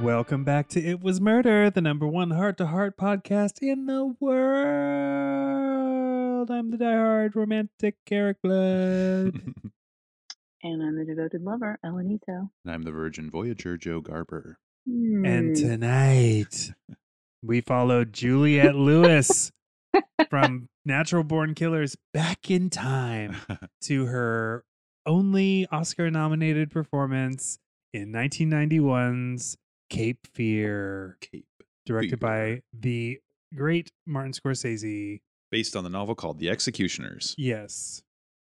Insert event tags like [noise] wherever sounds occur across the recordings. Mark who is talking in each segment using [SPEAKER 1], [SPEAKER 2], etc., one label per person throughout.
[SPEAKER 1] Welcome back to It Was Murder, the number one heart to heart podcast in the world. I'm the diehard romantic Eric
[SPEAKER 2] [laughs]
[SPEAKER 1] Blood.
[SPEAKER 2] and
[SPEAKER 3] And I'm the devoted lover, Elenito.
[SPEAKER 2] I'm the Virgin Voyager, Joe Garber.
[SPEAKER 3] Hmm.
[SPEAKER 1] and tonight we follow Juliet Lewis from Natural Born Killers back in time
[SPEAKER 2] [laughs]
[SPEAKER 1] to her only Oscar nominated performance in 1991's Cape Fear,
[SPEAKER 2] Cape.
[SPEAKER 1] directed
[SPEAKER 2] Fear.
[SPEAKER 1] by the great Martin Scorsese.
[SPEAKER 2] Based on the novel called The Executioners.
[SPEAKER 1] Yes,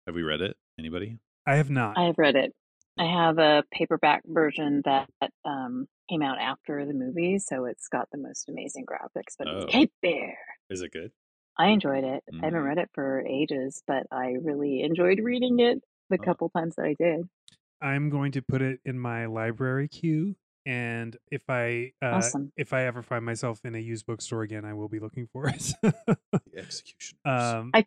[SPEAKER 2] Have we read it? Anybody?
[SPEAKER 1] I have not.
[SPEAKER 3] I have read it. I
[SPEAKER 2] Oh.
[SPEAKER 3] have a paperback version that um, came out after the movie, so it's got the most amazing graphics. But
[SPEAKER 2] Oh.
[SPEAKER 3] it's Cape Bear.
[SPEAKER 2] Is it good?
[SPEAKER 3] I enjoyed it. I haven't
[SPEAKER 2] Mm.
[SPEAKER 3] read it for ages, but I really enjoyed reading it the
[SPEAKER 2] Huh.
[SPEAKER 3] couple times that I did.
[SPEAKER 1] I'm going to put it in my library queue. And if I uh,
[SPEAKER 3] Awesome.
[SPEAKER 1] if I ever find myself in a used bookstore again, I will be looking for it. [laughs]
[SPEAKER 2] The Executioners.
[SPEAKER 1] um,
[SPEAKER 3] I-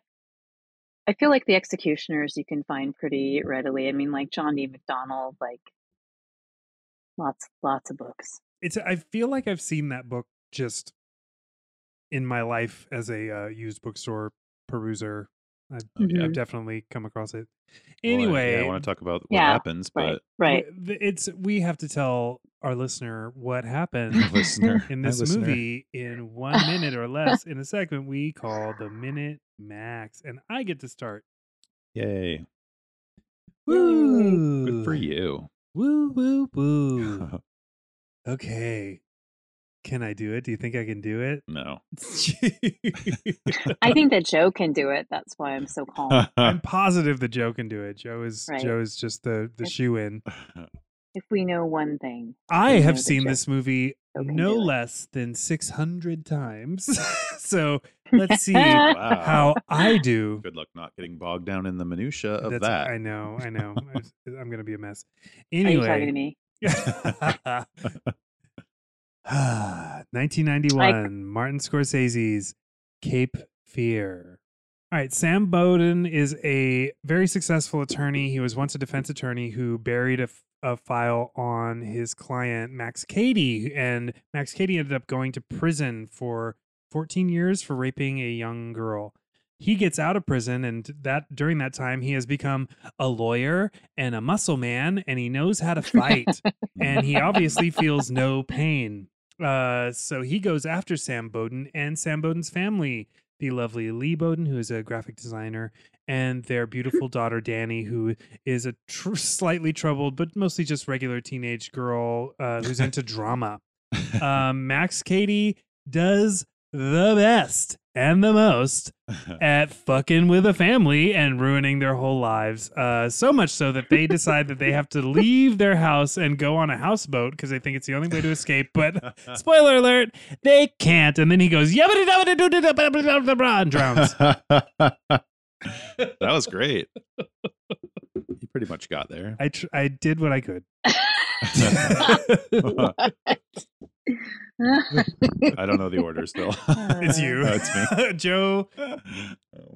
[SPEAKER 3] I feel like the executioners you can find pretty readily. I mean, like John D. McDonald, like lots, lots of books.
[SPEAKER 1] it's I feel like I've seen that book just in my life as a uh, used bookstore peruser. I've,
[SPEAKER 2] Oh, yeah.
[SPEAKER 1] I've definitely come across it.
[SPEAKER 2] Well, I- yeah,
[SPEAKER 1] Anyway,
[SPEAKER 2] I want to talk about what
[SPEAKER 3] Yeah,
[SPEAKER 2] happens, [laughs]
[SPEAKER 3] Right,
[SPEAKER 2] but
[SPEAKER 3] right.
[SPEAKER 1] w- th- it's we have to tell our listener what
[SPEAKER 2] [laughs]
[SPEAKER 1] happened
[SPEAKER 2] My listener,
[SPEAKER 1] [laughs] in
[SPEAKER 2] my
[SPEAKER 1] this
[SPEAKER 2] listener.
[SPEAKER 1] movie in one minute or less in a segment we call the minute max and i get to start
[SPEAKER 2] Yay.
[SPEAKER 1] woo
[SPEAKER 2] Good for you.
[SPEAKER 1] woo woo
[SPEAKER 3] [laughs]
[SPEAKER 1] woo okay can i do it do you think i can do it [laughs]
[SPEAKER 2] [laughs] no.
[SPEAKER 3] I think that Joe can do it. That's why I'm so calm.
[SPEAKER 2] [laughs]
[SPEAKER 1] i'm positive that joe can do it joe is
[SPEAKER 3] Right.
[SPEAKER 1] joe is just the the
[SPEAKER 3] Yes.
[SPEAKER 1] shoe in
[SPEAKER 3] if we know one thing,
[SPEAKER 1] I
[SPEAKER 3] know
[SPEAKER 1] have
[SPEAKER 3] that
[SPEAKER 1] seen
[SPEAKER 3] Joe-
[SPEAKER 1] this movie
[SPEAKER 3] Joe can
[SPEAKER 1] no
[SPEAKER 3] do it.
[SPEAKER 1] less than 600 times. [laughs]
[SPEAKER 3] [laughs]
[SPEAKER 1] so let's see
[SPEAKER 3] Oh.
[SPEAKER 1] [laughs] how I do.
[SPEAKER 2] Good luck not getting bogged down in the minutia of
[SPEAKER 1] That's-
[SPEAKER 2] that.
[SPEAKER 1] I know, I
[SPEAKER 3] [laughs]
[SPEAKER 1] know. I was- I'm going to be a mess.
[SPEAKER 3] Are you talking to
[SPEAKER 1] Anyway,
[SPEAKER 3] me? [laughs]
[SPEAKER 1] [laughs] 1991, Martin Scorsese's Cape Fear. All right, Sam Bowden is a very successful attorney. He was once a defense attorney who buried a, f- a file on his client, Max Cady. And Max Cady ended up going to prison for 14 years for raping a young girl. He gets out of prison, and that during that time, he has become a lawyer and a muscle man, and he knows how to fight
[SPEAKER 2] [laughs]
[SPEAKER 1] and he obviously feels no pain. Uh, so he goes after Sam Bowden and Sam Bowden's family, the lovely Lee Bowden, who is a graphic designer, and their beautiful daughter Danny, who is a tr- [laughs] slightly troubled but mostly just regular teenage girl uh, who's into drama. Um, Max Cady does the best and the most at fucking with a family and ruining their whole lives. Uh, so much so that they decide that they have
[SPEAKER 2] [laughs]
[SPEAKER 1] to leave their house and go on a houseboat because they think it's the only way to escape. But [laughs]
[SPEAKER 2] [laughs]
[SPEAKER 1] spoiler alert, they can't. And then he goes, "Yabba dabba da doo da da ba da ba da ba da," and [laughs]
[SPEAKER 2] [laughs]
[SPEAKER 1] drowns.
[SPEAKER 2] that was great. You pretty much got there.
[SPEAKER 1] I, tr- I did what I
[SPEAKER 2] [laughs]
[SPEAKER 1] could.
[SPEAKER 3] What?
[SPEAKER 2] I don't know the order still.
[SPEAKER 1] [laughs] It's
[SPEAKER 2] [laughs]
[SPEAKER 1] you. [laughs]
[SPEAKER 2] Oh, it's
[SPEAKER 1] Joe.
[SPEAKER 2] oh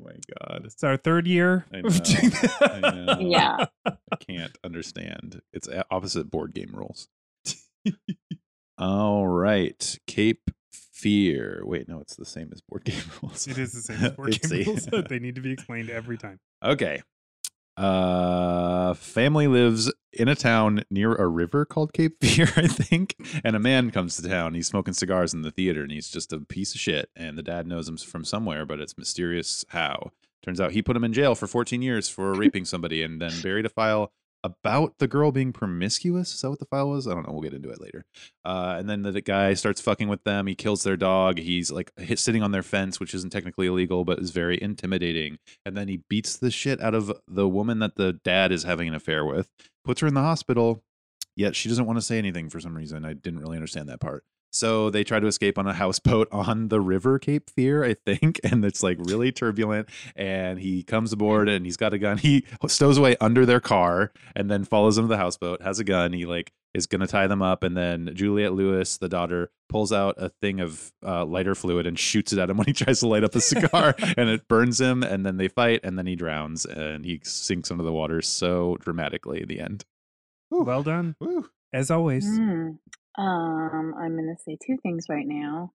[SPEAKER 2] my god.
[SPEAKER 1] It's our third year.
[SPEAKER 2] I
[SPEAKER 1] of
[SPEAKER 2] know.
[SPEAKER 1] doing
[SPEAKER 2] I,
[SPEAKER 1] that.
[SPEAKER 2] know.
[SPEAKER 3] yeah.
[SPEAKER 2] I can't understand. It's a- opposite board game [laughs] rules. All right. Cape Fear. Wait, no, it's the same as board [laughs] game
[SPEAKER 1] [laughs]
[SPEAKER 2] rules.
[SPEAKER 1] It is the same as board
[SPEAKER 2] It's
[SPEAKER 1] game
[SPEAKER 2] a- [laughs]
[SPEAKER 1] rules. [laughs] They need to be explained every time.
[SPEAKER 2] Okay. Uh, family lives in a town near a river called Cape Fear, [laughs] I think. And a man comes to town. He's smoking cigars in the theater, and he's just a piece of shit. And the dad knows him from somewhere, but it's mysterious how. Turns out he put him in jail for 14 years for raping somebody, and then buried a file about the girl being promiscuous. Is that what the file was? I don't know. We'll get into it later. Uh, and then the, the guy starts fucking with them. He kills their dog. He's like hit, sitting on their fence, which isn't technically illegal, but is very intimidating and then he beats the shit out of the woman that the dad is having an affair with, puts her in the hospital, yet she doesn't want to say anything for some reason. I didn't really understand that part. So they try to escape on a houseboat [laughs] on the river Cape Fear, I think, and it's like really turbulent. And he comes aboard and he's got a gun. He stows away under their car and then follows them to the houseboat, has a gun. He like is going to tie them up. And then Juliet Lewis, the daughter, pulls out a thing of uh, lighter fluid and shoots it at him [laughs] when he tries to light up a cigar and it burns him. And then they fight and then he drowns and he sinks under the water so dramatically at the end. Whew.
[SPEAKER 1] Well done,
[SPEAKER 2] Woo.
[SPEAKER 3] [laughs]
[SPEAKER 1] as always.
[SPEAKER 3] Mm. Um, I'm going to say two things right now.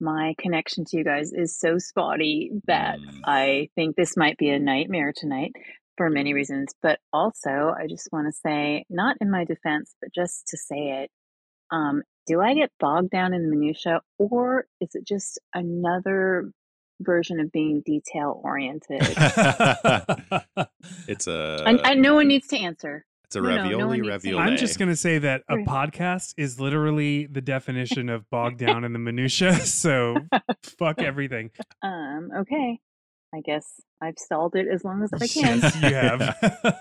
[SPEAKER 3] My connection to you guys is so spotty that
[SPEAKER 2] Mm.
[SPEAKER 3] I think this might be a nightmare tonight for many reasons. But also, I just want to say, not in my defense, but just to say it, um, do I get bogged down in the minutia, or is it just another version of being detail oriented?
[SPEAKER 2] [laughs] It's a
[SPEAKER 3] and, and no one needs to answer.
[SPEAKER 2] it's a
[SPEAKER 3] no, no, no
[SPEAKER 2] ravioli
[SPEAKER 3] one needs to-
[SPEAKER 2] ravioli.
[SPEAKER 1] I'm just going to say that a
[SPEAKER 3] Right.
[SPEAKER 1] podcast is literally the definition of
[SPEAKER 3] [laughs]
[SPEAKER 1] bogged down in the minutia. [laughs] So fuck everything.
[SPEAKER 3] Um, okay. I guess I've stalled it as long as
[SPEAKER 2] [laughs]
[SPEAKER 3] I can.
[SPEAKER 1] Yes, you have.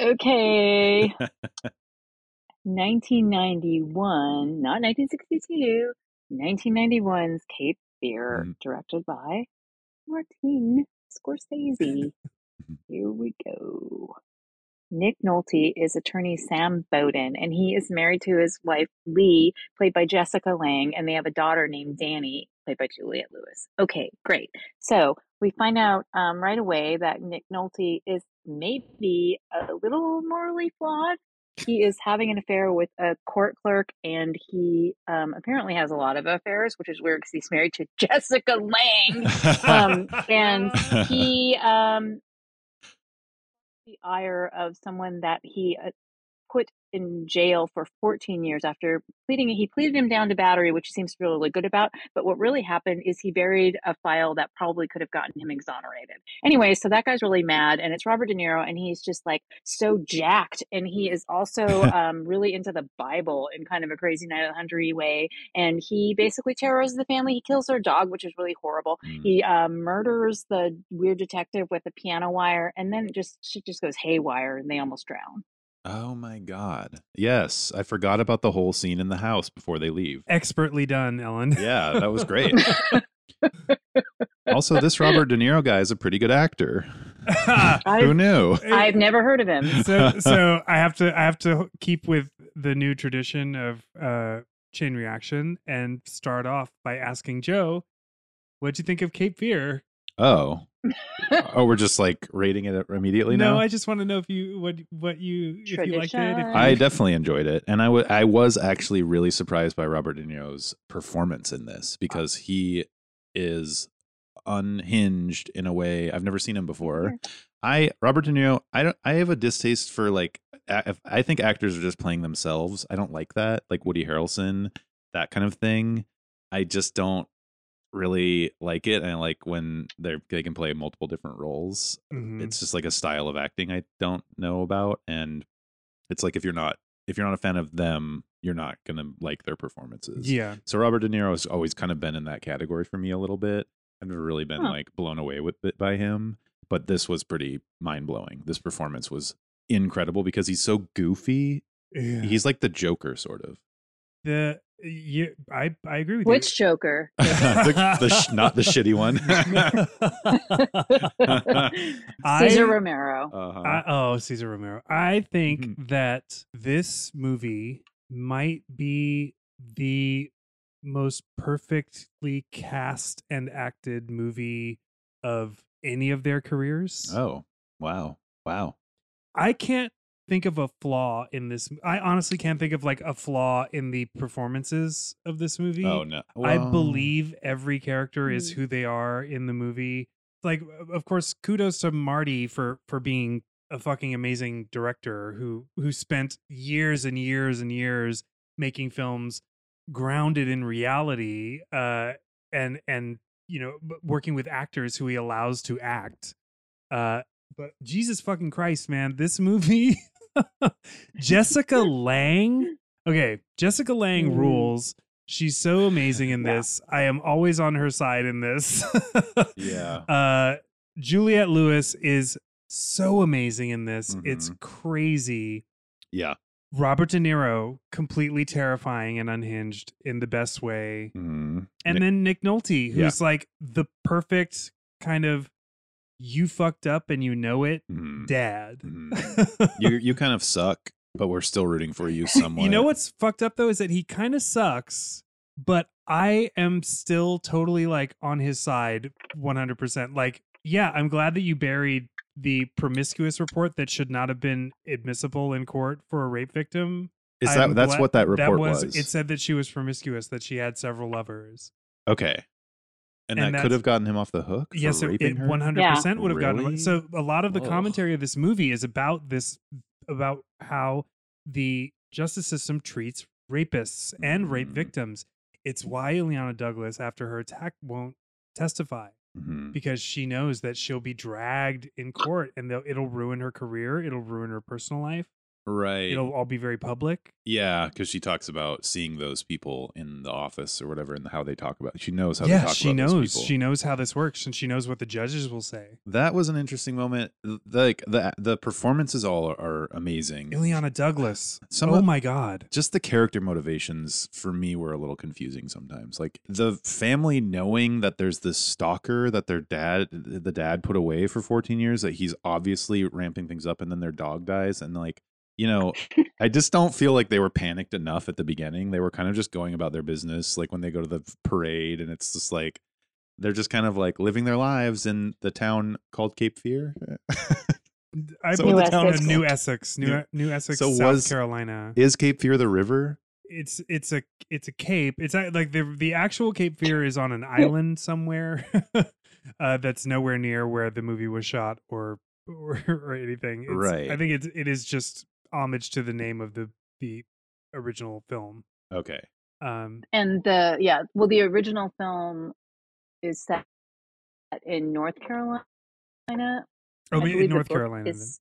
[SPEAKER 3] Okay. 1991, not 1962, 1991's Cape Fear,
[SPEAKER 2] Mm.
[SPEAKER 3] directed by Martin Scorsese. Here we go. Nick Nolte is attorney Sam Bowden, and he is married to his wife Lee, played by Jessica Lang, and they have a daughter named Danny, played by Juliette Lewis. Okay, great. So we find out um, right away that Nick Nolte is maybe a little morally flawed. He is having an affair with a court clerk, and he um, apparently has a lot of affairs, which is weird because he's married to [laughs] Jessica Lang. [laughs]
[SPEAKER 1] [laughs]
[SPEAKER 3] Um, and
[SPEAKER 2] [laughs]
[SPEAKER 3] he um the ire of someone that he uh, put in jail for 14 years after pleading he pleaded him down to battery which he seems to feel really good about but what really happened is he buried a file that probably could have gotten him exonerated anyway so that guy's really mad and it's robert de niro and he's just like so jacked and he is also um, really into the bible in kind of a crazy night of the country way and he basically terrorizes the family he kills their dog which is really horrible
[SPEAKER 2] Mm.
[SPEAKER 3] he um, murders the weird detective with a piano wire and then just she just goes haywire and they almost drown
[SPEAKER 2] oh my god. Yes, I forgot about the whole scene in the house before they leave.
[SPEAKER 1] Expertly done,
[SPEAKER 2] [laughs]
[SPEAKER 1] Ellen.
[SPEAKER 2] Yeah, that was great. also, this Robert De Niro guy is a pretty good actor.
[SPEAKER 1] [laughs]
[SPEAKER 2] Who
[SPEAKER 3] I've,
[SPEAKER 2] knew?
[SPEAKER 3] I've never heard of him
[SPEAKER 1] so so I have to I have to keep with the new tradition of uh chain reaction and start off by asking Joe, what'd you think of Cape Fear?
[SPEAKER 3] [laughs]
[SPEAKER 2] Oh. oh, we're just like rating it immediately
[SPEAKER 1] no,
[SPEAKER 2] now?
[SPEAKER 1] I just want to know if you what what you if you liked it. If
[SPEAKER 3] Tradition.
[SPEAKER 2] I definitely enjoyed it, and I wa- I was actually really surprised by Robert De Niro's performance in this because he is unhinged in a way I've never seen him before. I Robert De Niro, I don't, I have a distaste for like a- if- I think actors are just playing themselves. I don't like that, like Woody Harrelson, that kind of thing. I just don't really like it, and I like when they are they can play multiple different roles
[SPEAKER 1] Mhm.
[SPEAKER 2] it's just like a style of acting I don't know about, and it's like if you're not if you're not a fan of them, you're not gonna like their performances.
[SPEAKER 1] yeah.
[SPEAKER 2] So Robert De Niro has always kind of been in that category for me a little bit. I've never really been
[SPEAKER 3] Huh.
[SPEAKER 2] like blown away with it by him, but this was pretty mind blowing. This performance was incredible because he's so goofy.
[SPEAKER 1] Yeah.
[SPEAKER 2] He's like the Joker, sort of.
[SPEAKER 1] the you I I agree [laughs] with
[SPEAKER 3] which joker [laughs]
[SPEAKER 1] you.
[SPEAKER 2] [laughs] the, the sh- not the shitty one.
[SPEAKER 1] [laughs] I-
[SPEAKER 3] Cesar Romero.
[SPEAKER 2] Uh-huh.
[SPEAKER 1] I, oh, Cesar Romero. I think
[SPEAKER 2] Mhm.
[SPEAKER 1] that this movie might be the most perfectly cast and acted movie of any of their careers.
[SPEAKER 2] oh wow, wow.
[SPEAKER 1] I can't think of a flaw in this. I honestly can't think of like a flaw in the performances of this movie.
[SPEAKER 2] Oh no,
[SPEAKER 1] I
[SPEAKER 2] Well,
[SPEAKER 1] believe every character is
[SPEAKER 3] Mm.
[SPEAKER 1] who they are in the movie. Like, of course, kudos to Marty for for being a fucking amazing director who who spent years and years and years making films grounded in reality, uh, and and you know b- working with actors who he allows to act. Uh, but Jesus fucking Christ, man, this movie, [laughs] Jessica Lang. Okay, Jessica Lang
[SPEAKER 3] Mm.
[SPEAKER 1] rules. She's so amazing in
[SPEAKER 3] Yeah.
[SPEAKER 1] this. I am always on her side in this.
[SPEAKER 2] Yeah.
[SPEAKER 1] [laughs] Uh, Juliette Lewis is so amazing in this. It's
[SPEAKER 2] Mhm.
[SPEAKER 1] crazy.
[SPEAKER 2] Yeah.
[SPEAKER 1] Robert De Niro, completely terrifying and unhinged in the best way.
[SPEAKER 2] Mhm.
[SPEAKER 1] And then Nick Nolte,
[SPEAKER 2] Yeah.
[SPEAKER 1] who's like the perfect kind of you fucked up and you know it
[SPEAKER 2] Mhm.
[SPEAKER 1] dad. [laughs]
[SPEAKER 2] Mhm. you you kind of suck, but we're still rooting for you somewhat.
[SPEAKER 1] You know what's fucked up though is that he kind of sucks, but I am still totally like on his side 100%. Like, yeah, I'm glad that you buried the promiscuous report that should not have been admissible in court for a rape victim.
[SPEAKER 2] Is that
[SPEAKER 1] I'm
[SPEAKER 2] that's
[SPEAKER 1] glad-
[SPEAKER 2] what that report
[SPEAKER 1] was,
[SPEAKER 2] was,
[SPEAKER 1] It said that she was promiscuous, that she had several lovers.
[SPEAKER 2] okay. And,
[SPEAKER 1] And
[SPEAKER 2] that
[SPEAKER 1] that's-
[SPEAKER 2] could have gotten him off the hook. For
[SPEAKER 1] yes, it,
[SPEAKER 2] raping
[SPEAKER 1] it
[SPEAKER 2] her?
[SPEAKER 1] 100% would have
[SPEAKER 2] Really?
[SPEAKER 1] gotten. So a lot of the
[SPEAKER 2] Ugh.
[SPEAKER 1] commentary of this movie is about this, about how the justice system treats rapists and rape
[SPEAKER 2] Mm.
[SPEAKER 1] victims. It's why Ileana Douglas, after her attack, won't testify
[SPEAKER 2] Mhm.
[SPEAKER 1] because she knows that she'll be dragged in court and they'll- it'll ruin her career. It'll ruin her personal life.
[SPEAKER 2] right?
[SPEAKER 1] It'll all be very public.
[SPEAKER 2] yeah, because she talks about seeing those people in the office or whatever, and how they talk about. She knows how. they
[SPEAKER 1] yeah,
[SPEAKER 2] talk
[SPEAKER 1] she
[SPEAKER 2] about those
[SPEAKER 1] knows.
[SPEAKER 2] people.
[SPEAKER 1] She knows how this works and she knows what the judges will say.
[SPEAKER 2] That was an interesting moment. Th- Like the the performances all are, are amazing. [sighs]
[SPEAKER 1] Ileana Douglas.
[SPEAKER 2] Some
[SPEAKER 1] oh
[SPEAKER 2] of-
[SPEAKER 1] my God.
[SPEAKER 2] just the character motivations for me were a little confusing sometimes. Like the family knowing that there's this stalker that their dad, the dad put away for 14 years, that he's obviously ramping things up, and then their dog dies. And like, you
[SPEAKER 3] [laughs]
[SPEAKER 2] know, I just don't feel like they were panicked enough at the beginning. They were kind of just going about their business, like when they go to the parade, and it's just like they're just kind of like living their lives in the town called Cape Fear.
[SPEAKER 3] [laughs]
[SPEAKER 1] I
[SPEAKER 2] So
[SPEAKER 1] put
[SPEAKER 3] New
[SPEAKER 1] the town of
[SPEAKER 3] Essex.
[SPEAKER 1] New Essex, New E,
[SPEAKER 2] New-
[SPEAKER 1] New Essex,
[SPEAKER 2] So
[SPEAKER 1] South
[SPEAKER 2] was-
[SPEAKER 1] Carolina.
[SPEAKER 2] Is Cape Fear the river?
[SPEAKER 1] it's it's a it's a cape. It's a- like the the actual Cape Fear is on an island somewhere [laughs] uh, that's nowhere near where the movie was shot or or, or anything. It's-
[SPEAKER 2] Right.
[SPEAKER 1] I think it's it is just homage to the name of the the original film.
[SPEAKER 2] Okay.
[SPEAKER 1] Um,
[SPEAKER 3] And the yeah, well, the original film is set in North Carolina.
[SPEAKER 1] oh,
[SPEAKER 3] I
[SPEAKER 1] in
[SPEAKER 3] believe the
[SPEAKER 1] North
[SPEAKER 3] book
[SPEAKER 1] Carolina. then.
[SPEAKER 3] is-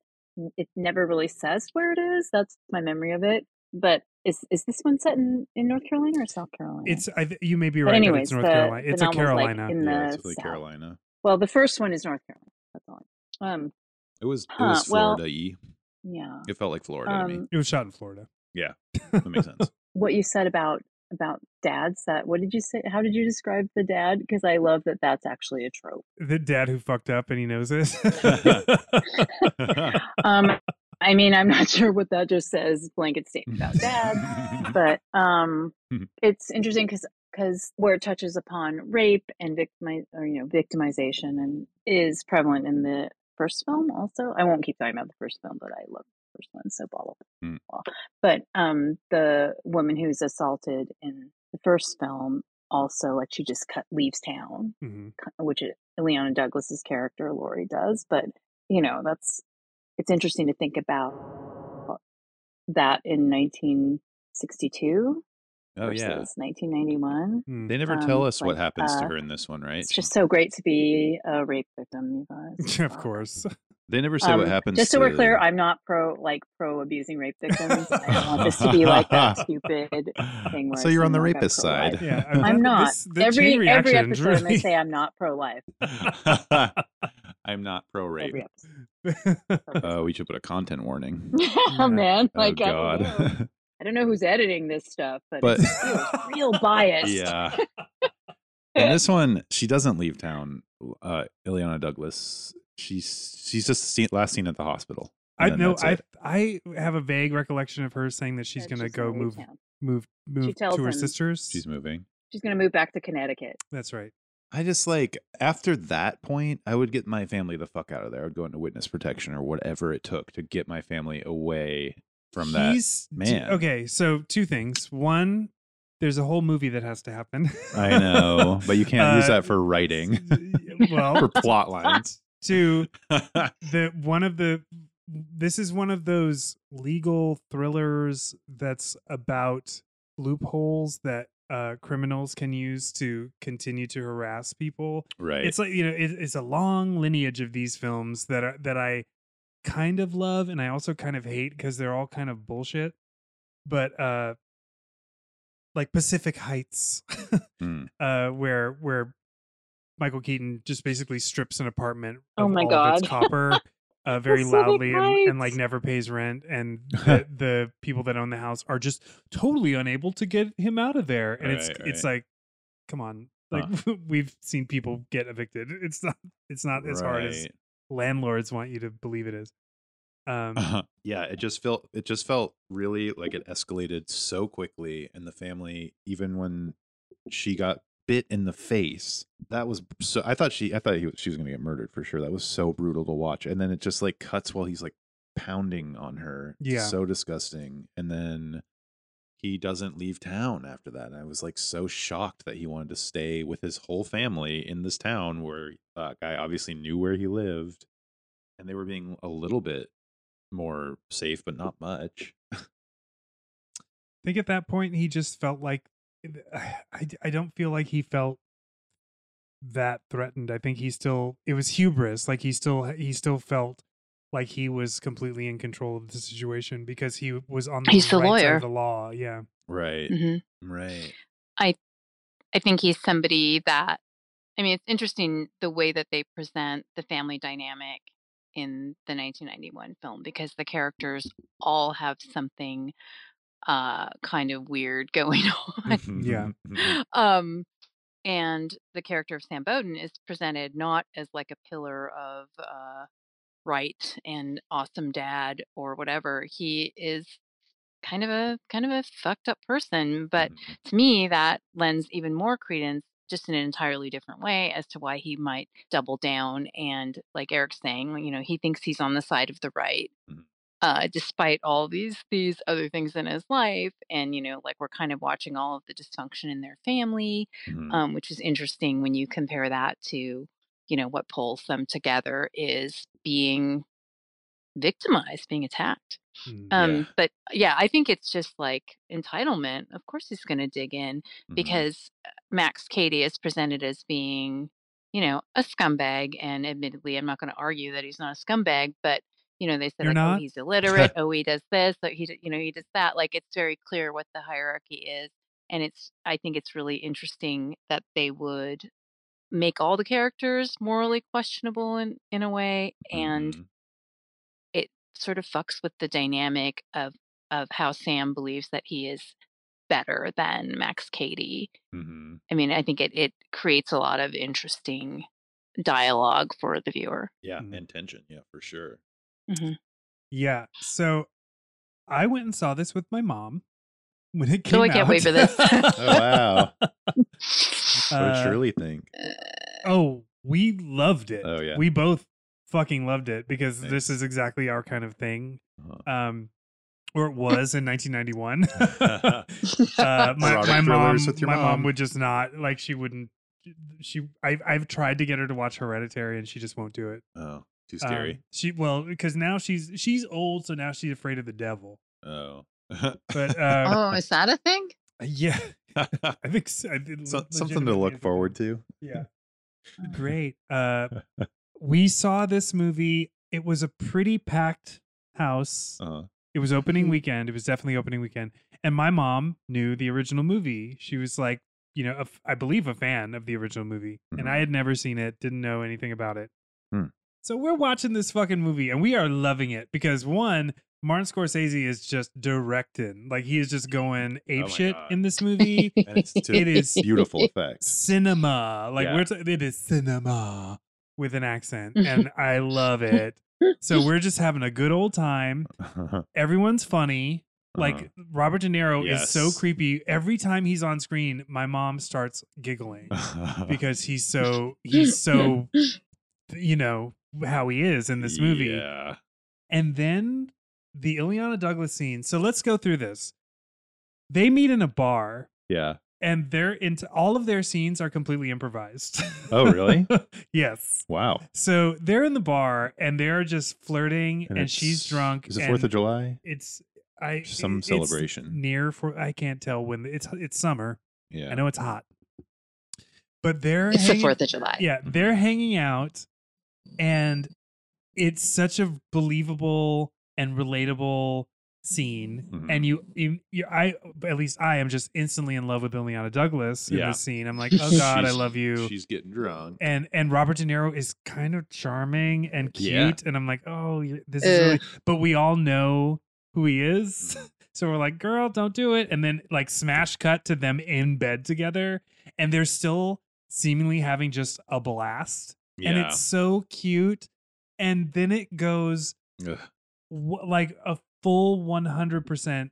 [SPEAKER 3] it never really says where it is. That's my memory of it. But is is this one set in, in North Carolina or South Carolina?
[SPEAKER 1] It's I th- you may be
[SPEAKER 3] But
[SPEAKER 1] right. but
[SPEAKER 3] anyways,
[SPEAKER 1] it's North
[SPEAKER 3] the-
[SPEAKER 1] Carolina.
[SPEAKER 3] the
[SPEAKER 1] It's a
[SPEAKER 3] novel's, like,
[SPEAKER 1] Carolina.
[SPEAKER 3] in
[SPEAKER 2] Yeah,
[SPEAKER 3] the
[SPEAKER 2] it's really
[SPEAKER 3] south.
[SPEAKER 2] Carolina.
[SPEAKER 3] well, the first one is North Carolina. That's all. I Um,
[SPEAKER 2] It was,
[SPEAKER 3] Huh,
[SPEAKER 2] it was
[SPEAKER 3] well-
[SPEAKER 2] Florida E.
[SPEAKER 3] yeah.
[SPEAKER 2] It felt like Florida to me.
[SPEAKER 3] Um,
[SPEAKER 1] It was shot in Florida.
[SPEAKER 2] That makes
[SPEAKER 3] [laughs]
[SPEAKER 2] sense.
[SPEAKER 3] what you said about about dads that what did you say how did you describe the dad because i love that that's actually a trope
[SPEAKER 1] The dad who fucked up and he knows
[SPEAKER 2] [laughs]
[SPEAKER 1] it. [laughs]
[SPEAKER 3] um i mean i'm not [laughs] sure what that just says blanket
[SPEAKER 2] [laughs]
[SPEAKER 3] statement about dads [laughs] but um
[SPEAKER 2] Mhm.
[SPEAKER 3] it's interesting because where it touches upon rape and victimiz or you know victimization and is prevalent in the first film also i won't keep talking about the first film but i love the first one so blah blah blah,
[SPEAKER 2] Mm.
[SPEAKER 3] blah. but um the woman who's assaulted in the first film also like she just cut leaves town
[SPEAKER 1] Mhm.
[SPEAKER 3] which it- Leona Douglas's character Lori does, but you know that's it's interesting to think about that in 1962
[SPEAKER 2] oh
[SPEAKER 3] versus
[SPEAKER 2] yeah.
[SPEAKER 3] 1991.
[SPEAKER 1] Mm. [laughs]
[SPEAKER 2] They never
[SPEAKER 3] um,
[SPEAKER 2] tell us what
[SPEAKER 3] like,
[SPEAKER 2] happens to
[SPEAKER 3] uh,
[SPEAKER 2] her in this one, right?
[SPEAKER 3] It's just so great to be a rape victim, you guys.
[SPEAKER 1] of
[SPEAKER 2] [laughs]
[SPEAKER 1] course.
[SPEAKER 2] they never say what
[SPEAKER 3] Um,
[SPEAKER 2] happens.
[SPEAKER 3] Just so we're
[SPEAKER 2] to-
[SPEAKER 3] clear, I'm not pro like pro abusing rape victims. I don't want this to be like
[SPEAKER 2] [laughs]
[SPEAKER 3] that stupid thing where
[SPEAKER 2] so
[SPEAKER 3] I
[SPEAKER 2] you're
[SPEAKER 3] say
[SPEAKER 2] on the
[SPEAKER 3] I'm not
[SPEAKER 2] rapist
[SPEAKER 3] pro-life.
[SPEAKER 2] side.
[SPEAKER 1] Yeah,
[SPEAKER 3] [laughs] I'm
[SPEAKER 1] glad that
[SPEAKER 3] not.
[SPEAKER 1] this- the chain
[SPEAKER 3] every every
[SPEAKER 1] reaction's
[SPEAKER 3] episode they say I'm not pro life.
[SPEAKER 2] [laughs] I'm not pro rape.
[SPEAKER 3] Every episode.
[SPEAKER 1] [laughs]
[SPEAKER 3] [laughs]
[SPEAKER 2] [laughs] Uh, we should put a content warning.
[SPEAKER 1] Yeah.
[SPEAKER 3] oh man,
[SPEAKER 2] oh
[SPEAKER 3] like I don't know.
[SPEAKER 2] God.
[SPEAKER 3] I don't know who's editing this stuff, but,
[SPEAKER 2] But- [laughs]
[SPEAKER 3] it feels real [laughs] biased.
[SPEAKER 2] yeah. And this one, she doesn't leave town. Uh, Ileana Douglas. She's she's just seen, last seen at the hospital.
[SPEAKER 1] I
[SPEAKER 2] And then
[SPEAKER 1] know.
[SPEAKER 2] that's
[SPEAKER 1] I
[SPEAKER 2] it.
[SPEAKER 1] I have a vague recollection of her saying that she's
[SPEAKER 3] That
[SPEAKER 1] gonna go
[SPEAKER 3] gonna leave
[SPEAKER 1] move
[SPEAKER 3] town.
[SPEAKER 1] move move
[SPEAKER 3] tells
[SPEAKER 1] to her
[SPEAKER 3] him-
[SPEAKER 1] sisters.
[SPEAKER 2] she's moving.
[SPEAKER 3] She's going to move back to Connecticut.
[SPEAKER 1] That's right.
[SPEAKER 2] I just like after that point, I would get my family the fuck out of there. I would go into witness protection or whatever it took to get my family away from that.
[SPEAKER 1] He's d-
[SPEAKER 2] man.
[SPEAKER 1] okay, so two things. One, there's a whole movie that has to happen.
[SPEAKER 2] I know, but
[SPEAKER 1] [laughs]
[SPEAKER 2] you can't use
[SPEAKER 1] Uh,
[SPEAKER 2] that for writing
[SPEAKER 1] well, [laughs]
[SPEAKER 2] [laughs] for plot lines.
[SPEAKER 1] two, the one of the this is one of those legal thrillers that's about loopholes that uh, criminals can use to continue to harass people.
[SPEAKER 2] right.
[SPEAKER 1] It's like you know, it, it's a long lineage of these films that are that I kind of love and I also kind of hate because they're all kind of bullshit. But uh, like Pacific Heights,
[SPEAKER 2] Mm.
[SPEAKER 1] uh, where where Michael Keaton just basically strips an apartment
[SPEAKER 3] Oh
[SPEAKER 1] of
[SPEAKER 3] my
[SPEAKER 1] all of its
[SPEAKER 3] God.
[SPEAKER 1] copper uh, very
[SPEAKER 3] Pacific
[SPEAKER 1] loudly and, and like
[SPEAKER 3] Heights.
[SPEAKER 1] never pays rent, and the, the people that own the house are just totally unable to get him out of there, and it's
[SPEAKER 2] Right,
[SPEAKER 1] it's like, come on, like [laughs] we've seen people get evicted. It's not it's not as hard as
[SPEAKER 2] Right.
[SPEAKER 1] landlords want you to believe it is. Um,
[SPEAKER 2] [laughs] yeah, it just felt it just felt really like it escalated so quickly and the family even when she got bit in the face. That was so I thought she I thought he, was- she was going to get murdered for sure. That was so brutal to watch. And then it just like cuts while he's like pounding on her. It's
[SPEAKER 1] Yeah.
[SPEAKER 2] So disgusting. And then he doesn't leave town after that. And I was like so shocked that he wanted to stay with his whole family in this town where uh, guy obviously knew where he lived, and they were being a little bit more safe, but not much.
[SPEAKER 1] I think at that point he just felt like [sighs] I, I don't feel like he felt that threatened. I think he still it was hubris. Like he still he still felt like he was completely in control of the situation because he was on the
[SPEAKER 4] He's the
[SPEAKER 1] right side
[SPEAKER 4] lawyer.
[SPEAKER 1] of the law. Yeah,
[SPEAKER 2] Right,
[SPEAKER 4] [laughs] hmm
[SPEAKER 2] right.
[SPEAKER 4] I think he's somebody that, I mean, it's interesting the way that they present the family dynamic in the 1991 film because the characters all have something uh, kind of weird [laughs] going on.
[SPEAKER 2] Mm-hmm.
[SPEAKER 1] Yeah.
[SPEAKER 4] um, and the character of Sam Bowden is presented not as like a pillar of uh, right and awesome dad or whatever. He is kind of a kind of a fucked up person,
[SPEAKER 2] [laughs]
[SPEAKER 4] but [laughs] to me, that lends even more credence, just in an entirely different way, as to why he might double down. And like Eric's saying, you know, he thinks he's on the side of the right,
[SPEAKER 2] Mhm.
[SPEAKER 4] uh, despite all these these other things in his life. And you know, like we're kind of watching all of the dysfunction in their family,
[SPEAKER 2] Mhm.
[SPEAKER 4] um, which is interesting when you compare that to, you know, what pulls them together is being victimized, being attacked.
[SPEAKER 1] Mm.
[SPEAKER 4] Um,
[SPEAKER 2] Yeah.
[SPEAKER 4] but yeah, I think it's just like entitlement. Of course, he's going to dig in
[SPEAKER 1] Mm-hmm.
[SPEAKER 2] Mhm.
[SPEAKER 4] because uh, Max Cady is presented as being, you know, a scumbag. And admittedly, I'm not going to argue that he's not a scumbag, but you know, they say
[SPEAKER 1] You're
[SPEAKER 4] like, oh,
[SPEAKER 1] not? [laughs]
[SPEAKER 4] he's illiterate. oh, he does this. Oh, he, d- you know, he does that. Like, it's very clear what the hierarchy is, and it's. I think it's really interesting that they would make all the characters morally questionable in in a way, and
[SPEAKER 1] Mm-hmm.
[SPEAKER 2] Mhm.
[SPEAKER 4] it sort of fucks with the dynamic of of how Sam believes that he is better than Max Cady.
[SPEAKER 2] Mhm.
[SPEAKER 4] I mean, I think it it creates a lot of interesting dialogue for the viewer.
[SPEAKER 2] yeah,
[SPEAKER 1] Mhm.
[SPEAKER 2] and tension. Yeah, for sure.
[SPEAKER 1] yeah. So I went and saw this with my mom when it came
[SPEAKER 4] Oh,
[SPEAKER 1] out.
[SPEAKER 4] I can't wait
[SPEAKER 1] [laughs]
[SPEAKER 4] for this.
[SPEAKER 2] Oh, wow.
[SPEAKER 1] Uh,
[SPEAKER 2] what did Shirley think?
[SPEAKER 1] Oh, we loved it.
[SPEAKER 2] Oh, yeah.
[SPEAKER 1] We both fucking loved it because
[SPEAKER 2] Nice.
[SPEAKER 1] this is exactly our kind of thing.
[SPEAKER 2] Uh-huh.
[SPEAKER 1] Um or it
[SPEAKER 2] [laughs]
[SPEAKER 1] was in 1991. [laughs] uh, my
[SPEAKER 2] Erotic
[SPEAKER 1] my mom,
[SPEAKER 2] thrillers with your
[SPEAKER 1] my mom
[SPEAKER 2] mom.
[SPEAKER 1] would just not like she wouldn't she I've I've tried to get her to watch Hereditary and she just won't do it.
[SPEAKER 2] Oh, too
[SPEAKER 1] Um,
[SPEAKER 2] scary.
[SPEAKER 1] she well because now she's she's old so now she's afraid of the devil.
[SPEAKER 2] oh. [laughs]
[SPEAKER 1] But uh,
[SPEAKER 4] oh, is that a
[SPEAKER 1] [laughs]
[SPEAKER 4] thing?
[SPEAKER 1] yeah, I think so, I did
[SPEAKER 2] So-
[SPEAKER 1] le-
[SPEAKER 2] something to
[SPEAKER 1] legitimately
[SPEAKER 2] look
[SPEAKER 1] think-
[SPEAKER 2] forward to. [laughs]
[SPEAKER 1] Yeah. Great. Uh, we saw this movie. It was a pretty packed house.
[SPEAKER 2] Uh-huh.
[SPEAKER 1] It was opening
[SPEAKER 4] Mhm.
[SPEAKER 1] weekend. It was definitely opening weekend. And my mom knew the original movie. She was like, you know, a f- I believe a fan of the original movie. And I had never seen it, didn't know anything about it.
[SPEAKER 2] Mm-hmm. Hmm.
[SPEAKER 1] So we're watching this fucking movie and we are loving it because one, Martin Scorsese is just directing. Like he is just going
[SPEAKER 2] Mm-hmm. Oh my
[SPEAKER 1] ape shit
[SPEAKER 2] God.
[SPEAKER 1] in
[SPEAKER 2] [laughs]
[SPEAKER 1] this movie. [laughs]
[SPEAKER 2] And it's to
[SPEAKER 1] It
[SPEAKER 4] [laughs]
[SPEAKER 1] is
[SPEAKER 2] beautiful effects. [laughs]
[SPEAKER 1] cinema. Like
[SPEAKER 2] Yeah.
[SPEAKER 1] we're t- it is cinema with an accent,
[SPEAKER 2] [laughs]
[SPEAKER 1] and I love it. So we're just having a good old time. Everyone's funny. Like
[SPEAKER 2] [laughs] Uh-huh.
[SPEAKER 1] Robert De Niro is so
[SPEAKER 2] Yes.
[SPEAKER 1] creepy. Every time he's on screen, my mom starts
[SPEAKER 2] [laughs]
[SPEAKER 1] giggling because he's so he's so you know how he is in this movie.
[SPEAKER 2] Yeah.
[SPEAKER 1] And then the Ileana Douglas scene. So let's go through this. They meet in a bar
[SPEAKER 2] Yeah.
[SPEAKER 1] and they're into all of their scenes are completely improvised. [laughs]
[SPEAKER 2] Oh, really?
[SPEAKER 1] yes.
[SPEAKER 2] Wow.
[SPEAKER 1] So they're in the bar and they're just flirting and,
[SPEAKER 2] it's-
[SPEAKER 1] she's drunk.
[SPEAKER 2] Is it
[SPEAKER 1] and
[SPEAKER 2] Fourth of July?
[SPEAKER 1] It's I
[SPEAKER 2] Some
[SPEAKER 1] it's
[SPEAKER 2] celebration.
[SPEAKER 1] near for I can't tell when it's it's summer.
[SPEAKER 2] Yeah.
[SPEAKER 1] I know it's hot, but they're
[SPEAKER 4] It's the
[SPEAKER 1] hanging-
[SPEAKER 4] Fourth of July.
[SPEAKER 1] yeah
[SPEAKER 2] Mm-hmm.
[SPEAKER 1] they're hanging out, and it's such a believable and relatable scene
[SPEAKER 2] Mhm. [laughs]
[SPEAKER 1] and you, you, you, I, at least I am just instantly in love with Ileana Douglas in
[SPEAKER 2] Yeah.
[SPEAKER 1] this scene.
[SPEAKER 2] [laughs]
[SPEAKER 1] I'm like, oh god, I
[SPEAKER 2] She's-
[SPEAKER 1] love you.
[SPEAKER 2] She's getting drunk.
[SPEAKER 1] And and Robert De Niro is kind of charming and cute,
[SPEAKER 2] Yeah.
[SPEAKER 1] and I'm like, oh, you- this is. Really, but we all know who he is, [laughs] so we're like, girl, don't do it. And then like smash cut to them in bed together, and they're still seemingly having just a blast, and
[SPEAKER 2] Yeah.
[SPEAKER 1] it's so cute. And then it goes
[SPEAKER 2] Ugh.
[SPEAKER 1] wh- like a full 100%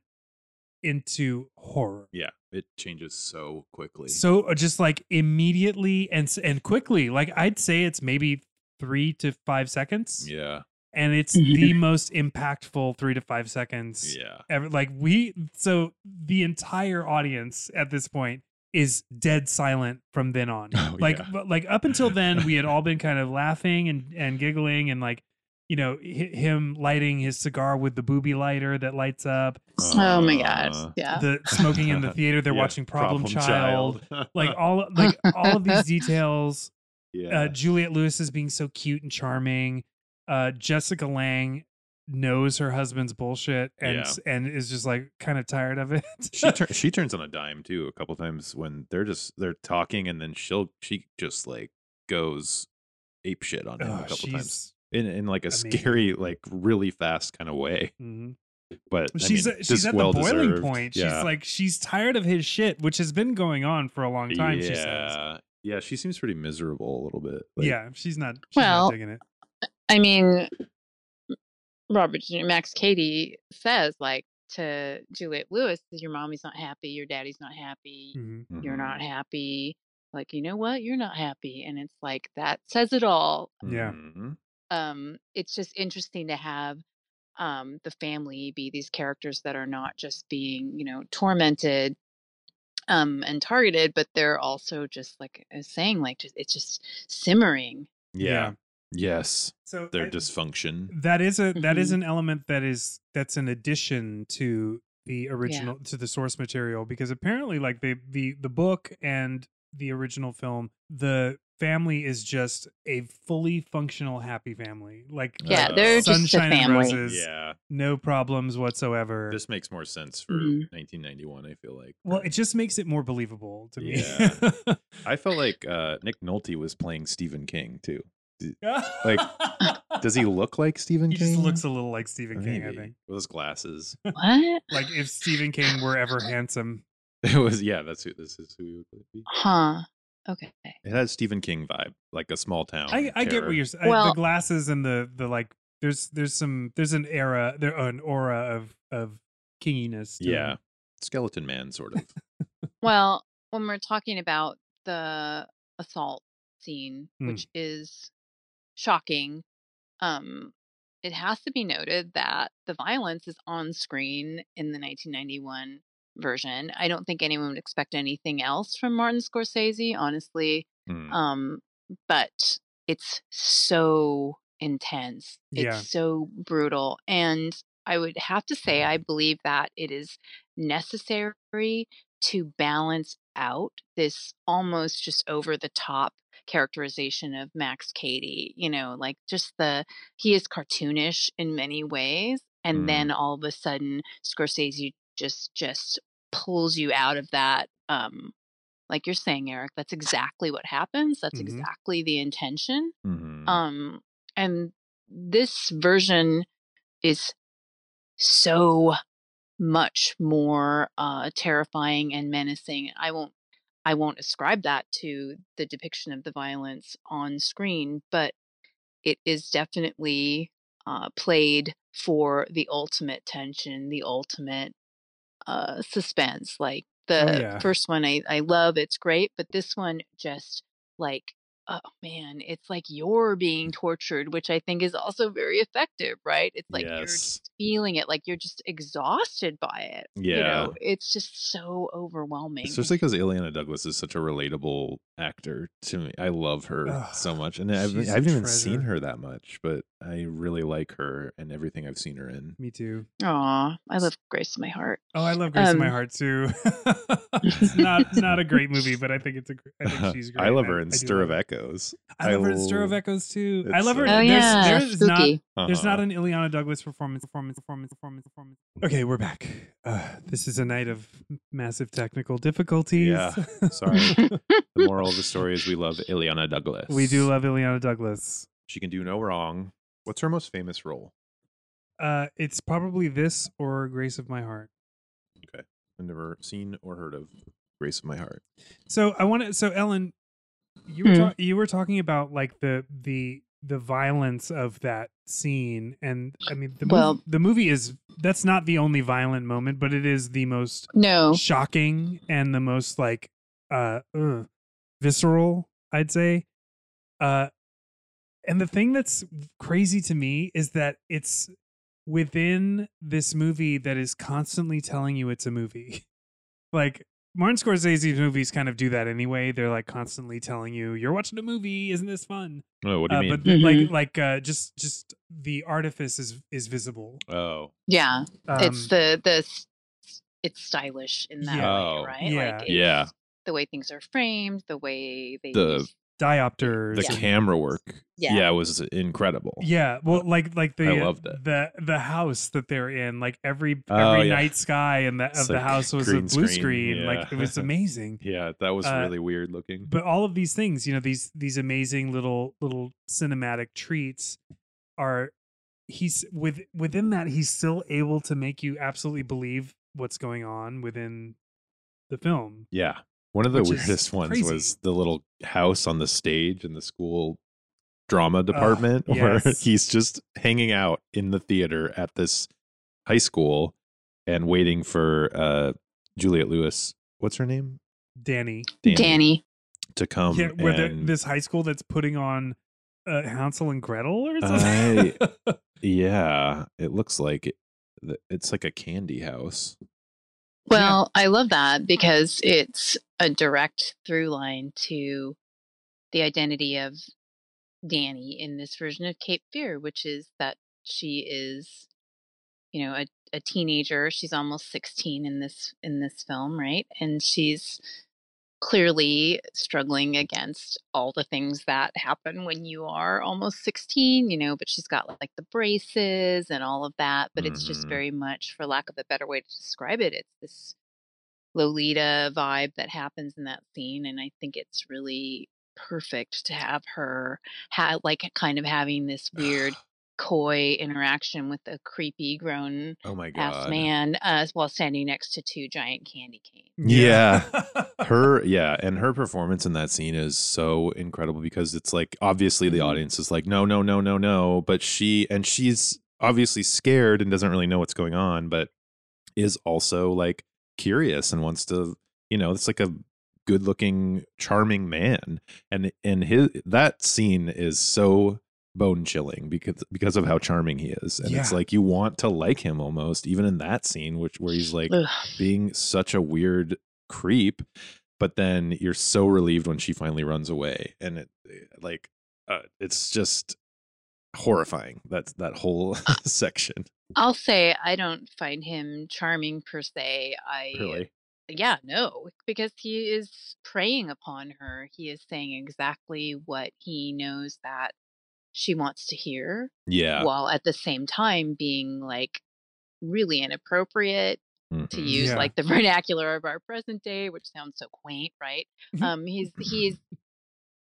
[SPEAKER 1] into horror.
[SPEAKER 2] Yeah. It changes so quickly.
[SPEAKER 1] So uh, just like immediately and s- and quickly, like I'd say it's maybe 3 to 5 seconds
[SPEAKER 2] yeah.
[SPEAKER 1] and it's the most impactful three to five seconds
[SPEAKER 2] Yeah.
[SPEAKER 1] ever. Like we, so the entire audience at this point is dead silent from then on.
[SPEAKER 2] [laughs] Oh,
[SPEAKER 1] like
[SPEAKER 2] yeah.
[SPEAKER 1] but, like up until then,
[SPEAKER 2] [laughs]
[SPEAKER 1] we had all been kind of laughing and and giggling and like you know hi him lighting his cigar with the booby lighter that lights up
[SPEAKER 4] oh my
[SPEAKER 2] Uh,
[SPEAKER 4] god. Yeah.
[SPEAKER 1] the smoking
[SPEAKER 2] [laughs]
[SPEAKER 1] in the theater. They're
[SPEAKER 2] yeah,
[SPEAKER 1] watching Problem, Child.
[SPEAKER 2] Child. [laughs] Uh.
[SPEAKER 1] [laughs] Like all like all of these details
[SPEAKER 2] yeah.
[SPEAKER 1] uh, Juliet Lewis is being so cute and charming. Uh, Jessica Lang knows her husband's bullshit and
[SPEAKER 2] Yeah.
[SPEAKER 1] s- and is just like kind of tired of it.
[SPEAKER 2] [laughs] she tur- she turns on a dime too a couple times when they're just they're talking and then she'll she just like goes ape shit on him
[SPEAKER 1] [laughs]
[SPEAKER 2] a
[SPEAKER 1] Oh,
[SPEAKER 2] couple
[SPEAKER 1] she's
[SPEAKER 2] times in in like a
[SPEAKER 1] amazing.
[SPEAKER 2] scary like really fast kind of way.
[SPEAKER 1] mhm.
[SPEAKER 2] But Mm-hmm. I
[SPEAKER 1] she's
[SPEAKER 2] mean,
[SPEAKER 1] uh, she's
[SPEAKER 2] just
[SPEAKER 1] at
[SPEAKER 2] well
[SPEAKER 1] the boiling
[SPEAKER 2] deserved.
[SPEAKER 1] point.
[SPEAKER 2] Yeah.
[SPEAKER 1] She's like she's tired of his shit, which has been going on for a long time.
[SPEAKER 2] yeah.
[SPEAKER 1] She says,
[SPEAKER 2] Yeah, she seems pretty miserable a little bit. Like,
[SPEAKER 1] "Yeah, she's not. She's
[SPEAKER 4] Well,
[SPEAKER 1] not digging it.
[SPEAKER 4] I mean, Robert Max Katie says like to Juliet Lewis, "Your mommy's not happy. Your daddy's not happy.
[SPEAKER 1] Mhm.
[SPEAKER 4] You're
[SPEAKER 2] mhm,
[SPEAKER 4] not happy. Like you know what? You're not happy." And it's like that says it all.
[SPEAKER 1] Yeah.
[SPEAKER 2] mhm.
[SPEAKER 4] Um, it's just interesting to have um, the family be these characters that are not just being you know tormented um, and targeted, but they're also just like uh, saying like just, it's just simmering.
[SPEAKER 2] Yeah.
[SPEAKER 1] Yeah.
[SPEAKER 2] Yes.
[SPEAKER 1] So
[SPEAKER 2] Their
[SPEAKER 1] I-
[SPEAKER 2] dysfunction.
[SPEAKER 1] that is a that is
[SPEAKER 4] Mhm.
[SPEAKER 1] an element that is that's an addition to the original to the source material because apparently like the the the book and the original film the family is just a fully functional happy family like
[SPEAKER 4] Yeah,
[SPEAKER 2] Oh.
[SPEAKER 4] they're just a
[SPEAKER 1] Uh, sunshine and
[SPEAKER 4] family.
[SPEAKER 1] roses
[SPEAKER 2] Yeah.
[SPEAKER 1] no problems whatsoever
[SPEAKER 2] This makes more sense for
[SPEAKER 4] Mhm.
[SPEAKER 2] 1991, I feel like.
[SPEAKER 1] well
[SPEAKER 2] than-
[SPEAKER 1] it just makes it more believable to me
[SPEAKER 2] I felt like uh, Nick Nolte was playing Stephen King too. Like, Does he look like
[SPEAKER 1] [laughs]
[SPEAKER 2] Stephen
[SPEAKER 1] he
[SPEAKER 2] King?
[SPEAKER 1] just looks a little like Stephen King, I
[SPEAKER 2] Maybe.
[SPEAKER 1] think.
[SPEAKER 2] With his glasses. [laughs]
[SPEAKER 4] What?
[SPEAKER 1] Like if Stephen King were ever handsome,
[SPEAKER 2] It was yeah. That's who this is. Who he would be.
[SPEAKER 4] Huh. Okay.
[SPEAKER 2] It has Stephen King vibe, like a small town.
[SPEAKER 1] I, I get
[SPEAKER 2] terror.
[SPEAKER 1] what you're saying.
[SPEAKER 4] Well-
[SPEAKER 1] the glasses and the the like. There's there's some there's an era there an aura of of kinginess. to
[SPEAKER 2] Yeah,
[SPEAKER 1] him.
[SPEAKER 2] Skeleton Man sort of.
[SPEAKER 4] Well, when we're talking about the assault scene, which is shocking, um, it has to be noted that the violence is on screen in the 1991 version. I don't think anyone would expect anything else from Martin Scorsese, honestly.
[SPEAKER 2] Hmm.
[SPEAKER 4] [laughs] Um, but it's so intense. It's
[SPEAKER 1] Yeah.
[SPEAKER 4] so brutal. And I would have to say, I believe that it is necessary to balance out this almost just over the top characterization of Max Cady. You know, like just the, he is cartoonish in many ways. And
[SPEAKER 2] Mm.
[SPEAKER 4] then all of a sudden, Scorsese just, just pulls you out of that um, like you're saying eric that's exactly what happens that's
[SPEAKER 1] Mhm.
[SPEAKER 4] exactly the intention
[SPEAKER 2] Mhm.
[SPEAKER 4] um and this version is so much more uh terrifying and menacing i won't i won't ascribe that to the depiction of the violence on screen but it is definitely uh played for the ultimate tension the ultimate uh suspense like the
[SPEAKER 1] yeah.
[SPEAKER 4] first one I, I love it's great but this one just like oh man it's like you're being tortured which i think is also very effective right it's like you're
[SPEAKER 2] Yes.
[SPEAKER 4] just feeling it like you're just exhausted by it you
[SPEAKER 2] Yeah.
[SPEAKER 4] know it's just so overwhelming
[SPEAKER 2] Especially because Ileana Douglas is such a relatable actor to me. I love her
[SPEAKER 1] Ugh,
[SPEAKER 2] so much, and I've, I
[SPEAKER 1] she's a
[SPEAKER 2] haven't even seen
[SPEAKER 1] treasure.
[SPEAKER 2] her that much, but I really like her and everything I've seen her in.
[SPEAKER 1] Me too.
[SPEAKER 4] Aw, i love grace in my heart
[SPEAKER 1] Oh, I love Grace in My
[SPEAKER 4] Um,
[SPEAKER 1] Heart too. [laughs] it's
[SPEAKER 2] [laughs]
[SPEAKER 1] not not a great movie, but I think it's a. gr- I think she's great.
[SPEAKER 2] I love
[SPEAKER 1] and
[SPEAKER 2] her in
[SPEAKER 1] do
[SPEAKER 2] Stir
[SPEAKER 1] love
[SPEAKER 2] of
[SPEAKER 1] her.
[SPEAKER 2] Echoes.
[SPEAKER 1] I love her in
[SPEAKER 2] I
[SPEAKER 1] Stir of
[SPEAKER 2] l-
[SPEAKER 1] Echoes too. I
[SPEAKER 2] it's,
[SPEAKER 1] love her.
[SPEAKER 2] uh,
[SPEAKER 1] in- there's,
[SPEAKER 4] oh yeah
[SPEAKER 1] there's not [laughs]
[SPEAKER 4] spooky
[SPEAKER 1] There's not
[SPEAKER 2] Uh-huh.
[SPEAKER 1] an Ileana Douglas performance, performance, performance, performance, performance. Okay, we're back. Uh, this is a night of massive technical difficulties.
[SPEAKER 2] Yeah, sorry. The moral of the story is we love Ileana Douglas.
[SPEAKER 1] [laughs] we do love Ileana Douglas.
[SPEAKER 2] She can do no wrong. What's her most famous role?
[SPEAKER 1] Uh, it's probably this or Grace of My Heart.
[SPEAKER 2] I've never seen or heard of Grace of My Heart.
[SPEAKER 1] So I want to. So Ellen, you were
[SPEAKER 4] Hmm.
[SPEAKER 1] ta- you were talking about like the the the violence of that scene, and I mean the
[SPEAKER 4] Well-
[SPEAKER 1] movie, the movie is that's not the only violent moment, but it is the most
[SPEAKER 4] [laughs] no
[SPEAKER 1] shocking and the most like uh ugh, visceral, I'd say. Uh, And the thing that's crazy to me is that it's within this movie that is constantly telling you it's a movie. [laughs] Like Martin Scorsese's movies kind of do that anyway. They're like constantly telling you, "You're watching a movie, isn't this fun?"
[SPEAKER 2] Oh, what do you
[SPEAKER 1] Uh,
[SPEAKER 2] mean?
[SPEAKER 1] But th-
[SPEAKER 3] Mhm.
[SPEAKER 1] like,
[SPEAKER 4] Mm-hmm.
[SPEAKER 1] like uh, just just the artifice is is visible.
[SPEAKER 2] oh,
[SPEAKER 4] Yeah, it's
[SPEAKER 1] Um,
[SPEAKER 4] the the s- it's stylish in that
[SPEAKER 1] Yeah.
[SPEAKER 4] way,
[SPEAKER 2] Oh,
[SPEAKER 4] right?
[SPEAKER 1] yeah.
[SPEAKER 4] it's
[SPEAKER 2] Yeah.
[SPEAKER 4] The way things are framed, the way they
[SPEAKER 2] The-
[SPEAKER 1] diopters.
[SPEAKER 2] the
[SPEAKER 4] Yeah.
[SPEAKER 1] and-
[SPEAKER 2] camera work.
[SPEAKER 4] Yeah.
[SPEAKER 2] was incredible.
[SPEAKER 1] Yeah, well, like like the
[SPEAKER 2] I loved it.
[SPEAKER 1] the the house that they're in, like every every
[SPEAKER 2] Oh, yeah.
[SPEAKER 1] night sky and the, of
[SPEAKER 2] It's
[SPEAKER 1] the
[SPEAKER 2] like
[SPEAKER 1] house was a
[SPEAKER 2] green
[SPEAKER 1] blue
[SPEAKER 2] screen,
[SPEAKER 1] screen. Like
[SPEAKER 2] yeah.
[SPEAKER 1] it
[SPEAKER 2] [laughs]
[SPEAKER 1] was amazing.
[SPEAKER 2] Yeah, that was
[SPEAKER 1] Uh,
[SPEAKER 2] really weird looking.
[SPEAKER 1] But all of these things, you know, these these amazing little little cinematic treats are he's with within that he's still able to make you absolutely believe what's going on within the film.
[SPEAKER 2] Yeah. One of the
[SPEAKER 1] Which is
[SPEAKER 2] weirdest ones
[SPEAKER 1] crazy.
[SPEAKER 2] was the little house on the stage in the school drama department [laughs] where
[SPEAKER 1] yes.
[SPEAKER 2] he's just hanging out in the theater at this high school and waiting for uh Juliet Lewis, what's her name?
[SPEAKER 1] Danny,
[SPEAKER 4] Danny.
[SPEAKER 2] to come.
[SPEAKER 1] yeah, where the,
[SPEAKER 2] Um, and-
[SPEAKER 1] this high school that's putting on uh, Hansel and Gretel or something. [laughs]
[SPEAKER 2] I- yeah, it looks like it, th- it's like a candy house.
[SPEAKER 4] Well, I love that because it's a direct through line to the identity of Danny in this version of Cape Fear, which is that she is, you know, a, a teenager. She's almost sixteen in this in this film, right? And she's clearly struggling against all the things that happen when you are almost 16 you know but she's got like the braces and all of that but it's just
[SPEAKER 2] Mhm.
[SPEAKER 4] very much for lack of a better way to describe it it's this lolita vibe that happens in that scene and i think it's really perfect to have her ha- like kind of having this weird coy interaction with a creepy grown
[SPEAKER 2] Oh my
[SPEAKER 4] ass
[SPEAKER 2] god.
[SPEAKER 4] man uh, while standing next to two giant candy canes
[SPEAKER 2] her yeah and her performance in that scene is so incredible because it's like obviously the
[SPEAKER 4] Mhm.
[SPEAKER 2] audience is like no no no no no but she and she's obviously scared and doesn't really know what's going on but is also like curious and wants to you know it's like a good looking charming man and and his that scene is so bone chilling because because of how charming he is and it's
[SPEAKER 1] Yeah.
[SPEAKER 2] like you want to like him almost even in that scene which where he's like
[SPEAKER 4] Ugh.
[SPEAKER 2] being such a weird creep but then you're so relieved when she finally runs away and it like uh, it's just horrifying that's that whole [laughs] section
[SPEAKER 4] I'll say I don't find him charming per se. I
[SPEAKER 2] really
[SPEAKER 4] yeah, no, because he is preying upon her. He is saying exactly what he knows that she wants to hear
[SPEAKER 2] yeah
[SPEAKER 4] while at the same time being like really inappropriate to
[SPEAKER 2] Mhm.
[SPEAKER 4] use
[SPEAKER 1] Yeah.
[SPEAKER 4] like the vernacular of our present day, which sounds so quaint, right?
[SPEAKER 1] Mhm.
[SPEAKER 2] Mm-hmm.
[SPEAKER 4] Um, he's
[SPEAKER 2] [laughs]
[SPEAKER 4] he's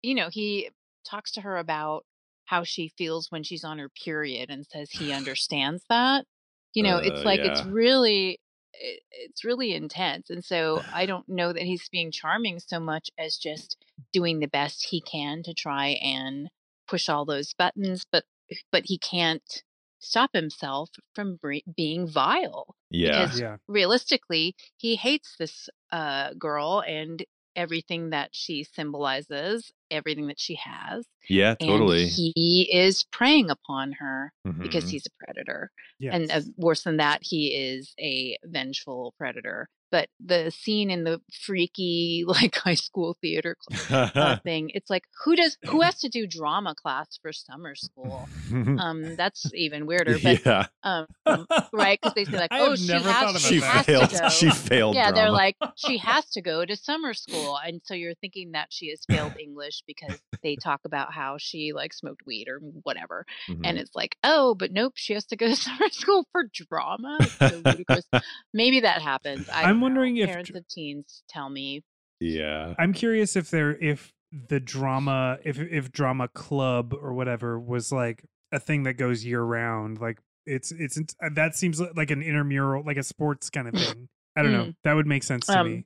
[SPEAKER 4] you know he talks to her about how she feels when she's on her period and says he understands that. You know,
[SPEAKER 2] Uh,
[SPEAKER 4] it's like it's
[SPEAKER 2] yeah.
[SPEAKER 4] really it, it's really intense, and so
[SPEAKER 2] [sighs]
[SPEAKER 4] I don't know that he's being charming so much as just doing the best he can to try and push all those buttons, but but he can't stop himself from bre- being vile
[SPEAKER 2] yeah
[SPEAKER 4] because-
[SPEAKER 1] yeah.
[SPEAKER 4] realistically, he hates this uh, girl and everything that she symbolizes, everything that she has.
[SPEAKER 2] yeah totally
[SPEAKER 4] And he is preying upon her because
[SPEAKER 2] Mhm.
[SPEAKER 4] he's a predator.
[SPEAKER 1] Yeah.
[SPEAKER 4] And uh, worse than that, he is a vengeful predator. But the scene in the freaky, [laughs] like high school theater cl-
[SPEAKER 2] Mm-hmm. [laughs]
[SPEAKER 4] uh, thing, it's like who does who has to do drama class for summer school?
[SPEAKER 2] [laughs]
[SPEAKER 4] Um, that's even weirder. But
[SPEAKER 2] yeah
[SPEAKER 4] um,
[SPEAKER 1] [laughs]
[SPEAKER 4] right? 'Cause they say, like,
[SPEAKER 1] I
[SPEAKER 4] "Oh,
[SPEAKER 1] have
[SPEAKER 4] she
[SPEAKER 1] never
[SPEAKER 4] has-
[SPEAKER 1] thought about
[SPEAKER 2] she
[SPEAKER 1] that.
[SPEAKER 4] has to
[SPEAKER 2] failed
[SPEAKER 4] go.
[SPEAKER 2] she failed
[SPEAKER 4] yeah, they're
[SPEAKER 1] [laughs]
[SPEAKER 2] drama.
[SPEAKER 4] like, she has to go to summer school. And so you're thinking that she has failed English because they talk about how she like smoked weed or whatever.
[SPEAKER 2] Mhm.
[SPEAKER 1] Mm.
[SPEAKER 4] And it's like, oh, but nope, she has to go to [laughs] summer school for drama. It's so ludicrous. Maybe that happens. I
[SPEAKER 1] I'm
[SPEAKER 4] don't know.
[SPEAKER 1] wondering if
[SPEAKER 4] parents
[SPEAKER 1] dr-
[SPEAKER 4] of teens tell me.
[SPEAKER 2] yeah
[SPEAKER 1] I'm curious if there if the drama if if drama club or whatever was like a thing that goes year round. Like it's it's it's- uh, that seems li- like an intramural like a sports kind
[SPEAKER 2] [laughs]
[SPEAKER 1] of thing. I don't know. That would make sense to
[SPEAKER 4] Mm. Um,
[SPEAKER 1] me.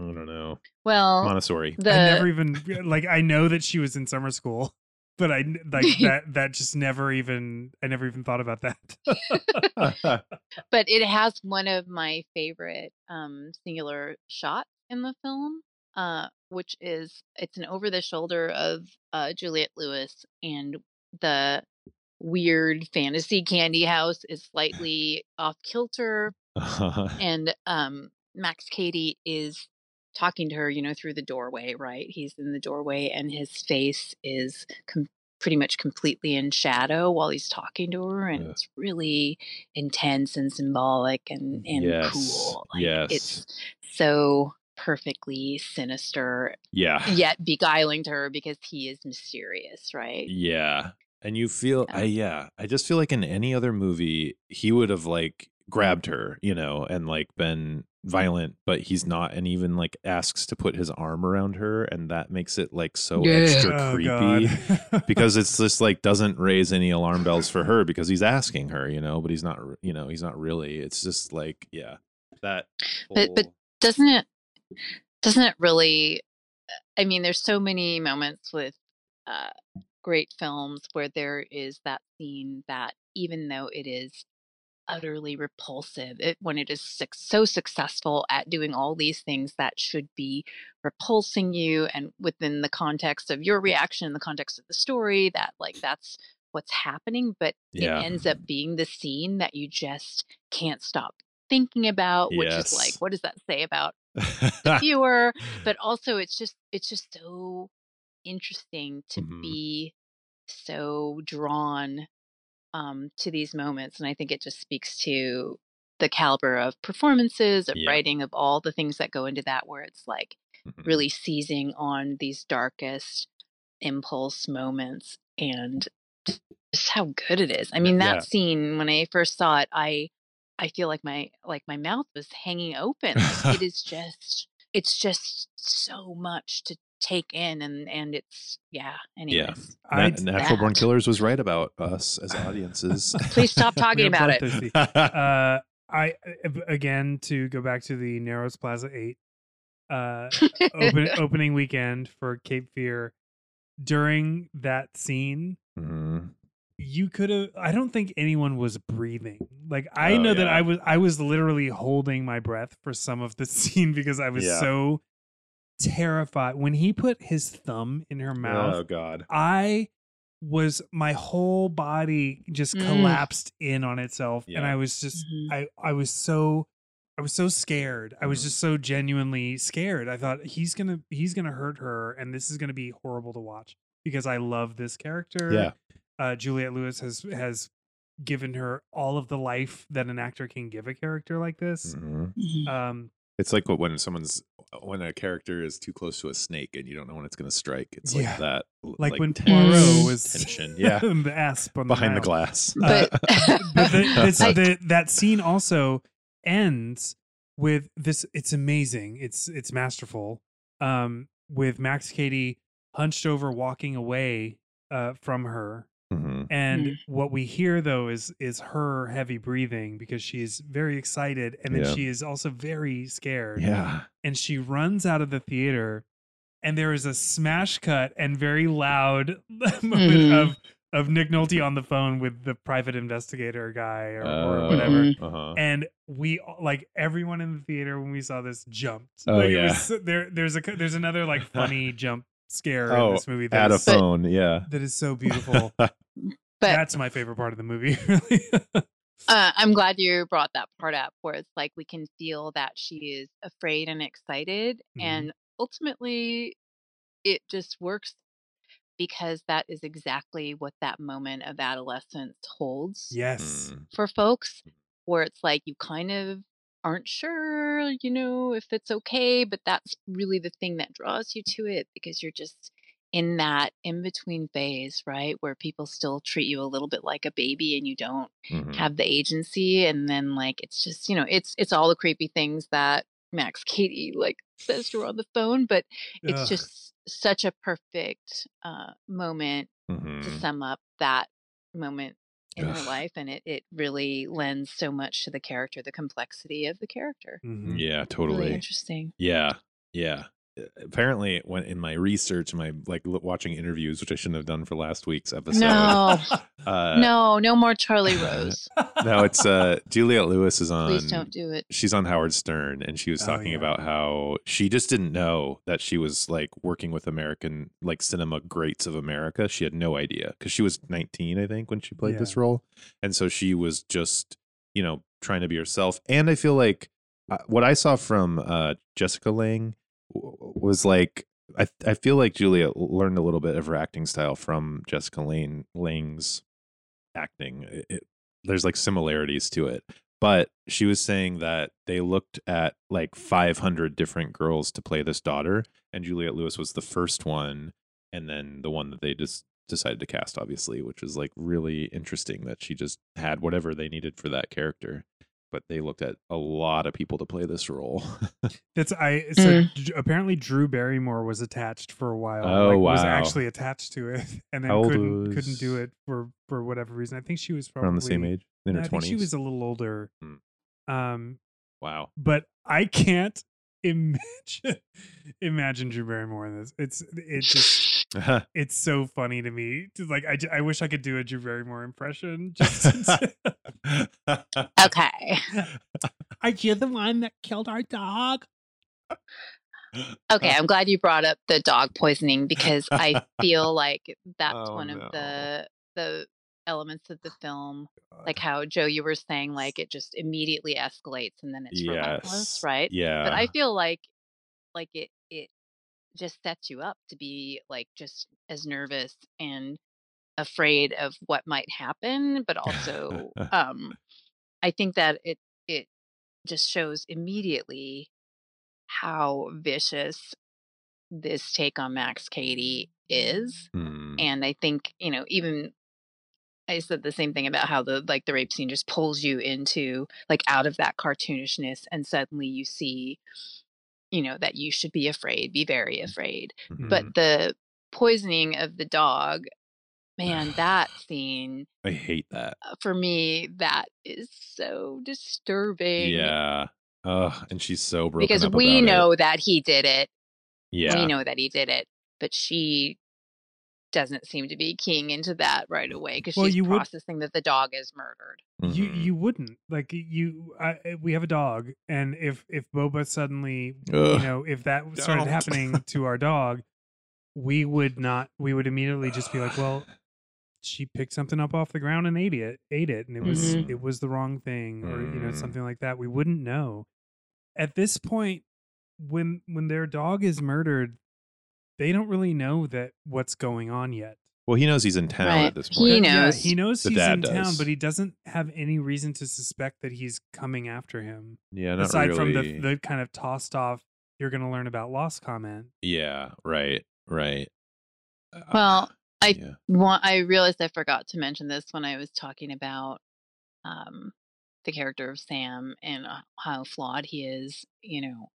[SPEAKER 2] i don't know
[SPEAKER 4] Well,
[SPEAKER 2] montessori
[SPEAKER 4] the
[SPEAKER 1] I never even like I know that she was in summer school, [laughs] but I n-
[SPEAKER 4] [laughs]
[SPEAKER 1] like that that just never even I never even thought about that.
[SPEAKER 2] [laughs]
[SPEAKER 1] [laughs]
[SPEAKER 4] but it has one of my favorite um, singular shots in the film, uh, which is it's an over the shoulder of uh, Juliet Lewis and the weird fantasy candy house is slightly off kilter
[SPEAKER 2] [laughs]
[SPEAKER 4] and um Max Cady is talking to her, you know, through the doorway, right? He's in the doorway and his face is com- pretty much completely in shadow while he's talking to her and
[SPEAKER 2] Yeah.
[SPEAKER 4] it's really intense and symbolic and and
[SPEAKER 2] Yes,
[SPEAKER 4] cool.
[SPEAKER 2] yes.
[SPEAKER 4] it's so perfectly sinister
[SPEAKER 2] yeah.
[SPEAKER 4] yet beguiling to her because he is mysterious, right?
[SPEAKER 2] Yeah. And you feel,
[SPEAKER 4] Yeah.
[SPEAKER 2] I, yeah, I just feel like in any other movie, he would have like grabbed her, you know, and like been violent, but he's not, and even like asks to put his arm around her. And that makes it like so
[SPEAKER 5] Yeah.
[SPEAKER 2] extra
[SPEAKER 1] Oh,
[SPEAKER 2] creepy.
[SPEAKER 1] [laughs] God.
[SPEAKER 2] because it's just like doesn't raise any alarm bells for her because he's asking her, you know, but he's not, you know, he's not really. It's just like, yeah, that.
[SPEAKER 4] But- but-
[SPEAKER 2] whole-
[SPEAKER 4] doesn't it doesn't it really i mean there's so many moments with uh, great films where there is that scene that even though it is utterly repulsive it, when it is suc so successful at doing all these things that should be repulsing you and within the context of your reaction in the context of the story that like that's what's happening but
[SPEAKER 2] Yeah. [laughs]
[SPEAKER 4] it ends up being the scene that you just can't stop thinking about which is like
[SPEAKER 2] Yes.
[SPEAKER 4] what does that say about
[SPEAKER 2] [laughs]
[SPEAKER 4] the viewer but also it's just it's just so interesting to
[SPEAKER 2] Mhm.
[SPEAKER 4] be so drawn um to these moments and i think it just speaks to the caliber of performances of
[SPEAKER 2] Yeah.
[SPEAKER 4] writing of all the things that go into that where it's like
[SPEAKER 1] [laughs]
[SPEAKER 2] Mhm.
[SPEAKER 4] really seizing on these darkest impulse moments and just how good it is. I mean, that
[SPEAKER 2] Yeah.
[SPEAKER 4] scene when I first saw it, I I feel like my like my mouth was hanging open. Like, it is just it's just so much to take in and and it's yeah, anyways.
[SPEAKER 2] Na-
[SPEAKER 1] I-
[SPEAKER 2] Natural Born
[SPEAKER 4] that.
[SPEAKER 2] Killers was right about us as audiences.
[SPEAKER 4] [laughs]
[SPEAKER 1] [laughs]
[SPEAKER 2] [laughs] Mm-hmm.
[SPEAKER 4] Please stop
[SPEAKER 1] We
[SPEAKER 4] talking
[SPEAKER 1] are
[SPEAKER 4] about
[SPEAKER 1] both thirsty.
[SPEAKER 4] it.
[SPEAKER 1] uh, I again to go back to the Narrows Plaza Eight
[SPEAKER 2] [laughs]
[SPEAKER 1] uh, open, opening weekend for Cape Fear. During that scene,
[SPEAKER 2] Mhm.
[SPEAKER 1] you could have. I don't think anyone was breathing. Like I
[SPEAKER 2] Oh,
[SPEAKER 1] know that
[SPEAKER 2] yeah.
[SPEAKER 1] I was. I was literally holding my breath for some of the [laughs] scene because I was
[SPEAKER 2] Yeah.
[SPEAKER 1] so terrified when he put his thumb in her mouth.
[SPEAKER 2] Oh, God.
[SPEAKER 1] I was my whole body just
[SPEAKER 4] Mm.
[SPEAKER 1] collapsed in on itself and
[SPEAKER 2] Yeah.
[SPEAKER 1] I was just
[SPEAKER 4] Mhm.
[SPEAKER 1] I I was so I was so scared. I was
[SPEAKER 2] Mhm.
[SPEAKER 1] just so genuinely scared. I thought he's going to he's going to hurt her and this is going to be horrible to watch because I love this character.
[SPEAKER 2] Yeah.
[SPEAKER 1] Uh Juliette Lewis has has given her all of the life that an actor can give a character like this.
[SPEAKER 2] Mhm.
[SPEAKER 4] Mhm.
[SPEAKER 1] Um
[SPEAKER 2] It's like what when someone's when a character is too close to a snake and you don't know when it's going to strike. It's like
[SPEAKER 1] Yeah.
[SPEAKER 2] that.
[SPEAKER 1] like, when
[SPEAKER 2] tense-
[SPEAKER 1] Poirot was [laughs]
[SPEAKER 2] tension. Yeah.
[SPEAKER 1] the asp on
[SPEAKER 2] Behind the
[SPEAKER 1] glass. [laughs]
[SPEAKER 2] glass.
[SPEAKER 4] But, [laughs]
[SPEAKER 1] but the, [laughs] this-
[SPEAKER 4] I-
[SPEAKER 1] the- that scene also ends with this it's amazing it's it's masterful um with max Cady hunched over walking away uh from her
[SPEAKER 2] Mhm.
[SPEAKER 1] and
[SPEAKER 4] Hmm.
[SPEAKER 1] what we hear though is is her heavy breathing because she is very excited and then
[SPEAKER 2] Yeah.
[SPEAKER 1] she is also very scared
[SPEAKER 2] Yeah.
[SPEAKER 1] and she runs out of the theater and there is a smash cut and very loud [laughs] moment
[SPEAKER 4] Mhm.
[SPEAKER 1] of of Nick Nolte on the phone with the private investigator guy or, or
[SPEAKER 2] Oh,
[SPEAKER 1] whatever.
[SPEAKER 4] Mm-hmm.
[SPEAKER 2] Uh-huh.
[SPEAKER 1] And we all- like everyone in the theater when we saw this jumped.
[SPEAKER 2] Oh,
[SPEAKER 1] like, it
[SPEAKER 2] yeah.
[SPEAKER 1] was so- there there's a co- there's another like
[SPEAKER 2] [laughs]
[SPEAKER 1] funny jump scare
[SPEAKER 2] Oh,
[SPEAKER 1] in this movie that
[SPEAKER 2] At a
[SPEAKER 1] is,
[SPEAKER 2] phone. Yeah.
[SPEAKER 1] that is
[SPEAKER 2] [laughs]
[SPEAKER 1] so beautiful.
[SPEAKER 4] but
[SPEAKER 1] That's my favorite part of the movie, [laughs] really.
[SPEAKER 2] Mm.
[SPEAKER 4] Uh, I'm glad you brought that part up where it's like we can feel that she is afraid and excited.
[SPEAKER 1] Mhm.
[SPEAKER 4] And ultimately, it just works because that is exactly what that moment of adolescence holds
[SPEAKER 1] yes.
[SPEAKER 2] Mm.
[SPEAKER 4] for folks, where it's like you kind of aren't sure, you know, if it's okay, but that's really the thing that draws you to it because you're just in that in between phase, right? Where people still treat you a little bit like a baby and you don't
[SPEAKER 2] Mhm.
[SPEAKER 4] have the agency and then like it's just you know it's it's all the creepy things that max [laughs] katie like says to her on the phone but it's
[SPEAKER 1] Ugh.
[SPEAKER 4] just such a perfect uh moment to
[SPEAKER 2] Mhm.
[SPEAKER 4] sum up that moment in her
[SPEAKER 2] Ugh.
[SPEAKER 4] life and it it really lends so much to the character the complexity of the character
[SPEAKER 1] Mhm.
[SPEAKER 2] Yeah.
[SPEAKER 4] Mm-hmm. really
[SPEAKER 2] Totally.
[SPEAKER 4] interesting
[SPEAKER 2] Yeah. Yeah. apparently when in my research my like l- watching interviews which i shouldn't have done for last week's episode
[SPEAKER 1] [laughs]
[SPEAKER 4] No,
[SPEAKER 2] uh
[SPEAKER 4] no, no
[SPEAKER 2] [laughs]
[SPEAKER 4] more Charlie Rose.
[SPEAKER 2] no it's uh juliet lewis is on
[SPEAKER 4] Please don't
[SPEAKER 2] [laughs]
[SPEAKER 4] do it.
[SPEAKER 2] she's on howard stern and she was
[SPEAKER 1] Oh,
[SPEAKER 2] talking
[SPEAKER 1] yeah.
[SPEAKER 2] about how she just didn't know that she was like working with american like cinema greats of america she had no idea because she was 19 i think when she played this role and so she was just you know trying to be herself and i feel like uh, what i saw from uh jessica lang w- was like I, I feel like Julia learned a little bit of her acting style from Jessica Lane Lang's acting. It- it, there's like similarities to it, but she was saying that they looked at like 500 different girls to play this daughter, and Juliette Lewis was the first one, and then the one that they just decided to cast, obviously, which was like really interesting that she just had whatever they needed for that character. But they looked at a lot of people to play this role. [laughs]
[SPEAKER 1] That's I. So d- apparently, Drew Barrymore was attached for a while.
[SPEAKER 2] Oh,
[SPEAKER 1] like, Was
[SPEAKER 2] wow.
[SPEAKER 1] actually attached to it, [laughs] and then
[SPEAKER 2] How old
[SPEAKER 1] couldn't couldn't
[SPEAKER 2] was-
[SPEAKER 1] do it for for whatever reason. I think she was probably
[SPEAKER 2] Around the same age, in
[SPEAKER 1] no,
[SPEAKER 2] her
[SPEAKER 1] I think she was
[SPEAKER 2] twenties.
[SPEAKER 1] a little older.
[SPEAKER 2] Hmm.
[SPEAKER 1] Um, [laughs]
[SPEAKER 2] Wow. [laughs]
[SPEAKER 1] but I can't [laughs] imagine imagine Drew Barrymore in this. It's it just
[SPEAKER 2] [laughs]
[SPEAKER 1] it's so funny to me. Just like I, j- I wish I could do a Drew Barrymore
[SPEAKER 2] [laughs]
[SPEAKER 1] impression. Just
[SPEAKER 4] Okay.
[SPEAKER 1] Are [laughs] you the one that killed our dog?
[SPEAKER 4] Okay,
[SPEAKER 2] Uh-huh.
[SPEAKER 4] I'm glad you brought up the dog
[SPEAKER 2] [laughs]
[SPEAKER 4] poisoning because I feel like that's
[SPEAKER 2] Oh,
[SPEAKER 4] one
[SPEAKER 2] no.
[SPEAKER 4] of the the elements of the film,
[SPEAKER 2] Oh,
[SPEAKER 4] like how Joe, you were saying, like it just immediately escalates and then it's relentless, right?
[SPEAKER 2] Yeah.
[SPEAKER 4] But I feel like like it it just sets you up to be like just as nervous and afraid of what might happen, but also um I think that it it just shows immediately how vicious this take on Max Katie is.
[SPEAKER 2] Hmm.
[SPEAKER 4] And I think, you know, even I said the same thing about how the like the rape scene just pulls you into like out of that cartoonishness and suddenly you see, you know, that you should be afraid, be very
[SPEAKER 2] Mm-hmm.
[SPEAKER 4] afraid.
[SPEAKER 1] Mhm.
[SPEAKER 4] But the poisoning of the dog,
[SPEAKER 2] [sighs]
[SPEAKER 4] man, that scene
[SPEAKER 2] I hate that.
[SPEAKER 4] uh, for me, that is so disturbing.
[SPEAKER 2] Yeah. Ugh. And she's so broken
[SPEAKER 4] Because
[SPEAKER 2] up about
[SPEAKER 4] we
[SPEAKER 2] it.
[SPEAKER 4] know that he did it
[SPEAKER 2] Yeah.
[SPEAKER 4] we know that he did it, but she doesn't seem to be keying into that right away because
[SPEAKER 1] Well,
[SPEAKER 4] she's
[SPEAKER 1] you would-
[SPEAKER 4] processing that the dog is murdered.
[SPEAKER 1] you
[SPEAKER 2] Mhm.
[SPEAKER 1] you wouldn't like you. I, eh, we have a dog, and if if Boba suddenly
[SPEAKER 2] Ugh.
[SPEAKER 1] you know if that started
[SPEAKER 2] Don't.
[SPEAKER 1] happening to our dog, we would not. We would immediately just be like,
[SPEAKER 2] [sighs]
[SPEAKER 1] well. She picked something up off the ground and ate it, ate it, and it was
[SPEAKER 4] Mhm.
[SPEAKER 1] it was the wrong thing, or you know
[SPEAKER 2] Mm.
[SPEAKER 1] something like that. We wouldn't know. At this point, when when their dog is murdered, they don't really know that what's going on yet.
[SPEAKER 2] Well, he knows he's in town
[SPEAKER 4] Right.
[SPEAKER 2] at this point.
[SPEAKER 4] He
[SPEAKER 1] Yeah,
[SPEAKER 4] knows.
[SPEAKER 1] he knows
[SPEAKER 2] The
[SPEAKER 1] he's
[SPEAKER 2] dad
[SPEAKER 1] in town,
[SPEAKER 2] does.
[SPEAKER 1] but he doesn't have any reason to suspect that he's coming after him.
[SPEAKER 2] yeah. Not
[SPEAKER 1] aside
[SPEAKER 2] really.
[SPEAKER 1] from the, the kind of tossed off, you're going to learn about loss comment.
[SPEAKER 2] yeah. Right. Right. Uh,
[SPEAKER 4] Well, I-
[SPEAKER 2] yeah.
[SPEAKER 4] One, I realized I forgot to mention this when I was talking about um, the character of Sam and uh, how flawed he is, you know,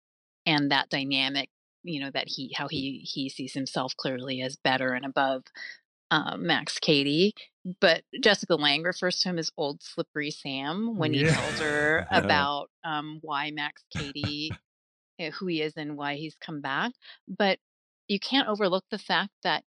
[SPEAKER 4] and that dynamic, you know, that he how he he sees himself clearly as better and above um, Max Katie. But Jessica Lang refers to him as old slippery Sam when he
[SPEAKER 1] [laughs] Yeah.
[SPEAKER 4] tells her about um, why Max Katie, uh, who he is, and why he's come back. But you can't overlook the fact that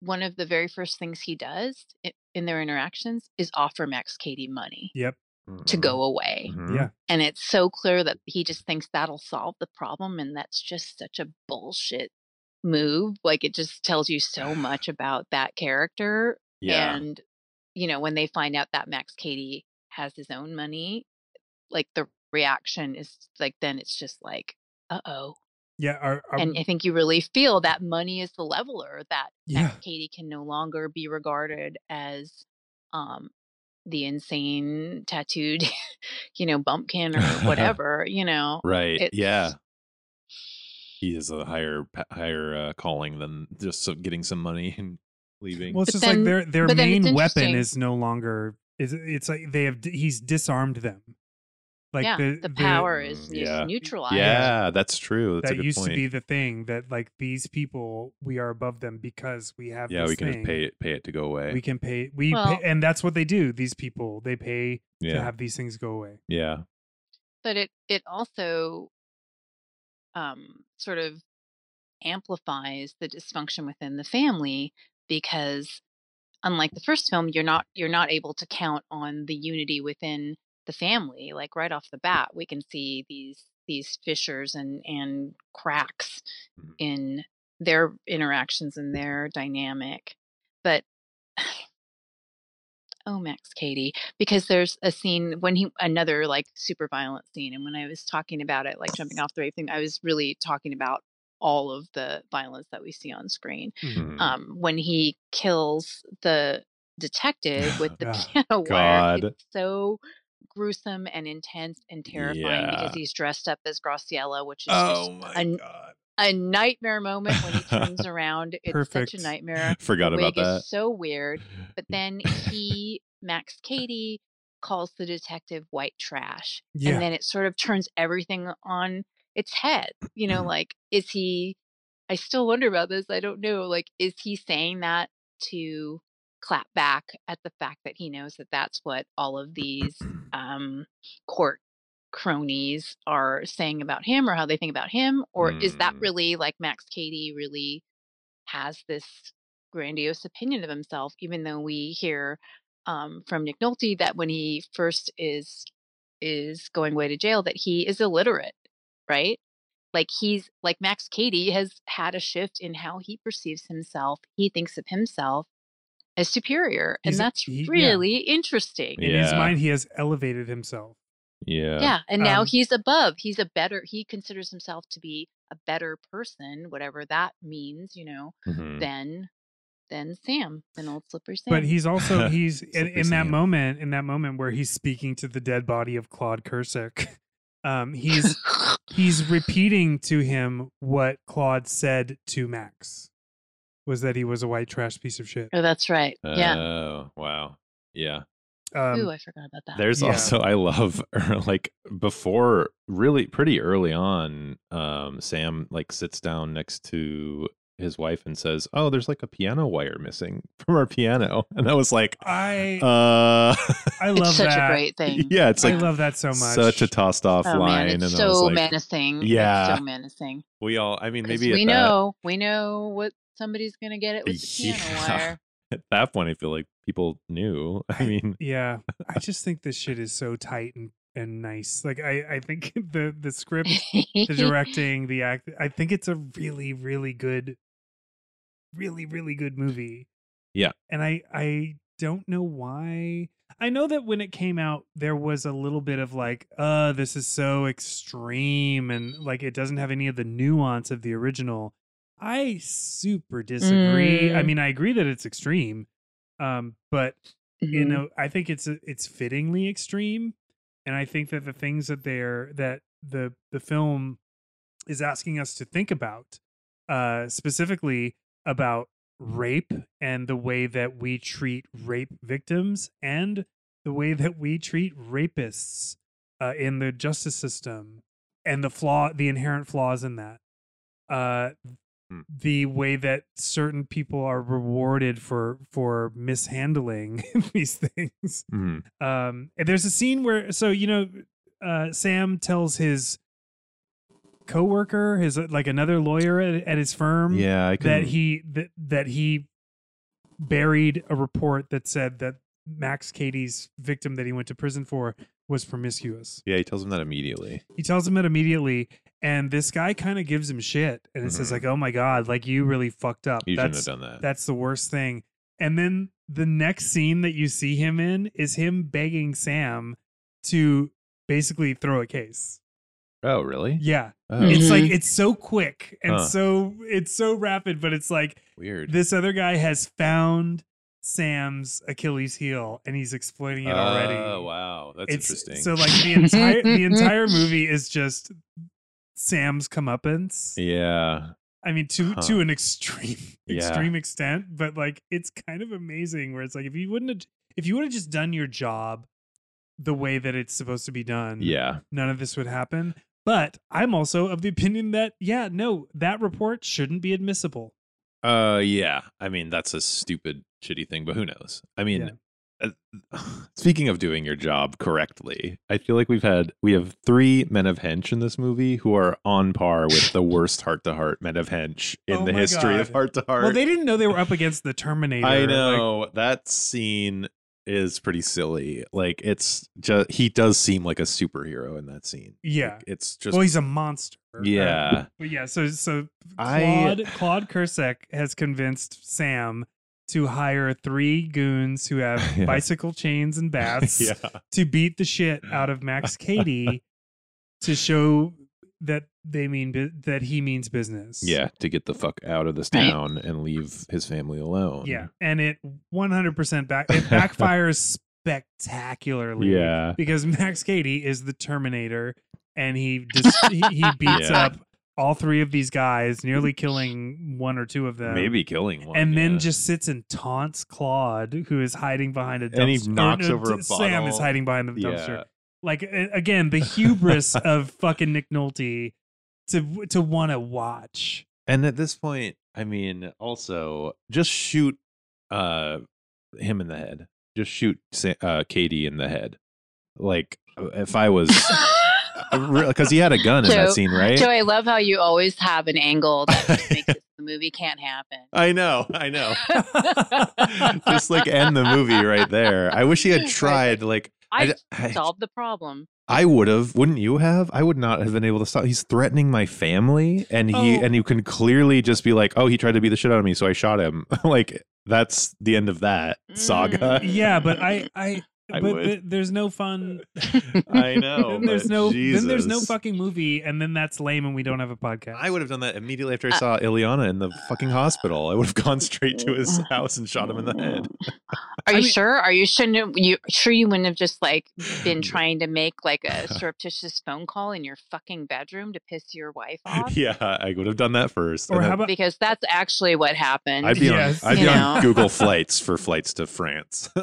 [SPEAKER 4] one of the very first things he does i- in their interactions is offer Max Katie money
[SPEAKER 1] Yep.
[SPEAKER 2] Mm-hmm.
[SPEAKER 4] to go away.
[SPEAKER 2] Mhm.
[SPEAKER 1] Yeah.
[SPEAKER 4] And it's so clear that he just thinks that'll solve the problem. And that's just such a bullshit move. Like it just tells you so much about that character.
[SPEAKER 2] Yeah.
[SPEAKER 4] And, you know, when they find out that Max Katie has his own money, like the reaction is like, then it's just like, uh oh.
[SPEAKER 1] Yeah. Our, our,
[SPEAKER 4] And I think you really feel that money is the leveler that
[SPEAKER 1] yeah.
[SPEAKER 4] Katie can no longer be regarded as um the insane tattooed, [laughs] you know, bumpkin or whatever, you know.
[SPEAKER 2] Right.
[SPEAKER 4] It's-
[SPEAKER 2] Yeah. He has a higher pa- higher uh, calling than just so getting some money and [laughs] leaving.
[SPEAKER 1] Well, it's
[SPEAKER 4] But
[SPEAKER 1] just like
[SPEAKER 4] then-
[SPEAKER 1] their, their
[SPEAKER 4] but then it's
[SPEAKER 1] main weapon
[SPEAKER 4] interesting.
[SPEAKER 1] is no longer, is it's like they have, he's disarmed them. Like
[SPEAKER 4] yeah,
[SPEAKER 1] the,
[SPEAKER 4] the, power is
[SPEAKER 2] Mm,
[SPEAKER 4] just
[SPEAKER 2] yeah.
[SPEAKER 4] neutralized.
[SPEAKER 2] yeah, that's true. That's a
[SPEAKER 1] that
[SPEAKER 2] good
[SPEAKER 1] used
[SPEAKER 2] point.
[SPEAKER 1] to be the thing that like these people, we are above them because we have
[SPEAKER 2] yeah,
[SPEAKER 1] this
[SPEAKER 2] we can
[SPEAKER 1] thing.
[SPEAKER 2] just pay it pay it to go away.
[SPEAKER 1] We can pay. We
[SPEAKER 4] Well-
[SPEAKER 1] pay, and that's what they do. These people they pay to
[SPEAKER 2] yeah.
[SPEAKER 1] have these things go away.
[SPEAKER 2] Yeah.
[SPEAKER 4] But it it also um sort of amplifies the dysfunction within the family because unlike the first film you're not you're not able to count on the unity within the family like right off the bat we can see these these fissures and and cracks in their interactions and their dynamic but [sighs] oh max katie because there's a scene when he another like super violent scene and when i was talking about it like jumping off the rave thing i was really talking about all of the violence that we see on screen
[SPEAKER 1] Hmm.
[SPEAKER 2] Mhm.
[SPEAKER 4] um when he kills the detective
[SPEAKER 2] [laughs]
[SPEAKER 4] with the [laughs]
[SPEAKER 1] Ah,
[SPEAKER 4] piano wire
[SPEAKER 2] God.
[SPEAKER 4] it's so gruesome and intense and terrifying
[SPEAKER 2] Yeah. Oh.
[SPEAKER 4] because he's dressed up as graciela which is just
[SPEAKER 2] my
[SPEAKER 4] an-
[SPEAKER 2] god.
[SPEAKER 4] a nightmare moment
[SPEAKER 2] [laughs]
[SPEAKER 4] when he turns around it's
[SPEAKER 1] Perfect.
[SPEAKER 4] such a nightmare
[SPEAKER 2] Forgot
[SPEAKER 4] the
[SPEAKER 2] about
[SPEAKER 4] wig is
[SPEAKER 2] that.
[SPEAKER 4] so weird but then he max Cady, calls the detective white trash
[SPEAKER 1] Yeah.
[SPEAKER 4] and then it sort of turns everything on its head you know like is he i still wonder about this i don't know like is he saying that to clap back at the fact that he knows that that's what all of these um court cronies are saying about him or how they think about him or is that
[SPEAKER 2] Mm.
[SPEAKER 4] really like max Cady really has this grandiose opinion of himself, even though we hear um, from Nick Nolte that when he first is is going away to jail, that he is illiterate, right? Like he's like Max Cady has had a shift in how he perceives himself. He thinks of himself as superior,
[SPEAKER 1] He's-
[SPEAKER 4] and that's
[SPEAKER 1] he- yeah.
[SPEAKER 4] really interesting.
[SPEAKER 1] In his
[SPEAKER 2] Yeah.
[SPEAKER 1] mind, he has elevated himself.
[SPEAKER 2] yeah.
[SPEAKER 4] Yeah, and now
[SPEAKER 1] Um,
[SPEAKER 4] he's above. He's a better. He considers himself to be a better person, whatever that means, you know,
[SPEAKER 2] Mhm.
[SPEAKER 4] than than Sam, than old slippery Sam.
[SPEAKER 1] Hmm. But he's
[SPEAKER 2] [laughs]
[SPEAKER 1] also he's in,
[SPEAKER 2] Slippery
[SPEAKER 1] in that
[SPEAKER 2] Sam.
[SPEAKER 1] moment in that moment where he's speaking to the dead body of Claude Kursick. [laughs] Um,
[SPEAKER 4] [laughs]
[SPEAKER 1] he's he's repeating to him what Claude said to Max was that he was a white trash piece of shit.
[SPEAKER 4] oh, that's right. yeah.
[SPEAKER 2] Oh, wow. Yeah.
[SPEAKER 4] Ooh,
[SPEAKER 1] Um,
[SPEAKER 4] I forgot about that.
[SPEAKER 2] There's
[SPEAKER 1] Yeah.
[SPEAKER 2] also [laughs] I love er, like before really pretty early on, um, Sam like sits down next to his wife and says, "Oh, there's like a piano wire missing [laughs] from our piano," and I was like,
[SPEAKER 1] I
[SPEAKER 2] "Uh,
[SPEAKER 1] I love
[SPEAKER 4] it's such
[SPEAKER 1] that. [laughs]
[SPEAKER 4] a great thing.
[SPEAKER 2] yeah, it's
[SPEAKER 1] I
[SPEAKER 2] like
[SPEAKER 1] love that so much.
[SPEAKER 2] [laughs] such a tossed off
[SPEAKER 4] Oh
[SPEAKER 2] line,"
[SPEAKER 4] man,
[SPEAKER 2] and
[SPEAKER 4] it's
[SPEAKER 2] I was
[SPEAKER 4] so
[SPEAKER 2] like,
[SPEAKER 4] menacing. It's
[SPEAKER 2] Yeah.
[SPEAKER 4] so menacing.
[SPEAKER 2] "We all, I mean,
[SPEAKER 4] 'Cause
[SPEAKER 2] maybe
[SPEAKER 4] we
[SPEAKER 2] at that,
[SPEAKER 4] know, we know what somebody's gonna get it with the piano
[SPEAKER 2] Yeah.
[SPEAKER 4] wire. [laughs]
[SPEAKER 2] at that point, I feel like people knew. [laughs] I mean,
[SPEAKER 1] yeah. I just think this shit is so tight and, and nice. Like I I think [laughs] the the script
[SPEAKER 4] [laughs]
[SPEAKER 1] the directing, the act. I think it's a really, really good, really, really good movie.
[SPEAKER 2] Yeah.
[SPEAKER 1] And I, I don't know why. I know that when it came out, there was a little bit of like, uh, this is so extreme and like it doesn't have any of the nuance of the original. I super disagree. I
[SPEAKER 4] Mm.
[SPEAKER 1] mean, I agree that it's extreme, um, but you
[SPEAKER 4] Mhm.
[SPEAKER 1] know i think it's it's fittingly extreme and i think that the things that they're that the the film is asking us to think about uh specifically about rape and the way that we treat rape victims and the way that we treat rapists uh, in the justice system and the flaw the inherent flaws in that uh
[SPEAKER 2] Hmm.
[SPEAKER 1] the way that certain people are rewarded for for mishandling [laughs] these things
[SPEAKER 2] mhm.
[SPEAKER 1] um and there's a scene where so you know uh sam tells his coworker his uh, like another lawyer at, at his firm
[SPEAKER 2] yeah, I could
[SPEAKER 1] that he that, that he buried a report that said that max Cady's victim that he went to prison for was promiscuous
[SPEAKER 2] Yeah, he tells him that immediately.
[SPEAKER 1] he tells him it immediately and this guy kind of gives him shit and it says
[SPEAKER 2] Mhm.
[SPEAKER 1] like oh my god like you really fucked up
[SPEAKER 2] You shouldn't
[SPEAKER 1] that's
[SPEAKER 2] have done that.
[SPEAKER 1] that's the worst thing. And then the next scene that you see him in is him begging Sam to basically throw a case.
[SPEAKER 2] oh, really?
[SPEAKER 1] Yeah.
[SPEAKER 2] Oh,
[SPEAKER 1] It's like
[SPEAKER 4] Mhm.
[SPEAKER 1] it's so quick and
[SPEAKER 2] Huh.
[SPEAKER 1] so it's so rapid, but it's like
[SPEAKER 2] weird.
[SPEAKER 1] this other guy has found Sam's Achilles heel and he's exploiting it already.
[SPEAKER 2] Oh wow, that's
[SPEAKER 1] It's-
[SPEAKER 2] interesting.
[SPEAKER 1] So like the entire the entire movie is just Sam's comeuppance.
[SPEAKER 2] yeah,
[SPEAKER 1] I mean, to
[SPEAKER 2] Huh.
[SPEAKER 1] to an extreme
[SPEAKER 2] Uh-huh.
[SPEAKER 1] [laughs]
[SPEAKER 2] Yeah.
[SPEAKER 1] extreme extent, but like it's kind of amazing. Where it's like if you wouldn't have, if you would have just done your job the way that it's supposed to be done,
[SPEAKER 2] yeah,
[SPEAKER 1] none of this would happen. But I'm also of the opinion that yeah, no, that report shouldn't be admissible.
[SPEAKER 2] uh, yeah. I mean, that's a stupid, shitty thing, but who knows? I mean, uh, [sighs] speaking of doing your job correctly, I feel like we've had we have three men of hench in this movie who are on par with the worst heart to heart men of hench in
[SPEAKER 1] Oh
[SPEAKER 2] the
[SPEAKER 1] my
[SPEAKER 2] history
[SPEAKER 1] God.
[SPEAKER 2] of heart to heart.
[SPEAKER 1] Well, they didn't know they were up against the Terminator.
[SPEAKER 2] I
[SPEAKER 1] like,
[SPEAKER 2] know that scene is pretty silly. Like it's just he does seem like a superhero in that scene.
[SPEAKER 1] yeah.
[SPEAKER 2] Like, it's just
[SPEAKER 1] well, he's a monster. right?
[SPEAKER 2] yeah.
[SPEAKER 1] But yeah, so so
[SPEAKER 2] I-
[SPEAKER 1] Claude [laughs] Claude Kursek has convinced Sam to hire three goons who
[SPEAKER 2] [laughs]
[SPEAKER 1] have
[SPEAKER 2] Yeah.
[SPEAKER 1] bicycle chains and
[SPEAKER 2] [laughs]
[SPEAKER 1] bats to beat the shit out of Max Cady to show that they mean bu- that he means business.
[SPEAKER 2] Yeah, to get the fuck out of this
[SPEAKER 4] Right.
[SPEAKER 2] town and leave his family alone.
[SPEAKER 1] Yeah, and it 100% back
[SPEAKER 2] [laughs]
[SPEAKER 1] it backfires spectacularly.
[SPEAKER 2] Yeah.
[SPEAKER 1] because Max Cady is the Terminator, and he dis- he, he beats
[SPEAKER 2] [laughs] Yeah.
[SPEAKER 1] up all three of these guys, nearly killing one or two of them.
[SPEAKER 2] Maybe killing one.
[SPEAKER 1] And
[SPEAKER 2] yeah.
[SPEAKER 1] then just sits and taunts Claude, who is hiding behind a dumpster.
[SPEAKER 2] And he knocks
[SPEAKER 1] or, uh,
[SPEAKER 2] over a
[SPEAKER 1] Sam is
[SPEAKER 2] bottle.
[SPEAKER 1] hiding behind the dumpster.
[SPEAKER 2] yeah.
[SPEAKER 1] Like a- again, the
[SPEAKER 2] [laughs]
[SPEAKER 1] hubris of fucking Nick Nolte to to want to watch.
[SPEAKER 2] And at this point, I mean, also just shoot uh him in the head. Just shoot Sa- uh Katie in the head. Like uh, if I was
[SPEAKER 4] [laughs]
[SPEAKER 2] because he had a gun in that
[SPEAKER 4] Joe-
[SPEAKER 2] scene, right?
[SPEAKER 4] Joe, Mm-hmm. I love how you always have an angle that
[SPEAKER 2] [laughs]
[SPEAKER 4] just makes it, the movie can't happen.
[SPEAKER 2] I know,
[SPEAKER 1] [laughs]
[SPEAKER 2] I know. just like end the movie
[SPEAKER 4] [laughs]
[SPEAKER 2] right there. I wish he had tried. Like I,
[SPEAKER 4] I
[SPEAKER 2] d- I,
[SPEAKER 4] solved the problem.
[SPEAKER 2] I would have. Wouldn't you have? I would not have been able to stop. He's threatening my family, and he
[SPEAKER 1] Oh.
[SPEAKER 2] and you can clearly just be like, "Oh, he tried to beat the shit out of me, so I shot him." [laughs] like that's the end of that saga.
[SPEAKER 4] Mm.
[SPEAKER 1] Yeah, but I I.
[SPEAKER 2] [laughs] I
[SPEAKER 1] but
[SPEAKER 2] would.
[SPEAKER 1] th- there's no fun.
[SPEAKER 2] [laughs] I know.
[SPEAKER 1] then there's
[SPEAKER 2] but
[SPEAKER 1] no. Then there's no
[SPEAKER 2] Jesus.
[SPEAKER 1] fucking movie, and then that's lame, and we don't have a podcast.
[SPEAKER 2] [laughs] I would have done that immediately
[SPEAKER 4] Uh,
[SPEAKER 2] after I saw Ileana in the fucking hospital. I would have gone straight to
[SPEAKER 4] [laughs]
[SPEAKER 2] his house and shot him
[SPEAKER 4] Oh.
[SPEAKER 2] in
[SPEAKER 1] [laughs]
[SPEAKER 2] the head. [laughs]
[SPEAKER 4] Are you
[SPEAKER 1] mean-
[SPEAKER 4] sure? Are you sure? You sure you wouldn't have just like
[SPEAKER 2] [laughs]
[SPEAKER 4] been trying to make like a surreptitious phone call in your fucking bedroom to piss
[SPEAKER 2] [laughs]
[SPEAKER 4] your wife off?
[SPEAKER 2] Yeah, I would have done that first.
[SPEAKER 1] Or
[SPEAKER 2] and
[SPEAKER 1] how
[SPEAKER 2] then-
[SPEAKER 1] about
[SPEAKER 4] Because that's actually what happened.
[SPEAKER 2] I'd be
[SPEAKER 1] Yes.
[SPEAKER 2] on I'd be
[SPEAKER 4] You
[SPEAKER 2] on
[SPEAKER 4] know.
[SPEAKER 2] Google Flights for flights to France. [laughs]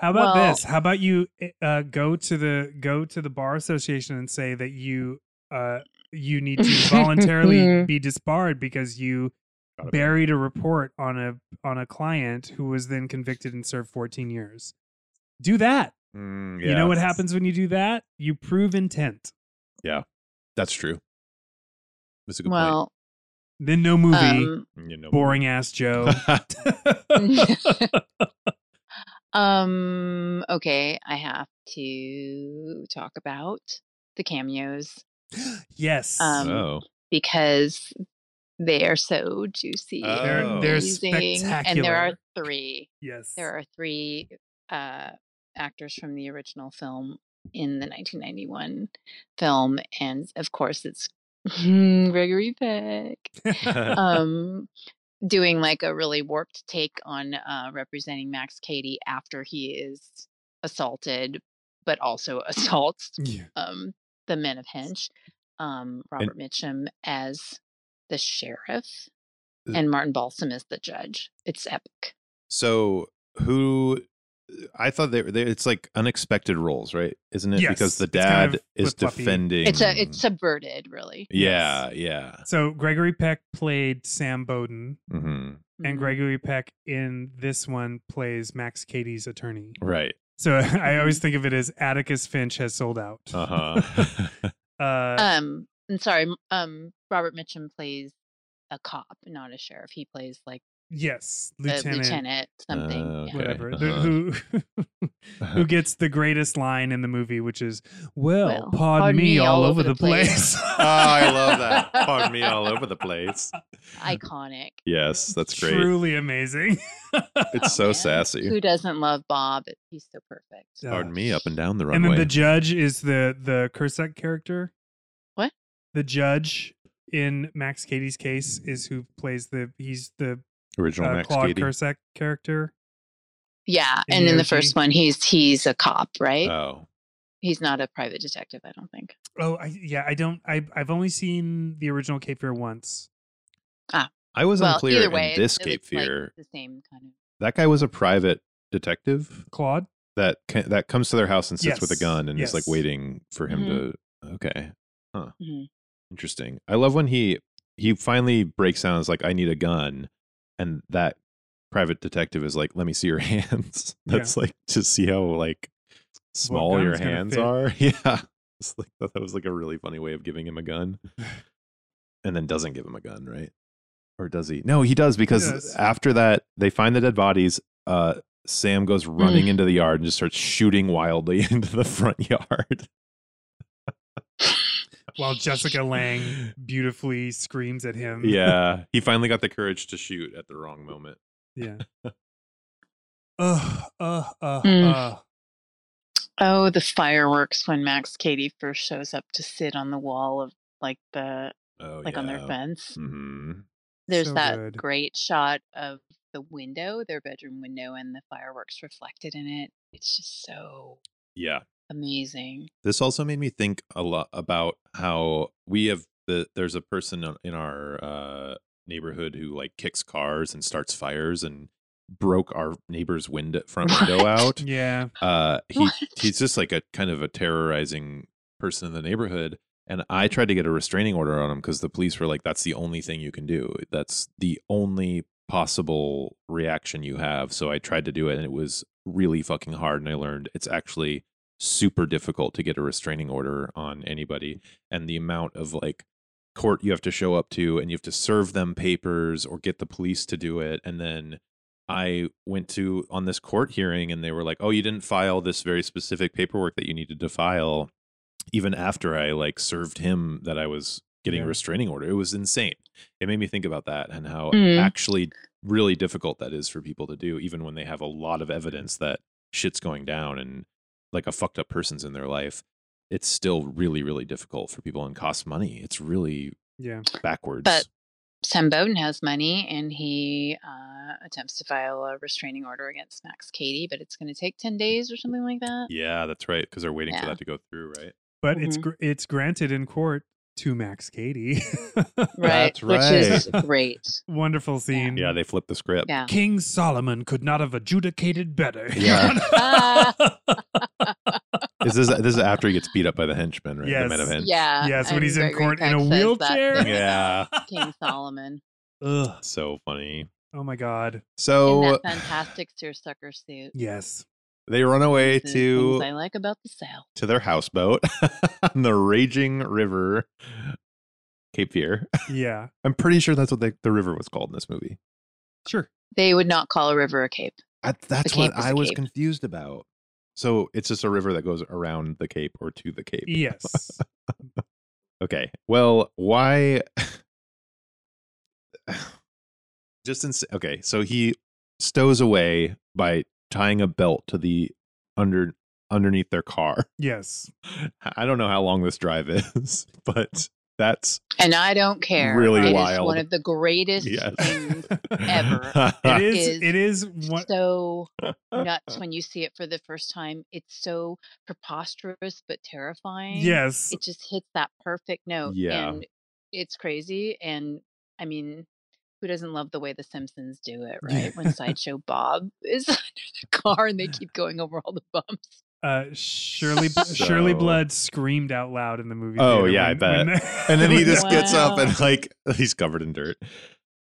[SPEAKER 1] How about
[SPEAKER 4] Well-
[SPEAKER 1] this? How about you uh, go to the go to the bar association and say that you uh, you need to
[SPEAKER 4] [laughs]
[SPEAKER 1] voluntarily be disbarred because you buried a report on a on a client who was then convicted and served 14 years. Do that.
[SPEAKER 2] Mm,
[SPEAKER 1] You know
[SPEAKER 2] yeah,
[SPEAKER 1] what happens when you do that? You prove intent.
[SPEAKER 2] That's true. That's a good
[SPEAKER 4] well,
[SPEAKER 1] Then no movie.
[SPEAKER 4] um,
[SPEAKER 2] point. You know,
[SPEAKER 1] Boring ass
[SPEAKER 2] [laughs]
[SPEAKER 1] Joe.
[SPEAKER 4] [laughs] um, okay, I have to talk about the cameos
[SPEAKER 1] [laughs] yes.
[SPEAKER 4] Um,
[SPEAKER 2] oh,
[SPEAKER 4] because they are so juicy. and
[SPEAKER 2] Oh.
[SPEAKER 1] they're they're
[SPEAKER 4] amazing, and there are
[SPEAKER 1] spectacular.
[SPEAKER 4] three.
[SPEAKER 1] Yes.
[SPEAKER 4] There are three uh, actors from the original film in the 1991 film, and of course, it's [laughs] Gregory Peck
[SPEAKER 2] Oh. [laughs]
[SPEAKER 4] [laughs] um, doing like a really warped take on uh, representing Max Cady after he is assaulted, but also [laughs] assaults
[SPEAKER 1] Yeah.
[SPEAKER 4] um, the Men of Hench, um, Robert Mitchum as the sheriff,
[SPEAKER 2] Uh,
[SPEAKER 4] and Martin Balsam as the judge. It's epic.
[SPEAKER 2] so who? I thought they, they it's like unexpected roles, right? Isn't it?
[SPEAKER 1] Yes,
[SPEAKER 2] because the
[SPEAKER 1] it's kind
[SPEAKER 2] dad
[SPEAKER 1] of
[SPEAKER 2] is
[SPEAKER 1] flip-floppy.
[SPEAKER 2] defending.
[SPEAKER 4] It's a it's subverted, really.
[SPEAKER 2] yeah, yeah.
[SPEAKER 1] So Gregory Peck played Sam Bowden.
[SPEAKER 2] hmm
[SPEAKER 1] and
[SPEAKER 4] Mhm.
[SPEAKER 1] Gregory Peck in this one plays Max Cady's attorney.
[SPEAKER 2] Right.
[SPEAKER 1] So [laughs] I always think of it as Atticus Finch has sold out.
[SPEAKER 2] Uh huh.
[SPEAKER 1] [laughs] Uh,
[SPEAKER 4] Um, I'm sorry. m- Um, Robert Mitchum plays a cop, not a sheriff. He plays like
[SPEAKER 1] yes,
[SPEAKER 4] the
[SPEAKER 1] uh, lieutenant,
[SPEAKER 4] lieutenant something.
[SPEAKER 2] Oh,
[SPEAKER 4] yeah.
[SPEAKER 2] okay.
[SPEAKER 1] whatever, the-
[SPEAKER 2] uh-huh. [laughs]
[SPEAKER 1] who who gets the greatest line in the movie, which is, "Well, pardon, me, all over the
[SPEAKER 2] [laughs]
[SPEAKER 1] place."
[SPEAKER 2] Oh, Ah, I love
[SPEAKER 1] [laughs]
[SPEAKER 4] [laughs]
[SPEAKER 2] that. Pardon me, all over the place. [laughs]
[SPEAKER 4] Iconic.
[SPEAKER 2] Yes, that's great.
[SPEAKER 1] Truly amazing.
[SPEAKER 2] It's so
[SPEAKER 4] Man,
[SPEAKER 2] sassy.
[SPEAKER 4] Who doesn't love Bob? He's so perfect.
[SPEAKER 1] Yeah.
[SPEAKER 2] Pardon me, up and down the
[SPEAKER 1] and
[SPEAKER 2] runway.
[SPEAKER 1] then the judge is the the Kursek character.
[SPEAKER 4] What?
[SPEAKER 1] The judge in Max Cady's case is who plays the he's the
[SPEAKER 2] original
[SPEAKER 1] uh,
[SPEAKER 2] Max
[SPEAKER 1] Claude
[SPEAKER 2] Katie.
[SPEAKER 1] Kursek character.
[SPEAKER 4] Yeah,
[SPEAKER 1] In
[SPEAKER 4] and
[SPEAKER 1] the
[SPEAKER 4] in the
[SPEAKER 1] OG.
[SPEAKER 4] first one, he's he's a cop, right?
[SPEAKER 2] Oh,
[SPEAKER 4] he's not a private detective, I don't think.
[SPEAKER 1] Oh, I, yeah, I don't. I I've only seen the original Cape Fear once.
[SPEAKER 2] I was
[SPEAKER 4] well,
[SPEAKER 2] unclear
[SPEAKER 4] either way,
[SPEAKER 2] in this
[SPEAKER 4] it-
[SPEAKER 2] Cape
[SPEAKER 4] it's like
[SPEAKER 2] Fear.
[SPEAKER 4] the same kind of.
[SPEAKER 2] that guy was a private detective
[SPEAKER 1] Claude.
[SPEAKER 2] that ca- that comes to their house and sits with a
[SPEAKER 1] Yes,
[SPEAKER 2] gun and is like
[SPEAKER 1] yes.
[SPEAKER 2] waiting for him
[SPEAKER 4] Mhm.
[SPEAKER 2] to. Okay, huh?
[SPEAKER 4] Mhm.
[SPEAKER 2] Interesting. I love when he he finally breaks down. and Is like, I need a gun, and that private detective is like, let me see your [laughs] hands.
[SPEAKER 1] Yeah.
[SPEAKER 2] That's like to see how like small your
[SPEAKER 1] gun's gonna
[SPEAKER 2] hands
[SPEAKER 1] fit.
[SPEAKER 2] are. [laughs] Yeah. It's like that was like a really funny way of giving him
[SPEAKER 1] [sighs]
[SPEAKER 2] a gun. And then doesn't give him a gun, right? Or does he? No, he does because
[SPEAKER 1] does.
[SPEAKER 2] after that they find the dead bodies. Uh Sam goes
[SPEAKER 4] Mm.
[SPEAKER 2] running into the yard and just starts shooting wildly [laughs] into the front yard.
[SPEAKER 1] While
[SPEAKER 4] [laughs]
[SPEAKER 1] Jessica Lang beautifully screams at him.
[SPEAKER 2] yeah. He finally got the courage to shoot at the wrong moment. [laughs]
[SPEAKER 1] Yeah. Ugh, uh, uh,
[SPEAKER 4] Mm.
[SPEAKER 1] uh.
[SPEAKER 4] Oh, the fireworks when Max Katie first shows up to sit on the wall of like the
[SPEAKER 2] Oh
[SPEAKER 4] like
[SPEAKER 2] yeah.
[SPEAKER 4] on their fence.
[SPEAKER 2] hmm
[SPEAKER 4] There's
[SPEAKER 1] So
[SPEAKER 4] that
[SPEAKER 1] good.
[SPEAKER 4] great shot of the window, their bedroom window, and the fireworks reflected in it. It's just so
[SPEAKER 2] Yeah.
[SPEAKER 4] amazing. [laughs]
[SPEAKER 2] this also made me think a lot about how we have the there's a person on- in our uh neighborhood who like kicks cars and starts fires and broke our neighbor's window front window
[SPEAKER 4] What?
[SPEAKER 2] out
[SPEAKER 1] Yeah.
[SPEAKER 2] uh he
[SPEAKER 4] What?
[SPEAKER 2] he's just like a kind of a terrorizing person in the neighborhood and i tried to get a restraining order on him because the police were like that's the only thing you can do that's the only possible reaction you have so i tried to do it and it was really fucking hard and i learned it's actually super difficult to get a restraining order on anybody and the amount of like court you have to show up to and you have to serve them papers or get the police to do it and then I went to on this court hearing and they were like, "Oh, you didn't file this very specific paperwork that you needed to file." Even after I like served him that I was getting
[SPEAKER 1] Yeah.
[SPEAKER 2] a restraining order, it was insane. It made me think about that and how
[SPEAKER 4] Mm.
[SPEAKER 2] actually really difficult that is for people to do, even when they have a lot of evidence that shit's going down and like a fucked up person's in their life. It's still really, really difficult for people and costs money. It's really
[SPEAKER 1] Yeah.
[SPEAKER 2] backwards.
[SPEAKER 4] But- Sam Bowden has money and he uh, attempts to file a restraining order against Max Katie, but it's going to take 10 days or something like that.
[SPEAKER 2] yeah, that's right. Because they're waiting for
[SPEAKER 4] Yeah.
[SPEAKER 2] that to go through, right?
[SPEAKER 1] But it's
[SPEAKER 4] Mm-hmm.
[SPEAKER 1] gr- it's granted in court to Max Katie. [laughs]
[SPEAKER 4] Right.
[SPEAKER 2] That's
[SPEAKER 4] Which is
[SPEAKER 1] right. [laughs]
[SPEAKER 4] great.
[SPEAKER 1] Wonderful scene.
[SPEAKER 2] Yeah, they flipped the script.
[SPEAKER 4] Mm-hmm. Yeah.
[SPEAKER 1] King Solomon could not have adjudicated better. [laughs]
[SPEAKER 2] Yeah.
[SPEAKER 4] Ah.
[SPEAKER 2] this is this is after he gets beat up by the henchman, right?
[SPEAKER 1] Yes.
[SPEAKER 2] The men of hench.
[SPEAKER 4] Yeah.
[SPEAKER 1] Yes, when
[SPEAKER 4] and
[SPEAKER 1] he's in
[SPEAKER 4] Gregory
[SPEAKER 1] court in
[SPEAKER 4] Peck
[SPEAKER 1] a
[SPEAKER 4] says that
[SPEAKER 1] wheelchair.
[SPEAKER 4] thing
[SPEAKER 2] Yeah.
[SPEAKER 4] about King
[SPEAKER 1] [laughs]
[SPEAKER 4] Solomon
[SPEAKER 1] Ugh.
[SPEAKER 2] So funny.
[SPEAKER 1] Oh my God.
[SPEAKER 4] in
[SPEAKER 1] Oh.
[SPEAKER 2] So
[SPEAKER 4] that fantastic Mm-hmm. seersucker suit.
[SPEAKER 1] Yes.
[SPEAKER 2] they run away
[SPEAKER 4] The things
[SPEAKER 2] to
[SPEAKER 4] I like about the South.
[SPEAKER 2] to their houseboat [laughs] on the raging river, Cape Fear. [laughs]
[SPEAKER 1] Yeah.
[SPEAKER 2] I'm pretty sure that's what the, the river was called in this movie.
[SPEAKER 1] Sure.
[SPEAKER 4] They would not call a river a cape.
[SPEAKER 2] I, that's
[SPEAKER 4] The
[SPEAKER 2] what
[SPEAKER 4] Cape is
[SPEAKER 2] I
[SPEAKER 4] a
[SPEAKER 2] was
[SPEAKER 4] cape.
[SPEAKER 2] confused about. So it's just a river that goes around the Cape or to the Cape.
[SPEAKER 1] Yes.
[SPEAKER 2] [laughs] Okay. Well, why? [sighs] Just in. Okay. So he stows away by tying a belt to the under underneath their car. [laughs]
[SPEAKER 1] yes.
[SPEAKER 2] I don't know how long this drive is, [laughs] but that's
[SPEAKER 4] And I don't care.
[SPEAKER 2] Really
[SPEAKER 4] It is
[SPEAKER 2] wild.
[SPEAKER 4] one of the greatest
[SPEAKER 2] Yes.
[SPEAKER 4] [laughs] things Ever.
[SPEAKER 1] [laughs] It is.
[SPEAKER 4] Is-
[SPEAKER 1] it is one.
[SPEAKER 4] so
[SPEAKER 2] [laughs]
[SPEAKER 4] nuts when you see it for the first time. It's so preposterous but terrifying.
[SPEAKER 1] Yes.
[SPEAKER 4] It just hits that perfect note.
[SPEAKER 2] Yeah.
[SPEAKER 4] And it's crazy. And I mean, who doesn't love the way the Simpsons do it,
[SPEAKER 1] Yeah.
[SPEAKER 4] right? When Sideshow Bob [laughs] is under the car
[SPEAKER 1] [laughs]
[SPEAKER 4] and they keep going over all the bumps.
[SPEAKER 1] Uh,
[SPEAKER 4] [laughs]
[SPEAKER 1] Shirley Shirley
[SPEAKER 2] So-
[SPEAKER 1] Blood screamed out loud in the movie.
[SPEAKER 2] Oh,
[SPEAKER 1] theater
[SPEAKER 2] yeah, I
[SPEAKER 1] when-
[SPEAKER 2] bet.
[SPEAKER 1] when they- [laughs]
[SPEAKER 2] and then he
[SPEAKER 1] when
[SPEAKER 2] just
[SPEAKER 1] they-
[SPEAKER 2] gets up and
[SPEAKER 4] Wow.
[SPEAKER 2] like he's covered in dirt.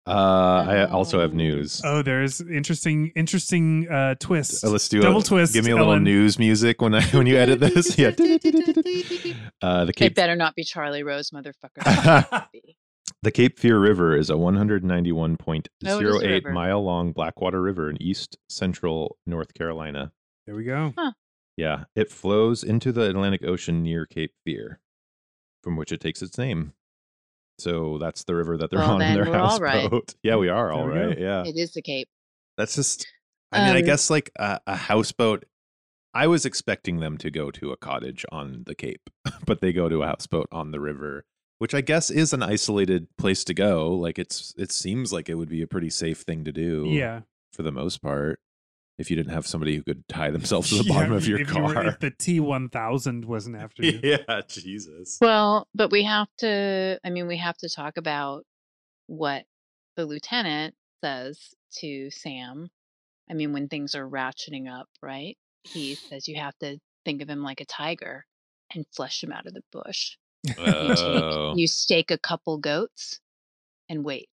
[SPEAKER 2] Uh, I also have
[SPEAKER 4] Um,
[SPEAKER 2] news.
[SPEAKER 1] Oh, there's interesting, interesting uh, twist.
[SPEAKER 2] Uh, let's do
[SPEAKER 1] double
[SPEAKER 2] a,
[SPEAKER 1] twist,
[SPEAKER 2] Give me a little
[SPEAKER 1] Ellen.
[SPEAKER 2] news music when I when you edit
[SPEAKER 4] [laughs]
[SPEAKER 2] this. Yeah. [laughs] Uh, the
[SPEAKER 4] They
[SPEAKER 2] Cape
[SPEAKER 4] better not be Charlie Rose, motherfucker. That
[SPEAKER 2] [laughs]
[SPEAKER 4] can't be.
[SPEAKER 2] The Cape Fear River is a
[SPEAKER 4] Oh, it is a
[SPEAKER 2] 191.08
[SPEAKER 4] river.
[SPEAKER 2] mile long Blackwater River in east central North Carolina.
[SPEAKER 1] There we go.
[SPEAKER 2] Yeah, it flows into the Atlantic Ocean near Cape Fear, from which it takes its name. So that's the river that they're [laughs]
[SPEAKER 4] Well,
[SPEAKER 2] on in
[SPEAKER 4] then
[SPEAKER 2] their
[SPEAKER 4] we're all right.
[SPEAKER 2] houseboat. Yeah, we are
[SPEAKER 1] There
[SPEAKER 2] all
[SPEAKER 1] we go.
[SPEAKER 2] right. Yeah.
[SPEAKER 4] It is the Cape.
[SPEAKER 2] That's just, I mean, I
[SPEAKER 4] Um,
[SPEAKER 2] guess like a, a houseboat. I was expecting them to go to a cottage on the Cape, [laughs] but they go to a houseboat on the river, which I guess is an isolated place to go. Like it's, it seems like it would be a pretty safe thing to do.
[SPEAKER 1] Yeah.
[SPEAKER 2] For the most part, if you didn't have somebody who could tie themselves to the
[SPEAKER 1] [laughs]
[SPEAKER 2] bottom
[SPEAKER 1] Yeah,
[SPEAKER 2] of your
[SPEAKER 1] if you were-
[SPEAKER 2] car.
[SPEAKER 1] if the T one thousand wasn't after you.
[SPEAKER 2] [laughs] yeah,
[SPEAKER 4] [laughs]
[SPEAKER 2] Jesus.
[SPEAKER 4] Well, but we have to, I mean, we have to talk about what the lieutenant says to Sam. I mean, when things are ratcheting up, right? He says you have to think of him like a tiger and flush him out of the bush. You,
[SPEAKER 2] Oh.
[SPEAKER 4] take, you stake a couple goats and wait.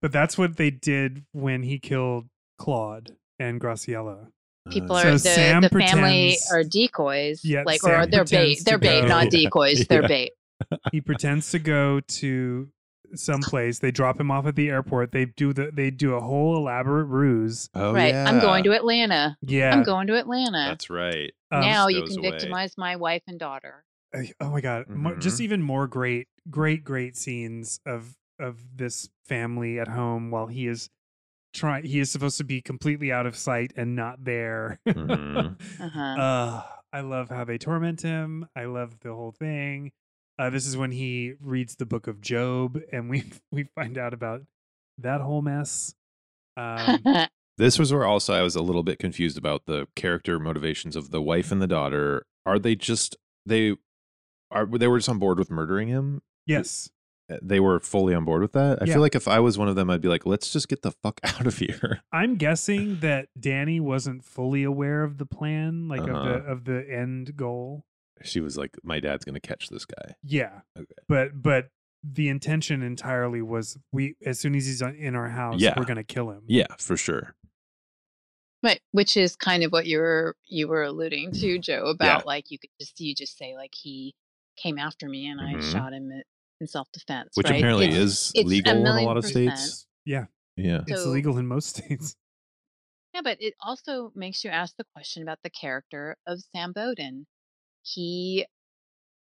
[SPEAKER 1] But that's what they did when he killed Claude and Graciela.
[SPEAKER 4] People
[SPEAKER 1] Uh, So
[SPEAKER 4] are the,
[SPEAKER 1] Sam
[SPEAKER 4] the family
[SPEAKER 1] pretends-
[SPEAKER 4] are decoys.
[SPEAKER 1] Yeah,
[SPEAKER 4] like
[SPEAKER 1] Sam
[SPEAKER 4] or they're
[SPEAKER 1] pretends
[SPEAKER 4] bait.
[SPEAKER 1] to
[SPEAKER 4] They're bait,
[SPEAKER 1] go- [laughs]
[SPEAKER 2] Yeah,
[SPEAKER 4] not decoys. They're
[SPEAKER 2] yeah.
[SPEAKER 4] bait.
[SPEAKER 2] [laughs]
[SPEAKER 1] He pretends to go to some place. They drop him off at the airport. They do the they do a whole elaborate ruse.
[SPEAKER 2] Oh,
[SPEAKER 4] right. I'm going
[SPEAKER 2] yeah.
[SPEAKER 4] to Atlanta.
[SPEAKER 1] Yeah.
[SPEAKER 4] I'm going to Atlanta.
[SPEAKER 2] That's
[SPEAKER 4] [laughs]
[SPEAKER 2] right.
[SPEAKER 1] Um,
[SPEAKER 4] now you
[SPEAKER 2] goes
[SPEAKER 4] can
[SPEAKER 2] away.
[SPEAKER 4] victimize my wife and daughter.
[SPEAKER 1] Uh, oh my god Mo- just
[SPEAKER 2] Mhm.
[SPEAKER 1] even more great great great scenes of of this family at home while he is trying he is supposed to be completely out of sight and not there
[SPEAKER 2] Mhm.
[SPEAKER 1] [laughs]
[SPEAKER 4] Uh-huh.
[SPEAKER 1] uh, i love how they torment him i love the whole thing uh, this is when he reads the book of job and we [laughs] we find out about that whole mess um,
[SPEAKER 4] [laughs]
[SPEAKER 2] This was where also I was a little bit confused about the character motivations of the wife and the daughter. Are they just they are they were just on board with murdering him? Eh,
[SPEAKER 1] yes
[SPEAKER 2] They were fully on board with that. I
[SPEAKER 1] Yeah.
[SPEAKER 2] feel like if I was one of them, I'd be like, "Let's just get the fuck [laughs] out of here."
[SPEAKER 1] I'm guessing that Danny wasn't fully aware of the plan, like of the
[SPEAKER 2] Uh-huh.
[SPEAKER 1] of the end goal.
[SPEAKER 2] She was like, "My dad's gonna catch this guy."
[SPEAKER 1] Yeah.
[SPEAKER 2] Okay.
[SPEAKER 1] But but the intention entirely was we as soon as he's on- in our house,
[SPEAKER 2] Yeah.
[SPEAKER 1] we're gonna kill him.
[SPEAKER 2] Yeah, for sure.
[SPEAKER 4] Right, which is kind of what you were you were alluding
[SPEAKER 2] Mm-hmm.
[SPEAKER 4] to, Joe, about like you could just you just say like he came after me and I
[SPEAKER 2] Mhm.
[SPEAKER 4] shot him at- in self defense,
[SPEAKER 2] Which
[SPEAKER 4] right?
[SPEAKER 2] apparently
[SPEAKER 4] It's-
[SPEAKER 2] is
[SPEAKER 4] it's a
[SPEAKER 2] legal in a
[SPEAKER 4] million
[SPEAKER 2] lot of
[SPEAKER 4] percent.
[SPEAKER 2] states.
[SPEAKER 1] Yeah.
[SPEAKER 2] Yeah.
[SPEAKER 1] It's
[SPEAKER 4] So-
[SPEAKER 1] illegal in most [laughs] states.
[SPEAKER 4] Yeah, but it also makes you ask the question about the character of Sam Bowden. He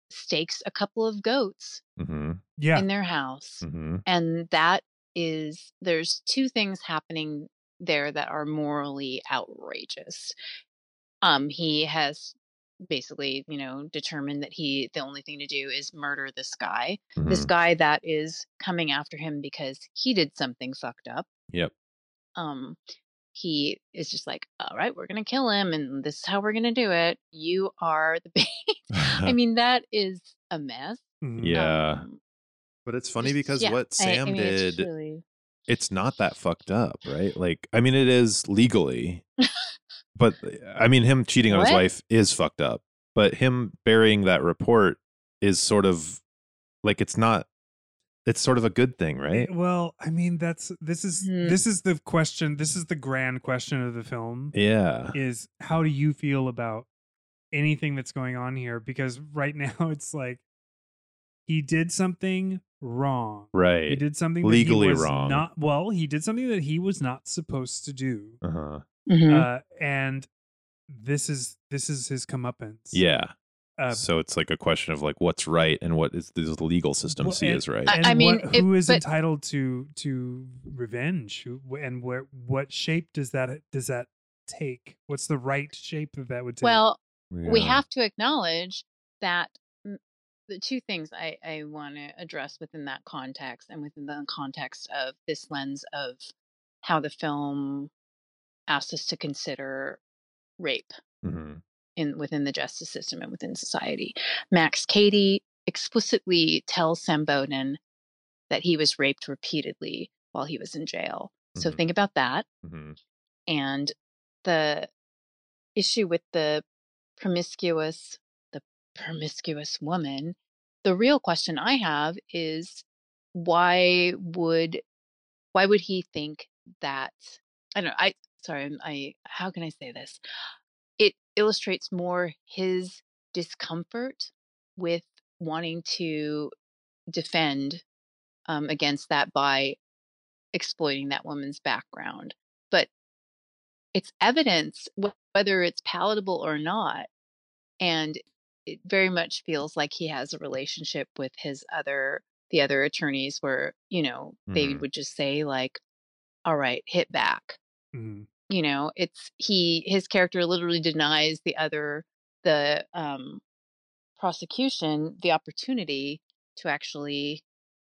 [SPEAKER 4] stakes a couple of goats
[SPEAKER 2] Mm-hmm.
[SPEAKER 1] Yeah.
[SPEAKER 4] in their house,
[SPEAKER 2] Mm-hmm.
[SPEAKER 4] and that is there's two things happening there that are morally outrageous. Um, he has basically, you know, determined that he the only thing to do is murder this guy, this
[SPEAKER 2] Hmm.
[SPEAKER 4] guy that is coming after him because he did something fucked up.
[SPEAKER 2] Yep.
[SPEAKER 4] Um, he is just like, all right, we're gonna kill him, and this is how we're gonna do it. You are the [laughs] bait.
[SPEAKER 2] [laughs]
[SPEAKER 4] I mean, that is a mess.
[SPEAKER 1] Mhm.
[SPEAKER 2] Yeah.
[SPEAKER 4] Um,
[SPEAKER 2] but it's funny
[SPEAKER 4] just-
[SPEAKER 2] because
[SPEAKER 4] yeah,
[SPEAKER 2] what
[SPEAKER 4] I- I
[SPEAKER 2] Sam
[SPEAKER 4] mean, it's
[SPEAKER 2] did
[SPEAKER 4] just really-
[SPEAKER 2] it's not that fucked up, right? Like, I mean, it is legally, but I mean, him cheating on his
[SPEAKER 4] What?
[SPEAKER 2] wife is fucked up. But him burying that report is sort of like it's not. It's sort of a good
[SPEAKER 1] [laughs]
[SPEAKER 2] thing, right?
[SPEAKER 1] Well, I mean that's this is
[SPEAKER 4] Hmm.
[SPEAKER 1] this is the question this is the grand question of the film
[SPEAKER 2] Yeah.
[SPEAKER 1] is how do you feel about anything that's going on here? Because right [laughs] now it's like he did something wrong. He
[SPEAKER 2] Right.
[SPEAKER 1] did something
[SPEAKER 2] Eh, Legally
[SPEAKER 1] that he was
[SPEAKER 2] wrong.
[SPEAKER 1] Not well. He did something that he was not supposed to do. [laughs]
[SPEAKER 2] Uh huh.
[SPEAKER 4] Mm-hmm.
[SPEAKER 1] uh, and this is this is his comeuppance.
[SPEAKER 2] Yeah.
[SPEAKER 1] Uh,
[SPEAKER 2] so it's like a question of like what's right and what is does the legal system
[SPEAKER 1] Well,
[SPEAKER 2] see
[SPEAKER 1] and-
[SPEAKER 2] is right.
[SPEAKER 4] I-
[SPEAKER 1] and
[SPEAKER 4] mean,
[SPEAKER 1] what,
[SPEAKER 4] it-
[SPEAKER 1] who is
[SPEAKER 4] but-
[SPEAKER 1] entitled to to revenge, Who- and where what shape does that does that take? What's the right shape that that would take?
[SPEAKER 4] Well, we
[SPEAKER 2] Yeah.
[SPEAKER 4] have to acknowledge that mm, the two things I, I want to address within that context and within the context of this lens of how the film asks us to consider rape
[SPEAKER 2] Mhm.
[SPEAKER 4] in within the justice system and within society. Max Cady explicitly tells Sam Bowden that he was raped repeatedly while he was in jail. So
[SPEAKER 2] Mhm.
[SPEAKER 4] think about that
[SPEAKER 2] Mhm.
[SPEAKER 4] and the issue with the promiscuous the promiscuous woman the real question i have is why would why would he think that i don't know i sorry I'm- i how can i say this it illustrates more his discomfort with wanting to defend um, against that by exploiting that woman's background it's evidence wh- whether it's palatable or not and it very much feels like he has a relationship with his other the other attorneys where you know they
[SPEAKER 2] Mhm.
[SPEAKER 4] would just say like all right hit back
[SPEAKER 1] Mhm.
[SPEAKER 4] you know it's he his character literally denies the other the um prosecution the opportunity to actually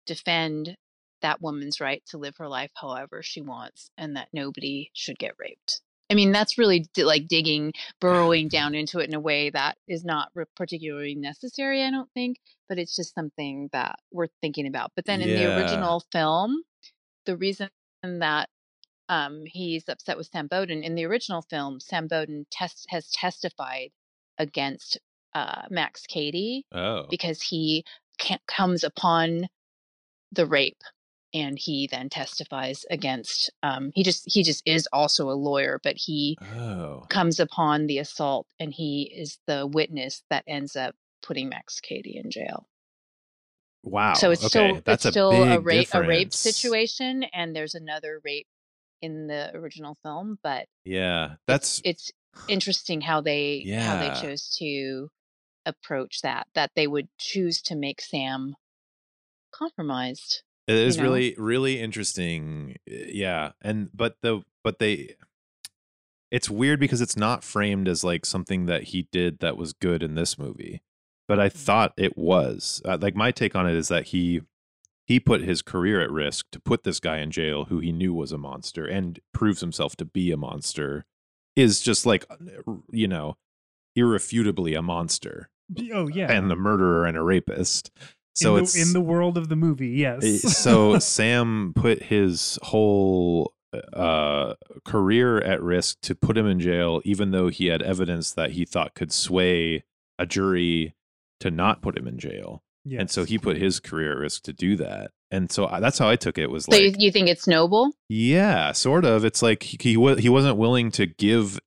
[SPEAKER 4] defend that woman's right to live her life however she wants and that nobody should get raped i mean that's really di- like digging burrowing down into it in a way that is not re- particularly necessary i don't think but it's just something that we're thinking about but then in
[SPEAKER 2] Yeah.
[SPEAKER 4] the original film the reason that um, he's upset with Sam Bowden. In the original film, Sam Bowden test- has testified against uh, Max Cady
[SPEAKER 2] Oh.
[SPEAKER 4] because he can- comes upon the rape and he then testifies against um he just he just is also a lawyer but he
[SPEAKER 2] Oh.
[SPEAKER 4] comes upon the assault and he is the witness that ends up putting max katie in jail
[SPEAKER 2] Wow.
[SPEAKER 4] so it's
[SPEAKER 2] okay.
[SPEAKER 4] still
[SPEAKER 2] That's
[SPEAKER 4] it's still a
[SPEAKER 2] big
[SPEAKER 4] rape a rape
[SPEAKER 2] difference.
[SPEAKER 4] situation and there's another rape in the original film but
[SPEAKER 2] Yeah. That's
[SPEAKER 4] it's interesting how they how they
[SPEAKER 2] Yeah.
[SPEAKER 4] chose to approach that that they would choose to make sam compromised
[SPEAKER 2] It is
[SPEAKER 4] know?
[SPEAKER 2] really really interesting. Uh, Yeah. And but the but they it's weird because it's not framed as like something that he did that was good in this movie. But
[SPEAKER 4] Mm-hmm.
[SPEAKER 2] I thought it was. Uh, like my take on it is that he he put his career at risk to put this guy in jail who he knew was a monster and proves himself to be a monster is just like uh, you know irrefutably a monster
[SPEAKER 1] Oh yeah.
[SPEAKER 2] and the murderer and a rapist. So
[SPEAKER 1] in,
[SPEAKER 2] it's
[SPEAKER 1] the, in the world of the movie, yes. [laughs]
[SPEAKER 2] Eh, so Sam put his whole uh, career at risk to put him in jail, even though he had evidence that he thought could sway a jury to not put him in jail.
[SPEAKER 1] yes.
[SPEAKER 2] And so he put his career at risk to do that. And so I, that's how I took it was
[SPEAKER 4] so
[SPEAKER 2] like,
[SPEAKER 4] you, you think it's noble
[SPEAKER 2] yeah, sort of. It's like he, he wa- he wasn't willing to give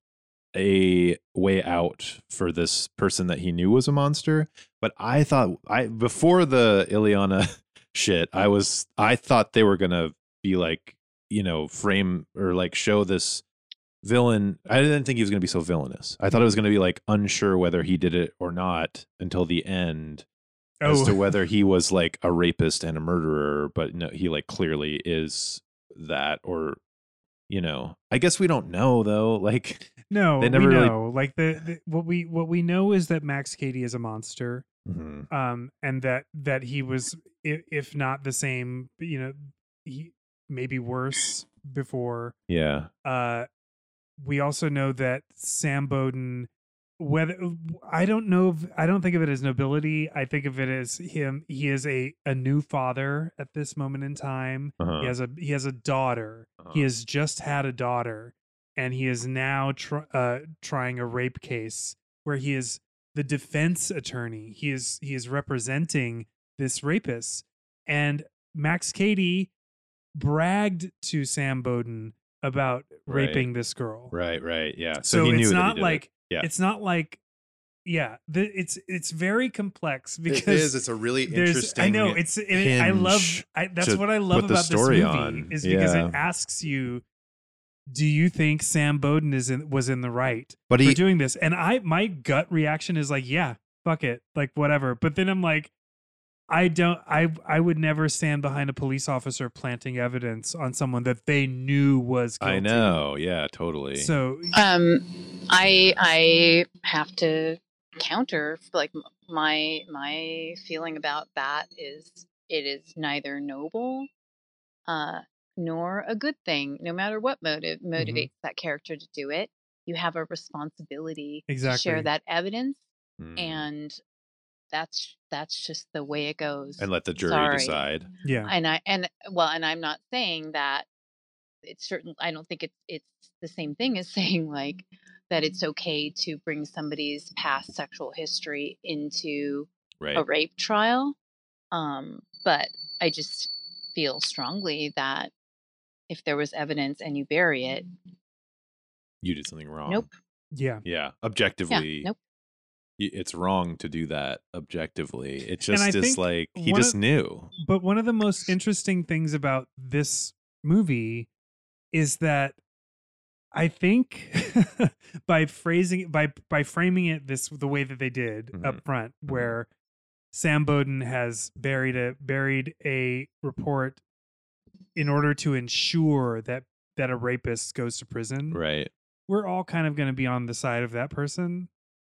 [SPEAKER 2] a way out for this person that he knew was a monster. But I thought I before the Ileana [laughs] shit, I was I thought they were gonna be like you know frame or like show this villain. I didn't think he was gonna be so villainous. I thought it was gonna be like unsure whether he did it or not until the end
[SPEAKER 1] Oh,
[SPEAKER 2] as
[SPEAKER 1] [laughs]
[SPEAKER 2] to whether he was like a rapist and a murderer, but no, he like clearly is that, or you know, I guess we don't know though. [laughs] Like,
[SPEAKER 1] no,
[SPEAKER 2] they never
[SPEAKER 1] we
[SPEAKER 2] really-
[SPEAKER 1] know. Like the, the what we what we know is that Max Cady is a monster,
[SPEAKER 2] mhm,
[SPEAKER 1] um, and that that he was, i- if not the same, you know, he maybe worse before.
[SPEAKER 2] yeah,
[SPEAKER 1] Uh, we also know that Sam Bowden, whether I don't know, if- I don't think of it as nobility. I think of it as him. He is a a new father at this moment in time.
[SPEAKER 2] uh-huh,
[SPEAKER 1] He has a he has a daughter. He
[SPEAKER 2] uh-huh.
[SPEAKER 1] has just had a daughter, and he is now tr- uh, trying a rape case where he is the defense attorney. He is he is representing this rapist, and Max Cady bragged to Sam Bowden about
[SPEAKER 2] Right.
[SPEAKER 1] raping this girl.
[SPEAKER 2] uh-huh. right, right, yeah. So,
[SPEAKER 1] So,
[SPEAKER 2] he knew
[SPEAKER 1] it's
[SPEAKER 2] that he
[SPEAKER 1] not
[SPEAKER 2] did it.
[SPEAKER 1] like
[SPEAKER 2] Yeah.
[SPEAKER 1] it's not like yeah. The, it's it's very complex because
[SPEAKER 2] it is. It's a really
[SPEAKER 1] there's-
[SPEAKER 2] interesting.
[SPEAKER 1] I know it's. and It, I love.
[SPEAKER 2] hinge
[SPEAKER 1] I, that's
[SPEAKER 2] to
[SPEAKER 1] what I love
[SPEAKER 2] put the
[SPEAKER 1] about
[SPEAKER 2] story
[SPEAKER 1] this movie
[SPEAKER 2] on.
[SPEAKER 1] is because
[SPEAKER 2] Yeah.
[SPEAKER 1] it asks you, do you think Sam Bowden is in, was in the right
[SPEAKER 2] but
[SPEAKER 1] for
[SPEAKER 2] he
[SPEAKER 1] doing this? And I, my gut reaction is like, yeah, fuck it, like whatever. But then I'm like, I don't. I I would never stand behind a police officer planting evidence on someone that they knew was. Guilty.
[SPEAKER 2] I know, yeah, totally.
[SPEAKER 1] So
[SPEAKER 4] um i i have to counter like m- my my feeling about that is it is neither noble uh nor a good thing no matter what motive
[SPEAKER 2] Mm-hmm.
[SPEAKER 4] motivates that character to do it you have a responsibility to
[SPEAKER 1] Exactly.
[SPEAKER 4] share that evidence
[SPEAKER 2] Mm.
[SPEAKER 4] and that's that's just the way it goes
[SPEAKER 2] and let the jury
[SPEAKER 4] Sorry.
[SPEAKER 2] decide.
[SPEAKER 1] yeah,
[SPEAKER 4] and i and well and i'm not saying that it's certain i don't think it's it's the same thing as [laughs] saying like that it's
[SPEAKER 2] Mm-hmm.
[SPEAKER 4] okay to bring somebody's past sexual history into
[SPEAKER 2] Right.
[SPEAKER 4] a rape trial um but i just feel strongly that if there was evidence and you bury it
[SPEAKER 2] You did something wrong.
[SPEAKER 4] nope
[SPEAKER 1] yeah.
[SPEAKER 2] Yeah.
[SPEAKER 4] yeah
[SPEAKER 2] Objectively.
[SPEAKER 4] nope
[SPEAKER 2] y- It's wrong to do that objectively. It just
[SPEAKER 1] I
[SPEAKER 2] is
[SPEAKER 1] think
[SPEAKER 2] like he
[SPEAKER 1] one of-
[SPEAKER 2] just knew.
[SPEAKER 1] But one of the most interesting things about this movie is that I think [laughs] by phrasing by by framing it this the way that they did
[SPEAKER 2] Mhm.
[SPEAKER 1] up front,
[SPEAKER 2] Mhm.
[SPEAKER 1] where Sam Bowden has buried a buried a report in order to ensure that that a rapist goes to prison
[SPEAKER 2] Right.
[SPEAKER 1] we're all kind of going to be on the side of that person.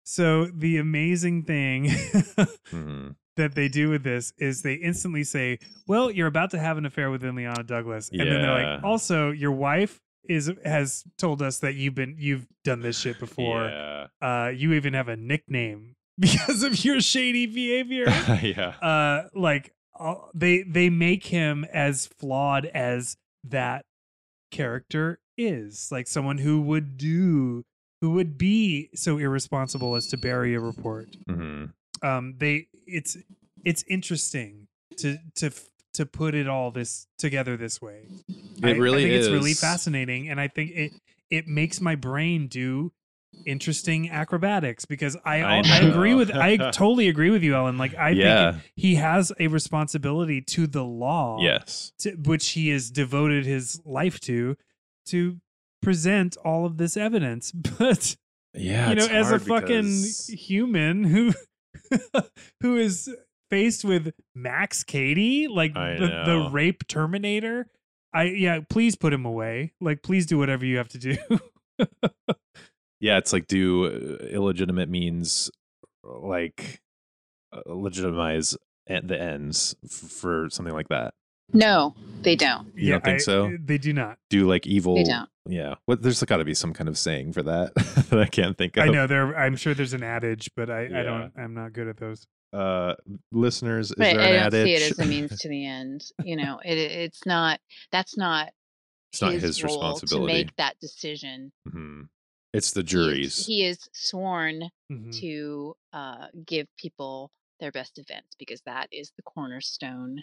[SPEAKER 1] So the amazing thing [laughs]
[SPEAKER 2] Mhm.
[SPEAKER 1] that they do with this is they instantly say, "Well, you're about to have an affair with Ileana Douglas," and then they're
[SPEAKER 2] Yeah.
[SPEAKER 1] like, "Also, your wife is has told us that you've been you've done this shit before.
[SPEAKER 2] Yeah.
[SPEAKER 1] Uh, you even have a nickname [laughs] because of your shady
[SPEAKER 2] [laughs]
[SPEAKER 1] behavior."
[SPEAKER 2] [laughs] yeah.
[SPEAKER 1] uh, like all they they make him as flawed as that character is like someone who would do who would be so irresponsible as to bury a report
[SPEAKER 2] Mhm.
[SPEAKER 1] um they it's it's interesting to to f- to put it all this together this way.
[SPEAKER 2] It
[SPEAKER 1] I-
[SPEAKER 2] really
[SPEAKER 1] I think
[SPEAKER 2] is.
[SPEAKER 1] It's really fascinating, and I think it it makes my brain do interesting acrobatics because I
[SPEAKER 2] I
[SPEAKER 1] I, agree
[SPEAKER 2] know. [laughs]
[SPEAKER 1] with I totally agree with you, Ellen. Like I
[SPEAKER 2] yeah.
[SPEAKER 1] think he has a responsibility to the law,
[SPEAKER 2] yes.
[SPEAKER 1] to, which he has devoted his life to, to present all of this evidence, [laughs] but
[SPEAKER 2] Yeah.
[SPEAKER 1] you know,
[SPEAKER 2] it's
[SPEAKER 1] as a
[SPEAKER 2] hard
[SPEAKER 1] fucking
[SPEAKER 2] because-
[SPEAKER 1] human who [laughs] who is faced with Max Cady, like
[SPEAKER 2] I
[SPEAKER 1] the, the
[SPEAKER 2] know.
[SPEAKER 1] rape Terminator. I yeah, please put him away. Like, please do whatever you have to do. [laughs]
[SPEAKER 2] yeah, it's like do uh, illegitimate means like uh, legitimize at the ends f- for something like that.
[SPEAKER 4] No, they don't.
[SPEAKER 2] You don't think
[SPEAKER 1] I-
[SPEAKER 2] so?
[SPEAKER 1] They do not.
[SPEAKER 2] Do like evil?
[SPEAKER 4] They don't.
[SPEAKER 2] Yeah. What? There's got to be some kind of saying for that [laughs] that I can't think of.
[SPEAKER 1] I know there. I'm sure there's an adage, but I, I
[SPEAKER 2] Yeah.
[SPEAKER 1] don't. I'm not good at those.
[SPEAKER 2] Uh, listeners, is
[SPEAKER 4] But
[SPEAKER 2] there
[SPEAKER 4] I
[SPEAKER 2] an
[SPEAKER 4] don't
[SPEAKER 2] adage?
[SPEAKER 4] see it as a means to the end. You know, it, it- it's not. That's not.
[SPEAKER 2] [laughs] it's not his,
[SPEAKER 4] role
[SPEAKER 2] responsibility.
[SPEAKER 4] to make that decision.
[SPEAKER 2] Mhm. It's the
[SPEAKER 4] He is-
[SPEAKER 2] jury's.
[SPEAKER 4] He is sworn
[SPEAKER 1] Mhm.
[SPEAKER 2] Mm.
[SPEAKER 4] to uh, give people their best events because that is the cornerstone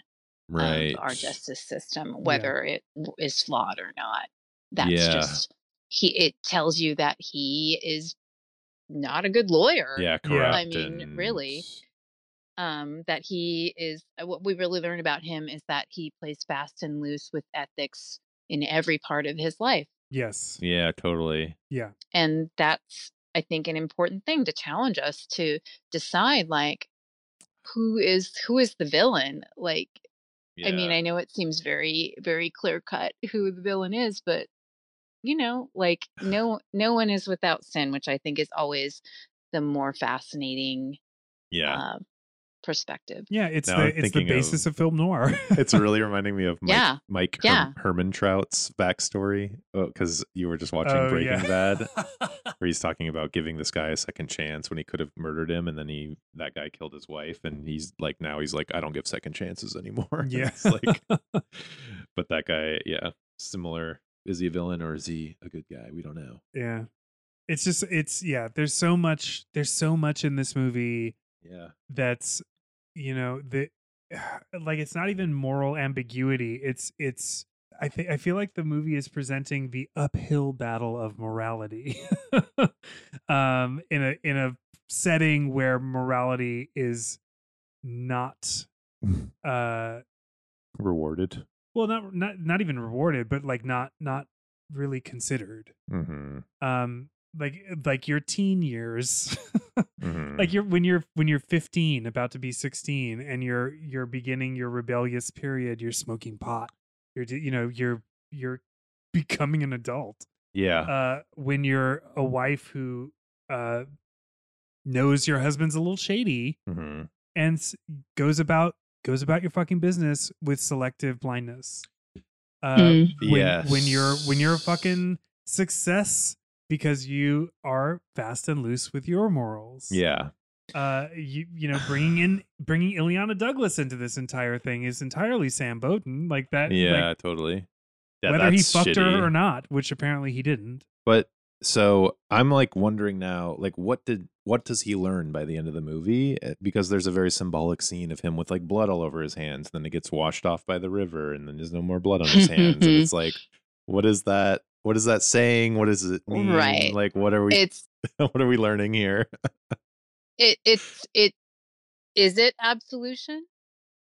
[SPEAKER 2] right.
[SPEAKER 4] of our justice system, whether it w- is flawed or not. That's
[SPEAKER 2] Yeah.
[SPEAKER 4] just he. It tells you that he is not a good lawyer.
[SPEAKER 2] yeah.
[SPEAKER 1] Yeah.
[SPEAKER 2] Correct.
[SPEAKER 4] I mean,
[SPEAKER 2] and-
[SPEAKER 4] really. Um, that he is uh, what we really learn about him is that he plays fast and loose with ethics in every part of his life,
[SPEAKER 1] Yes.
[SPEAKER 2] Yeah. Totally.
[SPEAKER 1] Yeah.
[SPEAKER 4] and that's I think an important thing to challenge us to decide like who is who is the villain like I mean,
[SPEAKER 2] Yeah.
[SPEAKER 4] I know it seems very, very clear cut who the villain is, but you know,
[SPEAKER 2] [sighs]
[SPEAKER 4] like no, no one is without sin, which I think is always the more fascinating
[SPEAKER 2] yeah.
[SPEAKER 4] uh, perspective.
[SPEAKER 1] Yeah. It's
[SPEAKER 2] Now
[SPEAKER 1] the
[SPEAKER 2] I'm
[SPEAKER 1] it's the
[SPEAKER 2] thinking of-
[SPEAKER 1] basis of, film noir.
[SPEAKER 2] [laughs] it's really reminding me of Mike,
[SPEAKER 4] Yeah.
[SPEAKER 2] Mike um,
[SPEAKER 4] Yeah.
[SPEAKER 2] Herman Trout's backstory because you were just watching
[SPEAKER 1] Oh,
[SPEAKER 2] Breaking
[SPEAKER 1] yeah. [laughs]
[SPEAKER 2] Bad, where he's talking about giving this guy a second chance when he could have murdered him, and then he that guy killed his wife, and he's like now he's like I don't give second chances anymore. [laughs]
[SPEAKER 1] Yeah. [laughs]
[SPEAKER 2] It's like, but that guy, yeah, similar. Is he a villain or is he a good guy? We don't know.
[SPEAKER 1] yeah. It's just it's yeah. There's so much. There's so much in this movie.
[SPEAKER 2] Yeah,
[SPEAKER 1] that's you know the [sighs] like it's not even moral ambiguity it's it's i think i feel like the movie is presenting the uphill battle of morality [laughs] um in a in a setting where morality is not uh
[SPEAKER 2] rewarded.
[SPEAKER 1] well not not not even rewarded but like not not really considered
[SPEAKER 2] Mm-hmm.
[SPEAKER 1] um like like your teen years [laughs]
[SPEAKER 2] mm-hmm.
[SPEAKER 1] like you're when you're when you're 15 about to be 16 and you're you're beginning your rebellious period you're smoking pot you're d- you know you're you're [laughs] becoming an adult
[SPEAKER 2] yeah,
[SPEAKER 1] uh when you're a wife who uh knows your husband's a little shady
[SPEAKER 2] hmm
[SPEAKER 1] and s- goes about goes about your fucking business with selective blindness uh when, when you're when you're a
[SPEAKER 2] Yes.
[SPEAKER 1] fucking success because you are fast and loose with your morals
[SPEAKER 2] yeah,
[SPEAKER 1] uh you you know
[SPEAKER 2] [sighs]
[SPEAKER 1] bringing in bringing Ileana Douglas into this entire thing is entirely Sam Bowden like that like,
[SPEAKER 2] yeah, totally. Yeah,
[SPEAKER 1] whether he
[SPEAKER 2] that's
[SPEAKER 1] fucked
[SPEAKER 2] shitty.
[SPEAKER 1] her or not which apparently he didn't
[SPEAKER 2] But so I'm like wondering now, like what did what does he learn by the end of the movie? Uh, Because there's a very symbolic scene of him with like blood all over his hands, then it gets washed off by the river, and then there's no more blood on his hands. and
[SPEAKER 1] [laughs]
[SPEAKER 2] it's like, what is that? What is that saying? What does it mean?
[SPEAKER 4] Right.
[SPEAKER 2] Like what are we
[SPEAKER 4] It's
[SPEAKER 2] [laughs] what are we learning here?
[SPEAKER 4] it it's it is it absolution?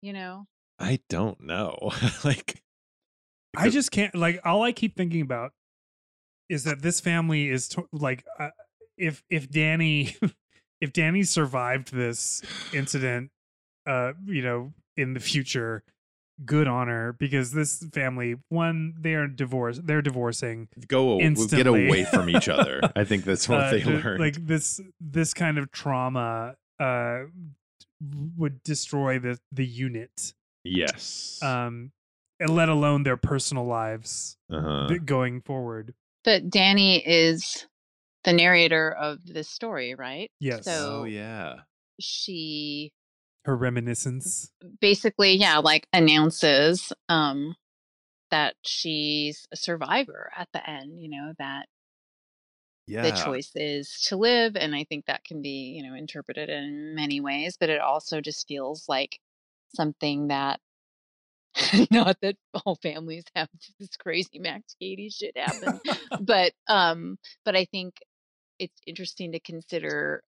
[SPEAKER 4] You know,
[SPEAKER 2] I don't know. [laughs] like
[SPEAKER 1] I just can't like all I keep thinking about is that this family is to- like uh, if if Danny [laughs] if Danny survived this incident uh you know in the future good on her because this family one they're divorced they're divorcing
[SPEAKER 2] go away get
[SPEAKER 1] Instantly.
[SPEAKER 2] away from each other. I think
[SPEAKER 1] [laughs]
[SPEAKER 2] that's what
[SPEAKER 1] uh,
[SPEAKER 2] they
[SPEAKER 1] the-
[SPEAKER 2] learned.
[SPEAKER 1] Like this, this kind of trauma uh, would destroy the the unit,
[SPEAKER 2] yes.
[SPEAKER 1] um, and let alone their personal lives
[SPEAKER 2] uh-huh.
[SPEAKER 1] th- going forward.
[SPEAKER 4] but Danny is the narrator of this story, right?
[SPEAKER 1] Yes.
[SPEAKER 4] So
[SPEAKER 2] oh yeah.
[SPEAKER 4] she
[SPEAKER 1] Her
[SPEAKER 4] [laughs]
[SPEAKER 1] reminiscence.
[SPEAKER 4] basically yeah like announces um that she's a survivor at the end you know that
[SPEAKER 2] Yeah.
[SPEAKER 4] the choice is to live and i think that can be you know interpreted in many ways but it also just feels like something that [laughs] Not that all families have this crazy Max Katie shit happen, but um, but I think it's interesting to consider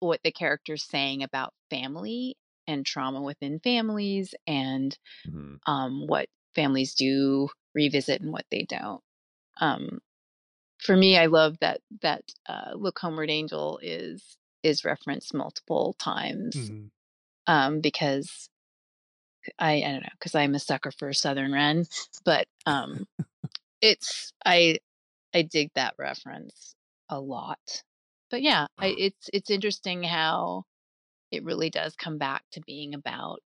[SPEAKER 4] what the character's saying about family and trauma within families and
[SPEAKER 2] Mhm.
[SPEAKER 4] um, what families do revisit and what they don't. Um, for me, I love that that uh, "Look Homeward, Angel" is is referenced multiple times
[SPEAKER 1] Mhm.
[SPEAKER 4] um, because I I don't know because I'm a sucker for Southern Ren, but
[SPEAKER 1] [laughs]
[SPEAKER 4] um, it's I I dig that reference a lot. But yeah, I, it's it's interesting how it really does come back to being about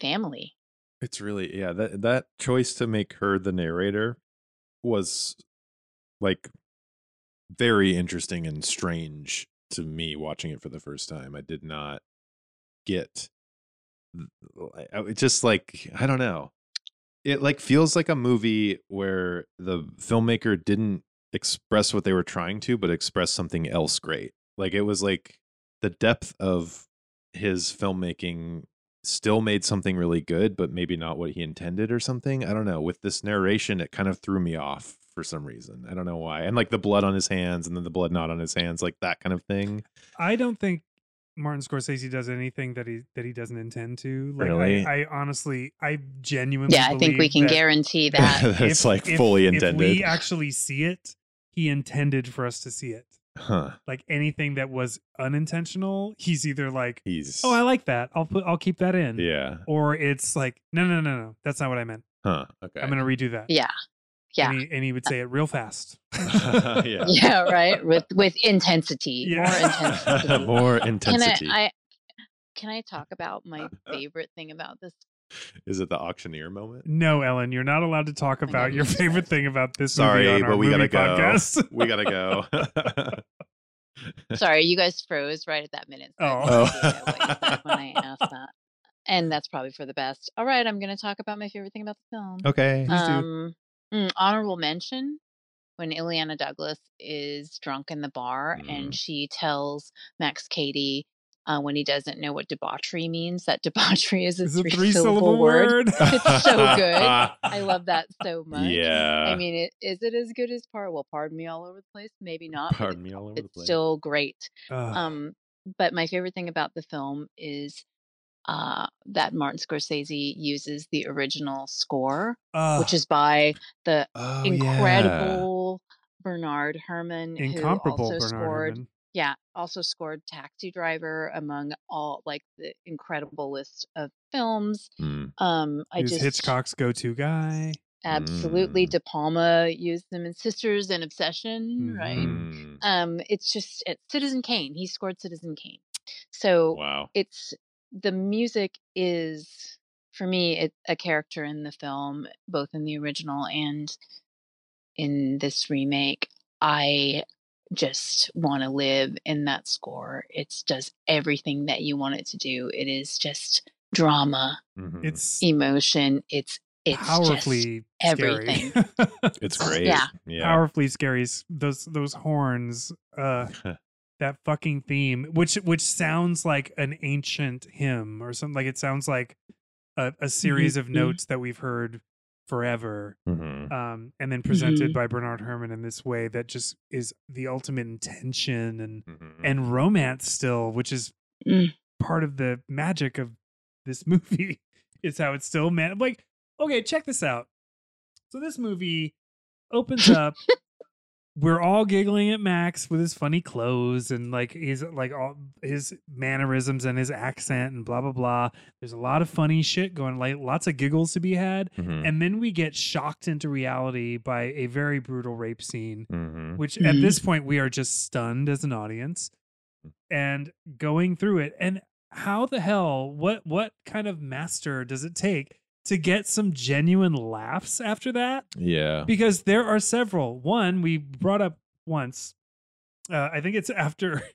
[SPEAKER 4] family.
[SPEAKER 2] It's really yeah, that that choice to make her the narrator was like very interesting and strange to me watching it for the first time. I did not get I- I- it's just like I don't know. It like feels like a movie where the filmmaker didn't express what they were trying to but express something else great. Like it was like the depth of his filmmaking still made something really good, but maybe not what he intended or something. I don't know. With this narration, it kind of threw me off for some reason. I don't know why. And like the blood on his hands and then the blood not on his hands, like that kind of thing.
[SPEAKER 1] I don't think Martin Scorsese does anything that he that he doesn't intend to. Like
[SPEAKER 2] Really?
[SPEAKER 1] I, I honestly, I genuinely.
[SPEAKER 4] Yeah, I think we
[SPEAKER 1] believe
[SPEAKER 4] can
[SPEAKER 1] that
[SPEAKER 2] [laughs]
[SPEAKER 4] guarantee
[SPEAKER 1] [laughs]
[SPEAKER 4] that. [laughs]
[SPEAKER 2] That's like
[SPEAKER 1] if-
[SPEAKER 2] fully
[SPEAKER 1] If
[SPEAKER 2] intended.
[SPEAKER 1] we actually see it, he intended for us to see it.
[SPEAKER 2] huh.
[SPEAKER 1] Like anything that was unintentional, he's either like,
[SPEAKER 2] He's
[SPEAKER 1] "Oh, I like that. I'll put. I'll keep that in."
[SPEAKER 2] Yeah.
[SPEAKER 1] Or it's like, "No, no, no, no. That's not what I meant.
[SPEAKER 2] Huh. Okay. [laughs]
[SPEAKER 1] I'm gonna redo that."
[SPEAKER 4] yeah. Yeah. Uh.
[SPEAKER 1] And he, and he would say it real fast.
[SPEAKER 2] yeah.
[SPEAKER 4] yeah right with with intensity
[SPEAKER 1] Yeah. [laughs]
[SPEAKER 2] [laughs]
[SPEAKER 4] more intensity
[SPEAKER 2] More
[SPEAKER 4] can I,
[SPEAKER 2] intensity.
[SPEAKER 4] I can i talk
[SPEAKER 1] [laughs]
[SPEAKER 4] about my favorite thing about this
[SPEAKER 2] Is it the auctioneer moment?
[SPEAKER 1] No, Ellen, you're not allowed to talk
[SPEAKER 4] I know
[SPEAKER 1] about
[SPEAKER 4] you [laughs]
[SPEAKER 1] your
[SPEAKER 4] said
[SPEAKER 1] favorite
[SPEAKER 4] it.
[SPEAKER 1] thing about this
[SPEAKER 2] Sorry,
[SPEAKER 1] movie on our
[SPEAKER 2] but we
[SPEAKER 1] movie
[SPEAKER 2] gotta go.
[SPEAKER 1] podcast.
[SPEAKER 2] We gotta
[SPEAKER 1] [laughs]
[SPEAKER 2] go.
[SPEAKER 4] sorry you guys froze right at that minute so I
[SPEAKER 1] Oh.
[SPEAKER 4] didn't hear what you said when i
[SPEAKER 2] [laughs]
[SPEAKER 4] asked that and that's probably for the best all right i'm going to talk about my favorite thing about the film
[SPEAKER 2] okay.
[SPEAKER 1] please do.
[SPEAKER 4] um mm, honorable mention when Ileana Douglas is drunk in the bar
[SPEAKER 2] Mm-hmm.
[SPEAKER 4] and she tells Max Cady uh, when he doesn't know what debauchery means that [laughs] debauchery is
[SPEAKER 1] [laughs]
[SPEAKER 4] a
[SPEAKER 1] It's a
[SPEAKER 4] three,
[SPEAKER 1] three
[SPEAKER 4] syllable
[SPEAKER 1] syllable
[SPEAKER 4] word.
[SPEAKER 1] word.
[SPEAKER 4] It's so good.
[SPEAKER 2] [laughs]
[SPEAKER 4] I love that so much.
[SPEAKER 2] Yeah.
[SPEAKER 4] I mean, it, is it as good as par? Well, pardon me all over the place. Maybe not. but
[SPEAKER 2] Pardon
[SPEAKER 4] it's-
[SPEAKER 2] me all over the
[SPEAKER 4] It's
[SPEAKER 2] place.
[SPEAKER 4] still great.
[SPEAKER 1] [laughs] Ugh.
[SPEAKER 4] [laughs] Um, but my favorite thing about the film is uh, that Martin Scorsese uses the original score, which
[SPEAKER 1] Ugh.
[SPEAKER 4] is by the
[SPEAKER 2] oh,
[SPEAKER 4] incredible Bernard Herman,
[SPEAKER 1] incomparable
[SPEAKER 4] who also
[SPEAKER 1] Bernard
[SPEAKER 4] scored.
[SPEAKER 1] Herrmann.
[SPEAKER 4] Yeah, also scored Taxi Driver among all like the incredible list of films.
[SPEAKER 2] Yeah. Mm.
[SPEAKER 4] Um, I
[SPEAKER 1] He was
[SPEAKER 4] just
[SPEAKER 1] Hitchcock's go-to guy.
[SPEAKER 4] absolutely
[SPEAKER 2] Mm.
[SPEAKER 4] de palma used them in sisters and obsession right
[SPEAKER 1] Mhm.
[SPEAKER 2] Mm.
[SPEAKER 4] um it's just it's citizen kane he scored citizen kane so
[SPEAKER 2] Wow.
[SPEAKER 4] it's the music is for me it, a character in the film both in the original and in this remake i just want to live in that score it's does everything that you want it to do it is just drama
[SPEAKER 2] Mhm.
[SPEAKER 1] It's
[SPEAKER 4] emotion it's it's just
[SPEAKER 1] powerfully scary.
[SPEAKER 4] everything.
[SPEAKER 1] [laughs]
[SPEAKER 2] it's great.
[SPEAKER 4] yeah.
[SPEAKER 2] Yeah.
[SPEAKER 1] powerfully scary. S- Those those horns. Uh,
[SPEAKER 2] [laughs]
[SPEAKER 1] that fucking theme, which which sounds like an ancient hymn or something. Like it sounds like a, a series of
[SPEAKER 4] Mhm.
[SPEAKER 1] notes that we've heard forever.
[SPEAKER 2] Mhm.
[SPEAKER 1] um, and then presented
[SPEAKER 4] Mhm.
[SPEAKER 1] by Bernard Herman in this way that just is the ultimate intention and
[SPEAKER 2] Mhm.
[SPEAKER 1] and romance still, which is
[SPEAKER 4] Mm.
[SPEAKER 1] part of the magic of this [laughs] movie. Is how it's still man. Like, okay, check this out. So this movie opens up. We're all giggling at Max with his funny clothes and like his like all his mannerisms and his accent and blah blah blah. There's a lot of funny shit going, like lots of giggles to be had.
[SPEAKER 2] Mhm.
[SPEAKER 1] And then we get shocked into reality by a very brutal rape scene,
[SPEAKER 2] Mhm.
[SPEAKER 1] which at
[SPEAKER 4] Mhm.
[SPEAKER 1] this point we are just stunned as an audience and going through it. And how the hell, what what kind of master does it take to get some genuine laughs after that?
[SPEAKER 2] Yeah.
[SPEAKER 1] Because there are several. One we brought up once. Uh, I think it's after [laughs]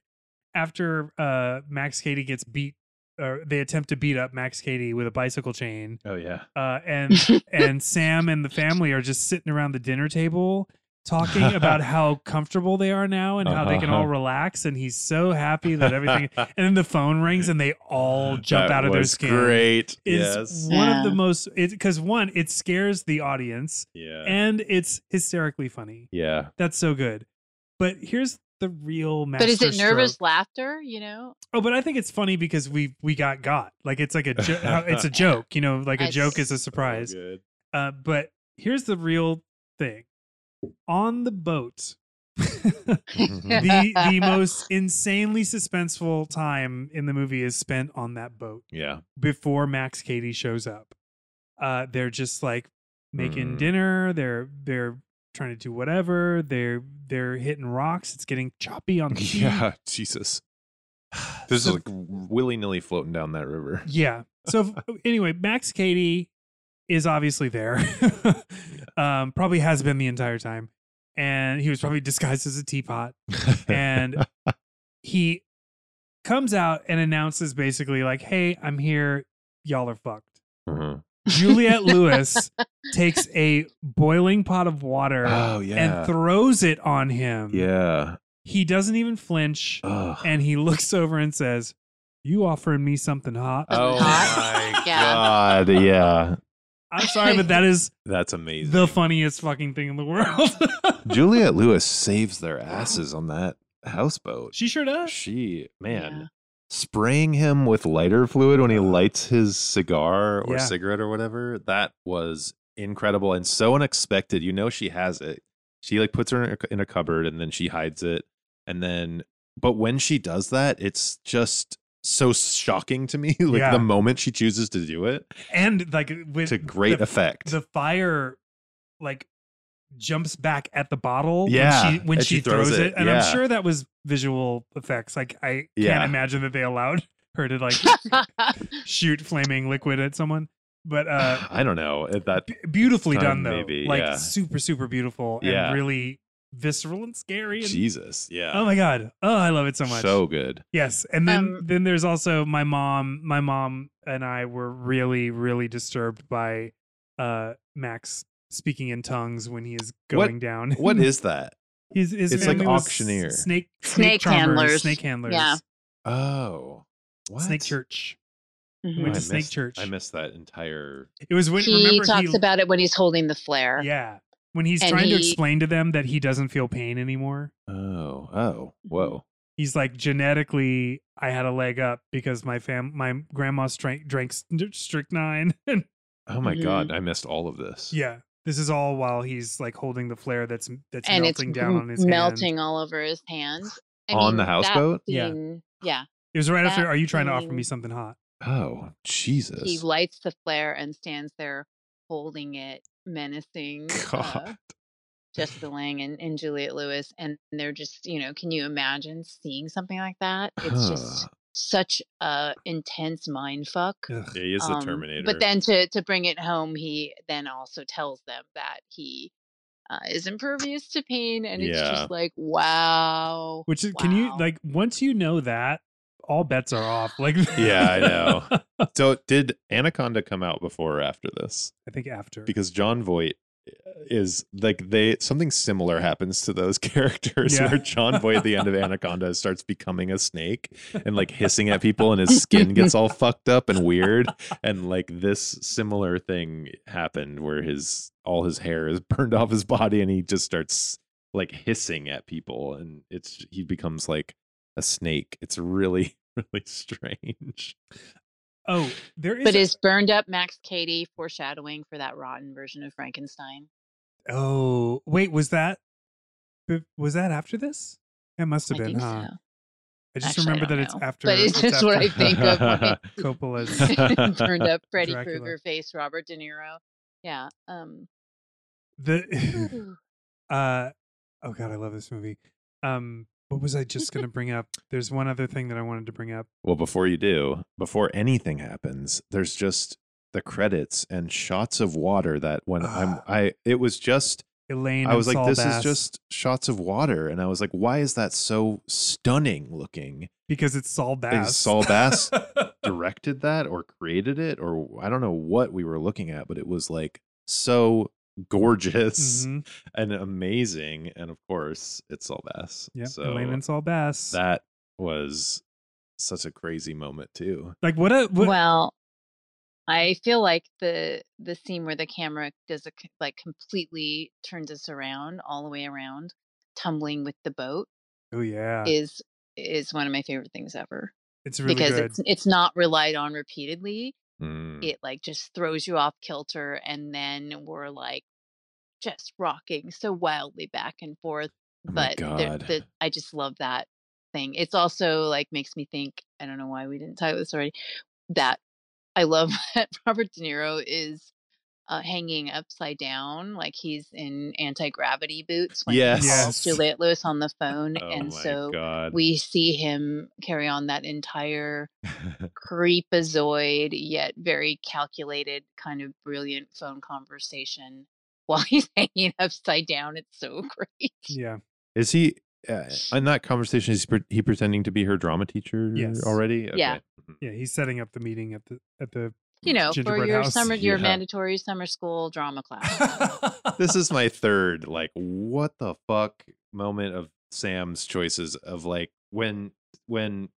[SPEAKER 1] after uh, Max Cady gets beat, or they attempt to beat up Max Cady with a bicycle chain
[SPEAKER 2] [laughs] Oh yeah.
[SPEAKER 1] uh, and and Sam and the family are just sitting around the dinner table, talking
[SPEAKER 2] [laughs]
[SPEAKER 1] about how comfortable they are now and how they can all
[SPEAKER 2] Uh-huh.
[SPEAKER 1] relax and he's so happy that
[SPEAKER 2] [laughs]
[SPEAKER 1] everything and then the phone rings and they all jump
[SPEAKER 2] That
[SPEAKER 1] out of their
[SPEAKER 2] was
[SPEAKER 1] skin
[SPEAKER 2] Great.
[SPEAKER 1] it's
[SPEAKER 2] yes.
[SPEAKER 1] one
[SPEAKER 4] Yeah.
[SPEAKER 1] of the most because one it scares the audience
[SPEAKER 2] Yeah.
[SPEAKER 1] and it's hysterically funny
[SPEAKER 2] yeah.
[SPEAKER 1] that's so good but here's the real master
[SPEAKER 4] [laughs] But is it nervous
[SPEAKER 1] stroke.
[SPEAKER 4] laughter? You know,
[SPEAKER 1] oh but i think it's funny because we we got got like it's like a
[SPEAKER 2] [laughs]
[SPEAKER 1] jo- how- it's a joke you know like a
[SPEAKER 4] That's-
[SPEAKER 1] joke is a
[SPEAKER 2] So
[SPEAKER 1] surprise [laughs]
[SPEAKER 2] good.
[SPEAKER 1] uh, but here's the real thing on the boat [laughs]
[SPEAKER 2] Mm-hmm.
[SPEAKER 1] the the most insanely suspenseful time in the movie is spent on that boat
[SPEAKER 2] yeah.
[SPEAKER 1] before Max Katie shows up. Uh, they're just like making
[SPEAKER 2] Mm.
[SPEAKER 1] dinner. They're they're trying to do whatever. They're they're hitting rocks. It's getting choppy
[SPEAKER 2] [laughs]
[SPEAKER 1] on the beach.
[SPEAKER 2] Yeah.
[SPEAKER 1] [sighs]
[SPEAKER 2] Jesus. This
[SPEAKER 1] Um, So-
[SPEAKER 2] is like willy nilly floating down that river. [laughs]
[SPEAKER 1] Yeah. So f- anyway, Max Katie is obviously there. [laughs] um, probably has been the entire time, and he was probably disguised as a teapot. [laughs]
[SPEAKER 2] [laughs]
[SPEAKER 1] And he comes out and announces basically like, "Hey, I'm here. Y'all are fucked."
[SPEAKER 2] Mhm.
[SPEAKER 1] Juliette
[SPEAKER 2] [laughs]
[SPEAKER 1] Lewis takes a boiling pot of water
[SPEAKER 2] Oh, yeah.
[SPEAKER 1] and throws it on him.
[SPEAKER 2] yeah. Oh.
[SPEAKER 1] He doesn't even flinch
[SPEAKER 2] Ugh.
[SPEAKER 1] and he looks over and says, You offering me something hot?
[SPEAKER 2] Oh
[SPEAKER 4] Hot?
[SPEAKER 2] my
[SPEAKER 4] [laughs] Yeah.
[SPEAKER 2] god! Yeah,
[SPEAKER 1] I'm sorry, but that is
[SPEAKER 2] that's [laughs] amazing.
[SPEAKER 1] the funniest fucking thing in the world.
[SPEAKER 2] [laughs] Juliet Lewis saves their asses on that houseboat.
[SPEAKER 1] she sure does.
[SPEAKER 2] She man
[SPEAKER 4] Yeah.
[SPEAKER 2] spraying him with lighter fluid when he lights his cigar or
[SPEAKER 1] Uh-huh. Yeah.
[SPEAKER 2] cigarette or whatever. That was incredible and so unexpected. You know she has it. She like puts her in a, in a cupboard and then she hides it and then but when she does that, it's just so shocking to me [laughs] like
[SPEAKER 1] Yeah.
[SPEAKER 2] the moment she chooses to do it
[SPEAKER 1] And like with
[SPEAKER 2] to great
[SPEAKER 1] the,
[SPEAKER 2] effect.
[SPEAKER 1] the fire like jumps back at the bottle
[SPEAKER 2] Yeah,
[SPEAKER 1] when she, when
[SPEAKER 2] and
[SPEAKER 1] she,
[SPEAKER 2] she
[SPEAKER 1] throws,
[SPEAKER 2] throws
[SPEAKER 1] it.
[SPEAKER 2] it,
[SPEAKER 1] And
[SPEAKER 2] yeah.
[SPEAKER 1] I'm sure that was visual effects. Like I
[SPEAKER 2] Yeah.
[SPEAKER 1] can't imagine that they allowed [laughs] her to
[SPEAKER 2] [laughs]
[SPEAKER 1] like
[SPEAKER 4] [laughs]
[SPEAKER 1] shoot flaming liquid at someone. But uh
[SPEAKER 2] I don't know if [sighs] that
[SPEAKER 1] b- beautifully
[SPEAKER 2] Time
[SPEAKER 1] done though.
[SPEAKER 2] maybe,
[SPEAKER 1] like
[SPEAKER 2] yeah.
[SPEAKER 1] super, super beautiful and
[SPEAKER 2] Yeah.
[SPEAKER 1] really visceral and scary. And,
[SPEAKER 2] Jesus, yeah.
[SPEAKER 1] oh my god. Oh, I love it so much.
[SPEAKER 2] So good.
[SPEAKER 1] Yes, and then
[SPEAKER 4] Um,
[SPEAKER 1] then there's also my mom. My mom and I were really really disturbed by uh Max speaking in tongues when he is
[SPEAKER 2] What-
[SPEAKER 1] going down. [laughs]
[SPEAKER 2] What is that?
[SPEAKER 1] his his
[SPEAKER 2] it's like
[SPEAKER 1] family was
[SPEAKER 2] auctioneer.
[SPEAKER 1] snake
[SPEAKER 4] Snake
[SPEAKER 1] chompers,
[SPEAKER 4] handlers.
[SPEAKER 1] snake handlers,
[SPEAKER 4] Yeah.
[SPEAKER 2] Oh, what?
[SPEAKER 1] snake church.
[SPEAKER 4] Mhm.
[SPEAKER 1] went
[SPEAKER 2] I
[SPEAKER 1] to snake
[SPEAKER 2] missed-
[SPEAKER 1] church.
[SPEAKER 2] I missed that entire.
[SPEAKER 1] It was when
[SPEAKER 4] he
[SPEAKER 1] remember
[SPEAKER 4] talks
[SPEAKER 1] he,
[SPEAKER 4] about it when he's holding the flare.
[SPEAKER 1] yeah when he's
[SPEAKER 4] and
[SPEAKER 1] trying to
[SPEAKER 4] he-
[SPEAKER 1] explain to them that he doesn't feel pain anymore.
[SPEAKER 2] Oh, oh, whoa.
[SPEAKER 1] He's like genetically, I had a leg up because my fam, my grandma drank drank strychnine [laughs] and
[SPEAKER 2] Oh my
[SPEAKER 4] Mhm.
[SPEAKER 2] god, I missed all of this.
[SPEAKER 1] Yeah, this is all while he's like holding the flare that's that's
[SPEAKER 4] and it's
[SPEAKER 1] melting down on his hand.
[SPEAKER 4] melting all over his hand. I
[SPEAKER 2] On
[SPEAKER 4] mean,
[SPEAKER 2] the
[SPEAKER 4] that
[SPEAKER 2] houseboat?
[SPEAKER 1] Yeah.
[SPEAKER 4] scene- yeah.
[SPEAKER 1] It was right after.
[SPEAKER 4] that
[SPEAKER 1] Are you trying to offer
[SPEAKER 4] scene-
[SPEAKER 1] me something hot?
[SPEAKER 2] Oh,
[SPEAKER 4] He
[SPEAKER 2] Jesus.
[SPEAKER 4] lights the flare and stands there holding it, menacing. uh,
[SPEAKER 2] [laughs] God.
[SPEAKER 4] Jessica Lang and, and Juliet Lewis, and they're just, you know, can you imagine seeing something like that? It's just
[SPEAKER 2] Huh.
[SPEAKER 4] such a intense mind fuck.
[SPEAKER 1] Ugh.
[SPEAKER 2] Yeah, he is
[SPEAKER 4] Um,
[SPEAKER 2] the Terminator.
[SPEAKER 4] But then to to bring it home, he then also tells them that he uh, is impervious to pain, and it's
[SPEAKER 2] Yeah.
[SPEAKER 4] just like wow.
[SPEAKER 1] Which is, can you
[SPEAKER 4] wow.
[SPEAKER 1] like once you know that all bets are off.
[SPEAKER 4] [sighs]
[SPEAKER 1] Like
[SPEAKER 2] Yeah, I know. so did Anaconda come out before or after this?
[SPEAKER 1] [laughs] I think after
[SPEAKER 2] Because John Voight uh, is like they something similar happens to those [laughs] characters
[SPEAKER 1] Yeah.
[SPEAKER 2] where John Voight at the end of Anaconda starts becoming a snake and like hissing at people and his skin gets all fucked up and weird and like this similar thing happened where his all his hair is [laughs] burned off his body and he just starts like hissing at people and it's he becomes like a snake. It's really [laughs] really strange.
[SPEAKER 1] Oh, there is.
[SPEAKER 4] But
[SPEAKER 1] a-
[SPEAKER 4] is burned up Max Cady foreshadowing for that rotten version of Frankenstein?
[SPEAKER 1] oh wait, was that b- was that after this? It must
[SPEAKER 4] I
[SPEAKER 1] have been,
[SPEAKER 4] think
[SPEAKER 1] huh?
[SPEAKER 4] so.
[SPEAKER 1] I just
[SPEAKER 4] Actually, I
[SPEAKER 1] remember
[SPEAKER 4] don't
[SPEAKER 1] that it's
[SPEAKER 4] know.
[SPEAKER 1] after.
[SPEAKER 4] But [laughs] it's just what I
[SPEAKER 1] after
[SPEAKER 4] think of
[SPEAKER 2] [laughs]
[SPEAKER 4] when I
[SPEAKER 1] [laughs] Coppola's. [laughs]
[SPEAKER 4] [laughs] turned up Freddy
[SPEAKER 1] Dracula.
[SPEAKER 4] Krueger face, Robert De Niro. Yeah. Um,
[SPEAKER 1] The [laughs] uh oh god i love this movie um what was i just gonna bring up there's one other thing that i wanted to bring up
[SPEAKER 2] Well, before you do, before anything happens, there's just the credits and shots of water that when I'm
[SPEAKER 1] Ah.
[SPEAKER 2] I it was just
[SPEAKER 1] elaine
[SPEAKER 2] I
[SPEAKER 1] and
[SPEAKER 2] was like
[SPEAKER 1] Saul
[SPEAKER 2] this
[SPEAKER 1] Bass,
[SPEAKER 2] is just shots of water and I was like why is that so stunning looking?
[SPEAKER 1] because it's saul
[SPEAKER 2] Like,
[SPEAKER 1] bass
[SPEAKER 2] Saul Bass
[SPEAKER 1] [laughs]
[SPEAKER 2] directed that or created it or I don't know what we were looking at, but it was like so gorgeous
[SPEAKER 1] Mhm.
[SPEAKER 2] and amazing, and of course, it's Saul Bass.
[SPEAKER 1] Yep.
[SPEAKER 2] so
[SPEAKER 1] Elaine and Saul Bass.
[SPEAKER 2] that was such a crazy moment too.
[SPEAKER 1] like what a [clears throat] what,
[SPEAKER 4] Well, I feel like the the scene where the camera does a c- like completely turns us around all the way around, tumbling with the boat
[SPEAKER 1] oh yeah.
[SPEAKER 4] is is one of my favorite things ever
[SPEAKER 1] it's really
[SPEAKER 4] because
[SPEAKER 1] good.
[SPEAKER 4] it's it's not relied on repeatedly.
[SPEAKER 2] Mm.
[SPEAKER 4] It like just throws you off kilter, and then we're like just rocking so wildly back and forth.
[SPEAKER 2] Oh my
[SPEAKER 4] but there-
[SPEAKER 2] God.
[SPEAKER 4] the, I just love that thing. It's also like makes me think. I don't know why we didn't talk about this already. That I love [laughs] that Robert De Niro is uh, hanging upside down, like he's in anti gravity boots when he
[SPEAKER 2] Yes.
[SPEAKER 4] calls Juliet Lewis on the phone,
[SPEAKER 2] Oh
[SPEAKER 4] and
[SPEAKER 2] my
[SPEAKER 4] so
[SPEAKER 2] god.
[SPEAKER 4] we see him carry on that entire creepazoid yet very calculated kind of brilliant phone conversation [laughs] while he's hanging upside down it's so [laughs] great
[SPEAKER 1] yeah.
[SPEAKER 2] [laughs] Is he uh, in that conversation? Is he pre- he pretending to be her drama teacher
[SPEAKER 1] Yes.
[SPEAKER 2] already?
[SPEAKER 4] Yeah.
[SPEAKER 2] Mhm.
[SPEAKER 1] Yeah, he's setting up the meeting at the at
[SPEAKER 2] [laughs]
[SPEAKER 1] the
[SPEAKER 4] you know, for
[SPEAKER 1] Gingerbread
[SPEAKER 4] your
[SPEAKER 1] house.
[SPEAKER 4] summer, your
[SPEAKER 2] Yeah.
[SPEAKER 4] mandatory summer school drama
[SPEAKER 2] [laughs]
[SPEAKER 4] class.
[SPEAKER 2] This is my third, like, what the fuck moment of Sam's choices of like when when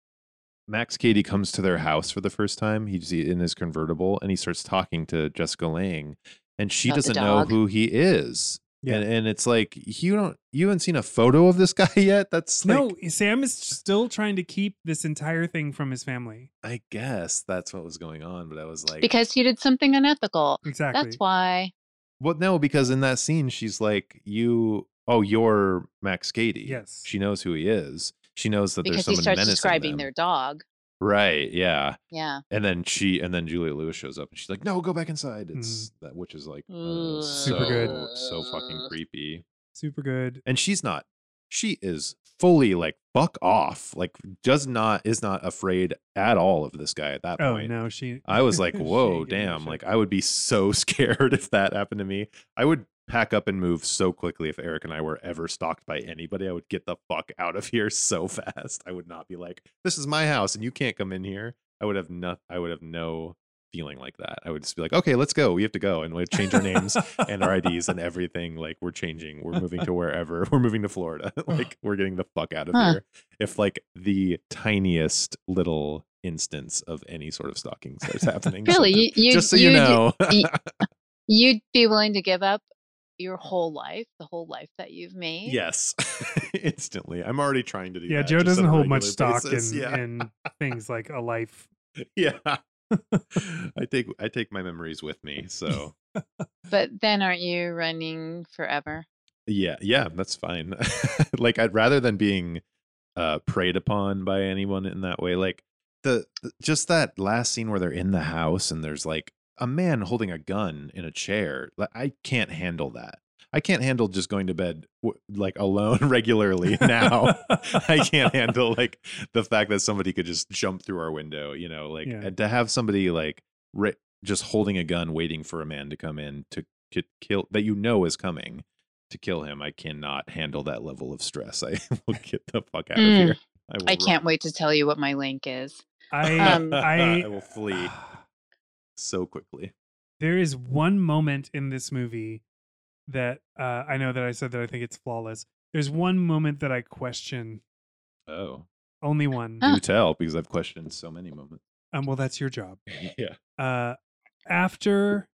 [SPEAKER 2] Max Katie comes to their house for the first time. He's in his convertible and he starts talking to Jessica Lang, and she
[SPEAKER 4] About the
[SPEAKER 2] doesn't know
[SPEAKER 4] dog.
[SPEAKER 2] who he is.
[SPEAKER 1] Yeah.
[SPEAKER 2] And, and it's like you don't you haven't seen a photo of this [laughs] guy yet. That's like,
[SPEAKER 1] no, Sam is still trying to keep this entire thing from his family.
[SPEAKER 2] I guess that's what was going on, but I was like,
[SPEAKER 4] because he did something unethical.
[SPEAKER 1] Exactly.
[SPEAKER 4] That's why.
[SPEAKER 2] Well, no, because in that scene, she's like, "You, oh, you're Max Cady."
[SPEAKER 1] Yes.
[SPEAKER 2] she knows who he is. She knows that
[SPEAKER 4] Because he
[SPEAKER 2] there's someone
[SPEAKER 4] starts
[SPEAKER 2] menacing
[SPEAKER 4] describing
[SPEAKER 2] them.
[SPEAKER 4] their dog.
[SPEAKER 2] right. Yeah,
[SPEAKER 4] Yeah.
[SPEAKER 2] and then she, and then Julia Lewis shows up, and she's like, "No, go back inside." It's that, which is like uh,
[SPEAKER 1] Mm. Super good.
[SPEAKER 2] so- so fucking creepy.
[SPEAKER 1] Super good.
[SPEAKER 2] And she's not. She is fully like fuck off. Like does not is not afraid at all of this guy at that
[SPEAKER 1] Oh
[SPEAKER 2] point.
[SPEAKER 1] no, she.
[SPEAKER 2] I was like,
[SPEAKER 1] she
[SPEAKER 2] whoa,
[SPEAKER 1] ain't giving a
[SPEAKER 2] damn.
[SPEAKER 1] shit.
[SPEAKER 2] Like, I would be so [laughs] scared if that happened to me. I would pack up and move so quickly if Eric and I were ever stalked by anybody. I would get the fuck out of here [laughs] so fast. I would not be like, this is my house and you can't come in here. I would have not, I would have no feeling like that. I would just be like, okay, let's go. We have to go. And we'd change our names and our
[SPEAKER 1] [laughs]
[SPEAKER 2] IDs and everything. Like, we're changing. We're moving to wherever. [laughs] We're moving to Florida. like, we're getting the fuck out of
[SPEAKER 4] Huh.
[SPEAKER 2] here. If, like, the tiniest little instance of any sort of stalking starts happening. so
[SPEAKER 4] Really?
[SPEAKER 2] just-
[SPEAKER 4] You, you,
[SPEAKER 2] just so you,
[SPEAKER 4] would
[SPEAKER 2] know.
[SPEAKER 4] you- you'd be willing to give up your whole life, the whole life that you've
[SPEAKER 2] [laughs]
[SPEAKER 4] made.
[SPEAKER 2] yes. [laughs] Instantly. I'm already trying to do
[SPEAKER 1] yeah,
[SPEAKER 2] that.
[SPEAKER 1] Joe
[SPEAKER 2] just on
[SPEAKER 1] doesn't
[SPEAKER 2] a
[SPEAKER 1] hold much
[SPEAKER 2] regular
[SPEAKER 1] stock
[SPEAKER 2] basis.
[SPEAKER 1] in, in things like a life.
[SPEAKER 2] Yeah.
[SPEAKER 1] [laughs]
[SPEAKER 2] yeah. I take I take my memories with me. So
[SPEAKER 4] But then aren't you running forever?
[SPEAKER 2] yeah, yeah, that's fine. [laughs] like I'd rather than being uh preyed upon by anyone in that way. Like the the- just that last scene where they're in the house and there's like a man holding a gun in a chair. Like I can't handle that. I can't handle just going to bed w- like alone
[SPEAKER 1] [laughs]
[SPEAKER 2] [laughs] regularly [laughs] now. I can't handle like the fact that somebody could just jump through our window, you know, like
[SPEAKER 1] Yeah.
[SPEAKER 2] and to have somebody like ri- just holding a gun waiting for a man to come in to, to kill that you know is coming to kill him. I cannot handle that level of stress. [laughs] I will get the fuck out
[SPEAKER 4] Mm.
[SPEAKER 2] of here. will
[SPEAKER 4] I
[SPEAKER 2] run.
[SPEAKER 4] can't wait to tell you what my link is.
[SPEAKER 1] I. [laughs]
[SPEAKER 4] Um,
[SPEAKER 1] I,
[SPEAKER 2] I
[SPEAKER 1] [sighs]
[SPEAKER 2] will flee so quickly.
[SPEAKER 1] There is one moment in this movie that uh, I know that I said that I think it's flawless. There's one moment that I question.
[SPEAKER 2] Oh,
[SPEAKER 1] Only one.
[SPEAKER 4] Huh.
[SPEAKER 2] do tell because I've questioned so many moments.
[SPEAKER 1] Um, well, that's your job.
[SPEAKER 2] Yeah.
[SPEAKER 1] uh, after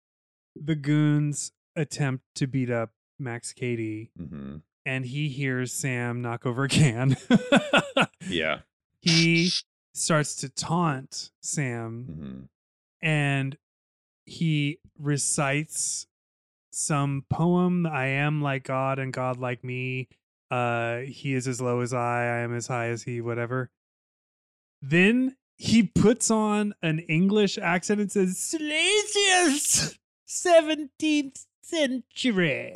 [SPEAKER 1] the goons attempt to beat up Max Cady
[SPEAKER 2] hmm
[SPEAKER 1] and he hears Sam knock over a can, [laughs]
[SPEAKER 2] Yeah.
[SPEAKER 1] he starts to taunt Sam
[SPEAKER 2] hmm
[SPEAKER 1] and he recites some poem I am like God and God like me. Uh, he is as low as I, I am as high as he, whatever. Then he puts on an English accent and says, Silesius, 17th century.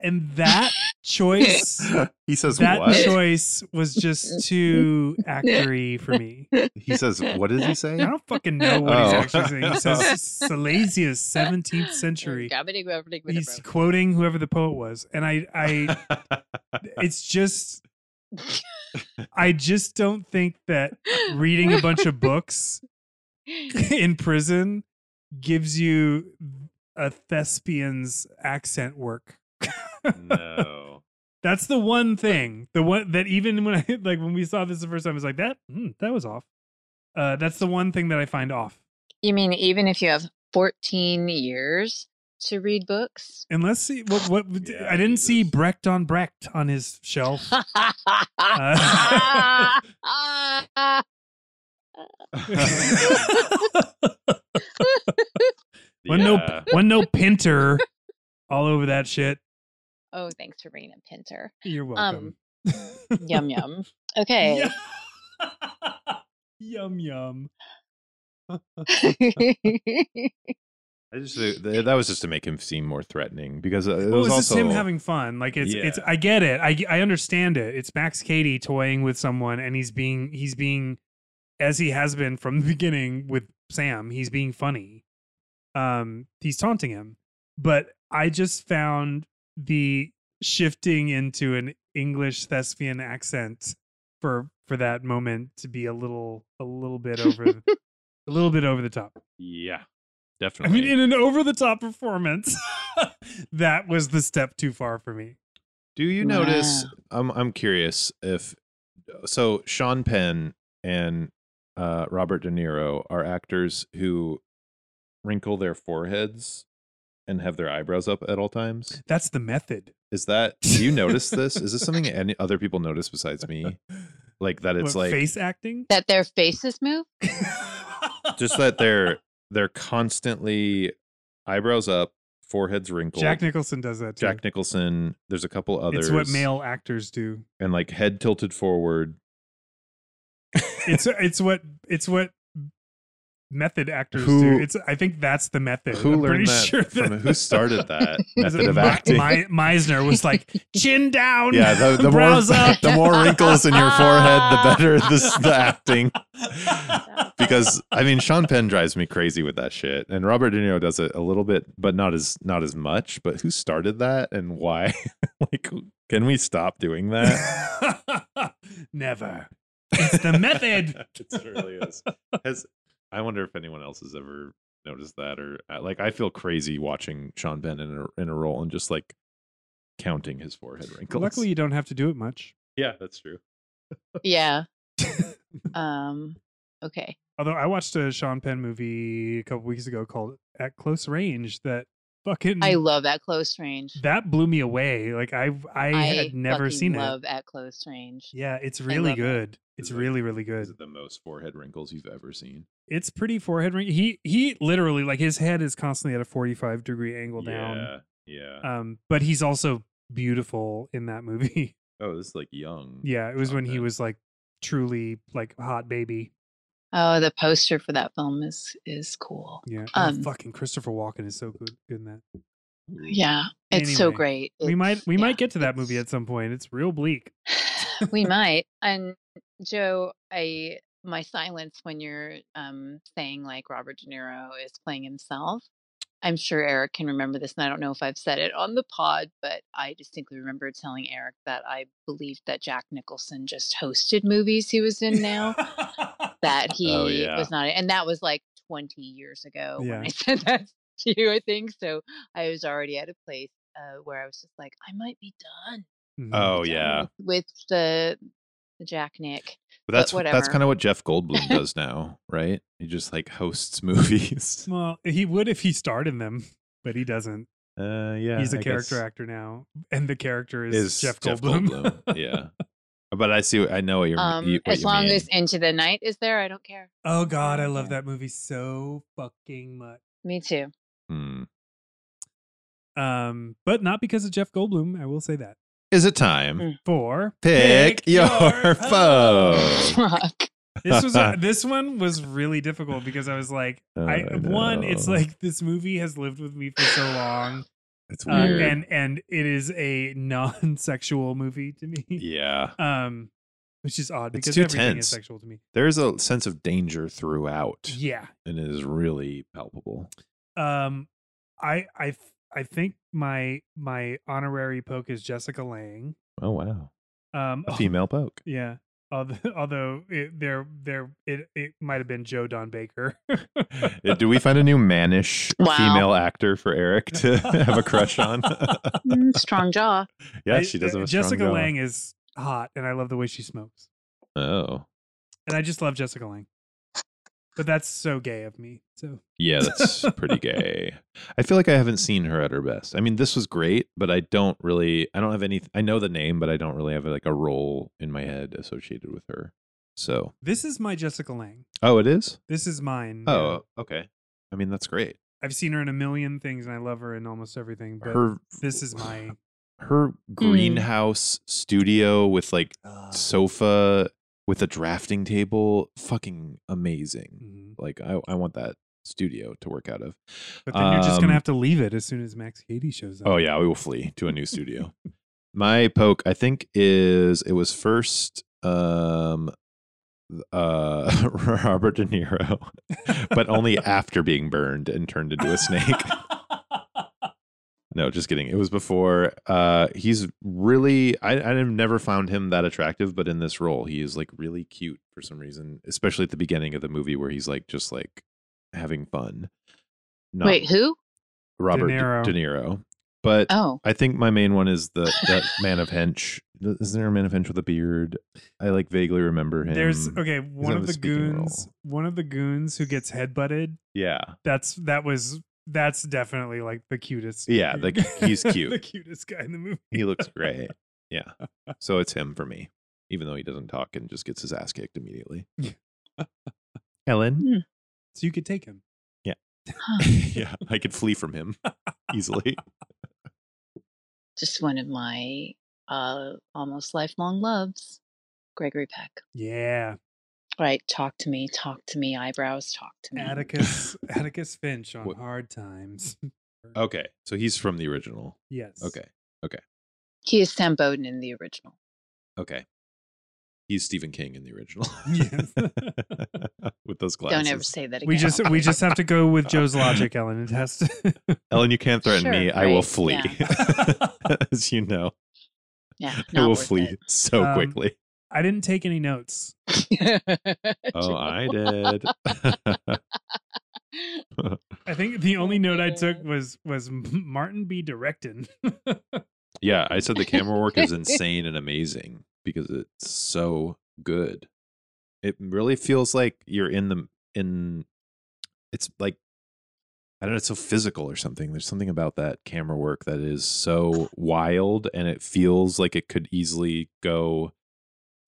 [SPEAKER 1] and that choice,
[SPEAKER 2] he says
[SPEAKER 1] that
[SPEAKER 2] what?
[SPEAKER 1] choice was just too actory for me.
[SPEAKER 2] he says, what does he say?
[SPEAKER 1] I [laughs] don't fucking know what he's
[SPEAKER 2] Oh.
[SPEAKER 1] actually saying. He says Silesius, 17th century.
[SPEAKER 4] Gabbity, gabbity, gabbity,
[SPEAKER 1] He's quoting whoever the poet was, and I,
[SPEAKER 2] [laughs]
[SPEAKER 1] I, it's just,
[SPEAKER 4] gabbity.
[SPEAKER 1] I just don't think that reading [laughs] a bunch of books in prison gives you a thespian's accent work.
[SPEAKER 2] [laughs] no.
[SPEAKER 1] That's the one thing. The one that even when I [laughs] like when we saw this the first time, I was like that. hmm, that was off. Uh, that's the one thing that I find off.
[SPEAKER 4] You mean even if you have 14 years to
[SPEAKER 1] [laughs]
[SPEAKER 4] read books? [laughs]
[SPEAKER 1] Unless see what what
[SPEAKER 2] Yeah,
[SPEAKER 1] I didn't see
[SPEAKER 2] Jesus.
[SPEAKER 1] Brecht on Brecht on his shelf.
[SPEAKER 4] [laughs]
[SPEAKER 1] [laughs]
[SPEAKER 4] Oh,
[SPEAKER 2] [laughs]
[SPEAKER 1] One no
[SPEAKER 2] Yeah.
[SPEAKER 1] one no Pinter all over that shit.
[SPEAKER 4] oh, thanks for bringing up Pinter.
[SPEAKER 1] You're welcome.
[SPEAKER 4] Um,
[SPEAKER 1] [laughs]
[SPEAKER 4] Yum yum. Okay.
[SPEAKER 1] yum yum.
[SPEAKER 2] I just th- th- that was just to make him seem more threatening because uh, it
[SPEAKER 1] Well,
[SPEAKER 2] was
[SPEAKER 1] it's
[SPEAKER 2] also
[SPEAKER 1] just Oh, him having fun. Like it's it's
[SPEAKER 2] Yeah.
[SPEAKER 1] I get it. I I understand it. It's Max Cady toying with someone and he's being he's being as he has been from [laughs] the beginning with Sam, he's being funny. Um he's taunting him. But I just found the shifting into an English thespian accent for for that moment to be a little a little bit
[SPEAKER 2] [laughs]
[SPEAKER 1] over the- a little bit over the top.
[SPEAKER 2] yeah,
[SPEAKER 1] I
[SPEAKER 2] definitely.
[SPEAKER 1] mean, in an over the top performance, [laughs] that was the step too far for me.
[SPEAKER 2] Do you notice? I'm I'm curious if so. Sean Penn and uh, Robert De Niro are actors who wrinkle their foreheads and have their eyebrows up at all times.
[SPEAKER 1] That's the method.
[SPEAKER 2] Is that do you notice this? Is this something any other people notice besides me? Like that it's
[SPEAKER 1] What,
[SPEAKER 2] like
[SPEAKER 1] face acting.
[SPEAKER 4] [laughs] that their faces move?
[SPEAKER 2] [laughs] just that they're they're constantly eyebrows up, foreheads
[SPEAKER 1] [laughs]
[SPEAKER 2] wrinkled.
[SPEAKER 1] Jack Nicholson does that too.
[SPEAKER 2] Jack Nicholson. There's a couple others.
[SPEAKER 1] It's what male actors do.
[SPEAKER 2] and like head tilted forward.
[SPEAKER 1] It's it's what it's what method actors
[SPEAKER 2] Who-
[SPEAKER 1] do. It's I think that's the method.
[SPEAKER 2] Who
[SPEAKER 1] I'm pretty
[SPEAKER 2] learned that?
[SPEAKER 1] sure
[SPEAKER 2] from
[SPEAKER 1] that- [laughs]
[SPEAKER 2] who started that
[SPEAKER 1] Is
[SPEAKER 2] method
[SPEAKER 1] it
[SPEAKER 2] of
[SPEAKER 1] Me-
[SPEAKER 2] acting?
[SPEAKER 1] Me- Meisner was
[SPEAKER 2] [laughs]
[SPEAKER 1] like chin down. [laughs]
[SPEAKER 2] yeah, the, the more
[SPEAKER 1] brows up.
[SPEAKER 2] [laughs] the more wrinkles in your forehead,
[SPEAKER 1] [laughs]
[SPEAKER 2] the better the, the acting. Because I mean, Sean Penn drives me crazy with that shit, and Robert De Niro does it a little bit, but not as not as much. But who started that and why? [laughs] like, can we stop doing that?
[SPEAKER 1] Never. It's the method.
[SPEAKER 2] [laughs] it really is. Has, I wonder if anyone else has ever noticed that, or uh, like I feel crazy watching Sean Penn in a in a role and just like counting his forehead wrinkles.
[SPEAKER 1] Luckily, you don't have to do it much.
[SPEAKER 2] [laughs] yeah, that's true.
[SPEAKER 1] [laughs]
[SPEAKER 4] Yeah. Um okay.
[SPEAKER 1] Although I watched a Sean Penn movie a couple weeks ago called At Close Range that fucking
[SPEAKER 4] I love at close range.
[SPEAKER 1] that blew me away. Like I I, had never
[SPEAKER 4] fucking
[SPEAKER 1] seen it.
[SPEAKER 4] love at close range.
[SPEAKER 1] Yeah, it's really
[SPEAKER 4] love it. Mm-hmm.
[SPEAKER 1] good. It's
[SPEAKER 2] Is it-
[SPEAKER 1] really really
[SPEAKER 2] Is
[SPEAKER 1] good.
[SPEAKER 2] it the most forehead wrinkles you've ever seen?
[SPEAKER 1] It's pretty forehead ring. He he literally like his head is constantly at a 45 degree angle down.
[SPEAKER 2] yeah, yeah.
[SPEAKER 1] Um but he's also beautiful in that movie. [laughs]
[SPEAKER 2] oh, this is like young.
[SPEAKER 1] yeah, it was
[SPEAKER 2] Sean
[SPEAKER 1] when he
[SPEAKER 2] Penn.
[SPEAKER 1] was like truly like hot baby.
[SPEAKER 4] Oh, the poster for that film is is cool.
[SPEAKER 1] Yeah. Oh,
[SPEAKER 4] Um,
[SPEAKER 1] fucking Christopher Walken is so good, good in that.
[SPEAKER 4] Yeah, it's so
[SPEAKER 1] Anyway,
[SPEAKER 4] great.
[SPEAKER 1] we might
[SPEAKER 4] It's-
[SPEAKER 1] we
[SPEAKER 4] yeah,
[SPEAKER 1] might get to that movie
[SPEAKER 4] it's-
[SPEAKER 1] at some point. It's real bleak.
[SPEAKER 4] [laughs]
[SPEAKER 2] [laughs]
[SPEAKER 4] we might. And Joe, I my silence when you're um saying like Robert De Niro is playing himself. I'm sure Eric can remember this, and I don't know if I've said it on the pod, but I distinctly remember telling Eric that I believed that Jack Nicholson just hosted movies he was
[SPEAKER 2] [laughs]
[SPEAKER 4] in now. that he
[SPEAKER 2] Oh, yeah.
[SPEAKER 4] was not, and that was like 20 years ago
[SPEAKER 1] Yeah.
[SPEAKER 4] when I [laughs] said that to you, I think. So I was already at a place uh, where I was just like, I might be done.
[SPEAKER 1] Mhm.
[SPEAKER 2] Oh
[SPEAKER 4] done
[SPEAKER 2] yeah,
[SPEAKER 4] with, um, with the the Jack Nick.
[SPEAKER 2] but that's
[SPEAKER 4] but
[SPEAKER 2] that's
[SPEAKER 4] whatever.
[SPEAKER 2] kind of what Jeff
[SPEAKER 4] [laughs]
[SPEAKER 2] Goldblum does now, right? He just like hosts [laughs] movies.
[SPEAKER 1] Well, he would if he starred in them, but he doesn't.
[SPEAKER 2] Uh, yeah,
[SPEAKER 1] He's a
[SPEAKER 2] I guess.
[SPEAKER 1] character actor now, and the character is,
[SPEAKER 2] is
[SPEAKER 1] Jeff Goldblum.
[SPEAKER 2] [laughs] yeah, but I see. I know what you're.
[SPEAKER 4] Um,
[SPEAKER 2] you, what
[SPEAKER 4] as
[SPEAKER 2] you
[SPEAKER 4] long
[SPEAKER 2] mean.
[SPEAKER 4] as Into the Night is there, I don't care.
[SPEAKER 1] [laughs] oh God, I love
[SPEAKER 4] Yeah.
[SPEAKER 1] that movie so fucking much.
[SPEAKER 4] Me too. [laughs]
[SPEAKER 2] Hmm.
[SPEAKER 1] Um, but not because of Jeff Goldblum. I will say that.
[SPEAKER 2] is it time?
[SPEAKER 4] Mm.
[SPEAKER 1] For
[SPEAKER 2] Pick,
[SPEAKER 1] Pick
[SPEAKER 2] your, [laughs]
[SPEAKER 1] [laughs] your
[SPEAKER 2] foe. [laughs]
[SPEAKER 4] Fuck.
[SPEAKER 1] this was a- this one was really difficult because I was like, I
[SPEAKER 2] Oh, I
[SPEAKER 1] one, it's
[SPEAKER 2] know.
[SPEAKER 1] like this movie has lived with me for so
[SPEAKER 2] [laughs]
[SPEAKER 1] long,
[SPEAKER 2] It's
[SPEAKER 1] um,
[SPEAKER 2] weird.
[SPEAKER 1] and and it is a non-sexual movie to me.
[SPEAKER 2] yeah,
[SPEAKER 1] Um, which is odd
[SPEAKER 2] It's
[SPEAKER 1] because
[SPEAKER 2] too
[SPEAKER 1] everything
[SPEAKER 2] tense.
[SPEAKER 1] is sexual to me.
[SPEAKER 2] there's a sense of danger throughout,
[SPEAKER 1] Yeah.
[SPEAKER 2] and it is really palpable.
[SPEAKER 1] Um, I I f- I think my my honorary poke is Jessica Lang.
[SPEAKER 2] Oh wow,
[SPEAKER 1] Um,
[SPEAKER 2] [laughs] a female poke.
[SPEAKER 1] yeah. Although, [laughs] although it, there, there, it, it might have been Joe Don
[SPEAKER 2] [laughs]
[SPEAKER 1] Baker.
[SPEAKER 2] Eh,
[SPEAKER 1] [laughs]
[SPEAKER 2] Do we find a new mannish
[SPEAKER 4] Wow.
[SPEAKER 2] female actor for Eric [laughs] to have a crush on? [laughs]
[SPEAKER 4] Mm, strong jaw.
[SPEAKER 2] yeah,
[SPEAKER 1] I- uh,
[SPEAKER 2] she does have a
[SPEAKER 1] Jessica
[SPEAKER 2] strong jaw.
[SPEAKER 1] Lang is hot, and I love the way she smokes,
[SPEAKER 2] Oh,
[SPEAKER 1] and I just love Jessica Lang. But that's so gay of me. So [laughs]
[SPEAKER 2] yeah, that's pretty gay. I feel like I haven't seen her at her best. I mean, this was great, but I don't really, I don't have any. I know the name, but I don't really have like a role in my head associated with her. So,
[SPEAKER 1] this is my Jessica Lang.
[SPEAKER 2] oh, it is.
[SPEAKER 1] This is mine. Yeah.
[SPEAKER 2] Oh, okay. I mean, that's great.
[SPEAKER 1] I've seen her in a million things, and I love her in almost everything. But
[SPEAKER 2] Her
[SPEAKER 1] this is my
[SPEAKER 2] her greenhouse studio with like
[SPEAKER 1] Ah.
[SPEAKER 2] sofa with a drafting table, fucking amazing.
[SPEAKER 1] Mhm.
[SPEAKER 2] Like, I I want that studio to work out of.
[SPEAKER 1] But then you're just gonna
[SPEAKER 2] Um,
[SPEAKER 1] have to leave it as soon as Max Cady shows up.
[SPEAKER 2] Oh yeah, we will flee to a new studio. My poke, I think, is it was first um uh [laughs] Robert De Niro, but only after being burned and turned into a snake. [laughs] No, just kidding. It was before. Uh he's really I I've never found him that attractive, but in this role he is like really cute for some reason, especially at the beginning of the movie where he's like just like having fun. Not
[SPEAKER 4] Wait, who?
[SPEAKER 2] Robert De
[SPEAKER 1] Niro.
[SPEAKER 2] De Niro. But
[SPEAKER 4] Oh,
[SPEAKER 2] I think my main one is the that man of hench. Is there a man of hench with a beard? I like vaguely remember him.
[SPEAKER 1] [laughs] There's okay. One
[SPEAKER 2] on
[SPEAKER 1] of
[SPEAKER 2] the
[SPEAKER 1] the
[SPEAKER 2] speaking role.
[SPEAKER 1] goons, one of the goons who gets headbutted.
[SPEAKER 2] yeah,
[SPEAKER 1] That's that was that's definitely like the cutest. [laughs]
[SPEAKER 2] Yeah, like, he's cute.
[SPEAKER 1] the cutest guy in the movie.
[SPEAKER 2] he looks
[SPEAKER 1] [laughs]
[SPEAKER 2] great. Yeah, so it's him for me, even though he doesn't talk and just gets his ass
[SPEAKER 1] [laughs]
[SPEAKER 2] kicked immediately. Ellen.
[SPEAKER 1] So you could take him.
[SPEAKER 2] [laughs] yeah, I could flee from him easily.
[SPEAKER 4] just one of my uh, almost lifelong loves, Gregory Peck.
[SPEAKER 1] Yeah,
[SPEAKER 4] All Right, talk to me, talk to me, eyebrows, talk to
[SPEAKER 2] [laughs]
[SPEAKER 4] me.
[SPEAKER 1] Atticus Atticus Finch on
[SPEAKER 2] What-
[SPEAKER 1] Hard Times. [laughs]
[SPEAKER 2] Okay, so he's from the original.
[SPEAKER 1] Yes.
[SPEAKER 2] Okay,
[SPEAKER 4] He is Sam Bowden in the original.
[SPEAKER 2] okay. He's Stephen King in the original.
[SPEAKER 1] Yes.
[SPEAKER 2] [laughs] with those glasses.
[SPEAKER 4] Don't ever say that again.
[SPEAKER 1] We just
[SPEAKER 4] [laughs]
[SPEAKER 1] we just have to go with Joe's logic, Ellen. It has to.
[SPEAKER 2] [laughs]
[SPEAKER 1] [laughs]
[SPEAKER 2] Ellen, you can't threaten
[SPEAKER 4] Sure,
[SPEAKER 2] me. I will
[SPEAKER 4] right,
[SPEAKER 2] flee. [laughs] As you know, [laughs]
[SPEAKER 4] yeah,
[SPEAKER 2] I
[SPEAKER 4] not
[SPEAKER 2] will
[SPEAKER 4] worth
[SPEAKER 2] flee
[SPEAKER 4] it.
[SPEAKER 2] so
[SPEAKER 1] Um,
[SPEAKER 2] quickly.
[SPEAKER 1] I didn't take any notes.
[SPEAKER 2] [laughs]
[SPEAKER 4] [laughs]
[SPEAKER 2] Oh, I did.
[SPEAKER 1] [laughs]
[SPEAKER 2] [laughs]
[SPEAKER 1] I think the only
[SPEAKER 4] Oh,
[SPEAKER 1] note I
[SPEAKER 4] dear.
[SPEAKER 1] took was was Martin B. Directin.
[SPEAKER 2] yeah, I said the camera work is insane and amazing because it's so good. It really feels like you're in the in. It's like I don't know. It's so physical or something. There's something about that camera work that is so wild, and it feels like it could easily go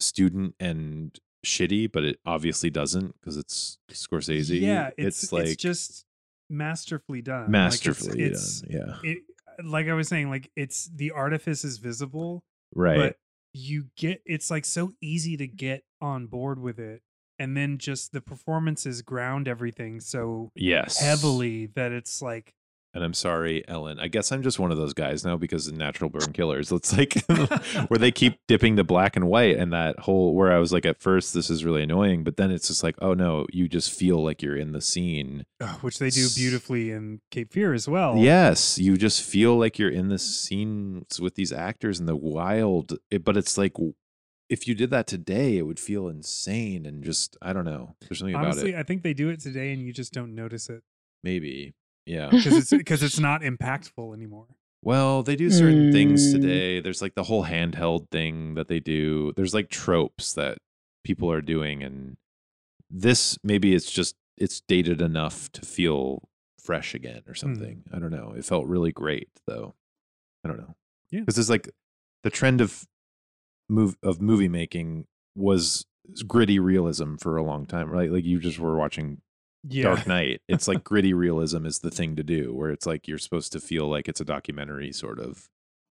[SPEAKER 2] student and shitty, but it obviously doesn't because it's Scorsese.
[SPEAKER 1] yeah, it's,
[SPEAKER 2] like
[SPEAKER 1] it's just masterfully done. Uh, Like, it's-
[SPEAKER 2] masterfully
[SPEAKER 1] it's,
[SPEAKER 2] done. Yeah,
[SPEAKER 1] It, like I was saying, like it's the artifice is visible,
[SPEAKER 2] right.
[SPEAKER 1] but you get it's like so easy to get on board with it, and then just the performances ground everything so
[SPEAKER 2] yes,
[SPEAKER 1] heavily that it's like
[SPEAKER 2] And I'm sorry, Ellen. I guess I'm just one of those guys now because of natural burn killers. [laughs] It's like
[SPEAKER 1] [laughs]
[SPEAKER 2] where they keep dipping the black and white and that whole where I was like at first this is really annoying, but then it's just like, oh no, you just feel like you're in the scene.
[SPEAKER 1] Ugh, which they do beautifully in Cape Fear as well.
[SPEAKER 2] Yes, you just feel like you're in the scenes with these actors in the wild. It- but it's like if you did that today, it would feel insane and just I don't know. There's something
[SPEAKER 1] Honestly,
[SPEAKER 2] about it.
[SPEAKER 1] I think they do it today, and you just don't notice it
[SPEAKER 2] Maybe. Yeah. [laughs]
[SPEAKER 1] because it's because it's not impactful anymore.
[SPEAKER 2] Well, they do certain things
[SPEAKER 4] Mm.
[SPEAKER 2] today. There's like the whole handheld thing that they do. There's like tropes that people are doing and this maybe it's just it's dated enough to feel fresh again or something. I don't know. It felt really great though. I don't know.
[SPEAKER 1] Yeah.
[SPEAKER 2] Cuz it's like the trend of move of movie making was gritty realism for a long time, right? Like you just were watching
[SPEAKER 1] Yeah.
[SPEAKER 2] Dark Knight.
[SPEAKER 1] [laughs]
[SPEAKER 2] It's like gritty realism is the thing to do, where it's like you're supposed to feel like it's a documentary, sort of.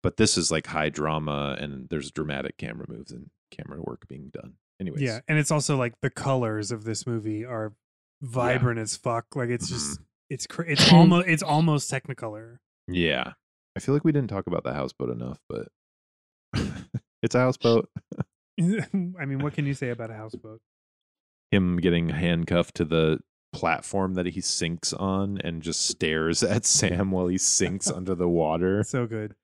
[SPEAKER 2] But this is like high drama, and there's dramatic camera moves and camera work being done. Anyways,
[SPEAKER 1] Yeah, and it's also like the colors of this movie are vibrant as fuck. Like it's
[SPEAKER 2] Mm-hmm.
[SPEAKER 1] just it's cra-
[SPEAKER 2] [clears throat]
[SPEAKER 1] it's almost it's almost Technicolor. [laughs]
[SPEAKER 2] yeah. I feel like we didn't talk about the houseboat enough, but [laughs] it's a houseboat.
[SPEAKER 1] I mean, what can you say about a houseboat?
[SPEAKER 2] Him getting handcuffed to the platform that he sinks on and just stares at [laughs] Sam while he sinks under the
[SPEAKER 1] [laughs]
[SPEAKER 2] water.
[SPEAKER 1] So good.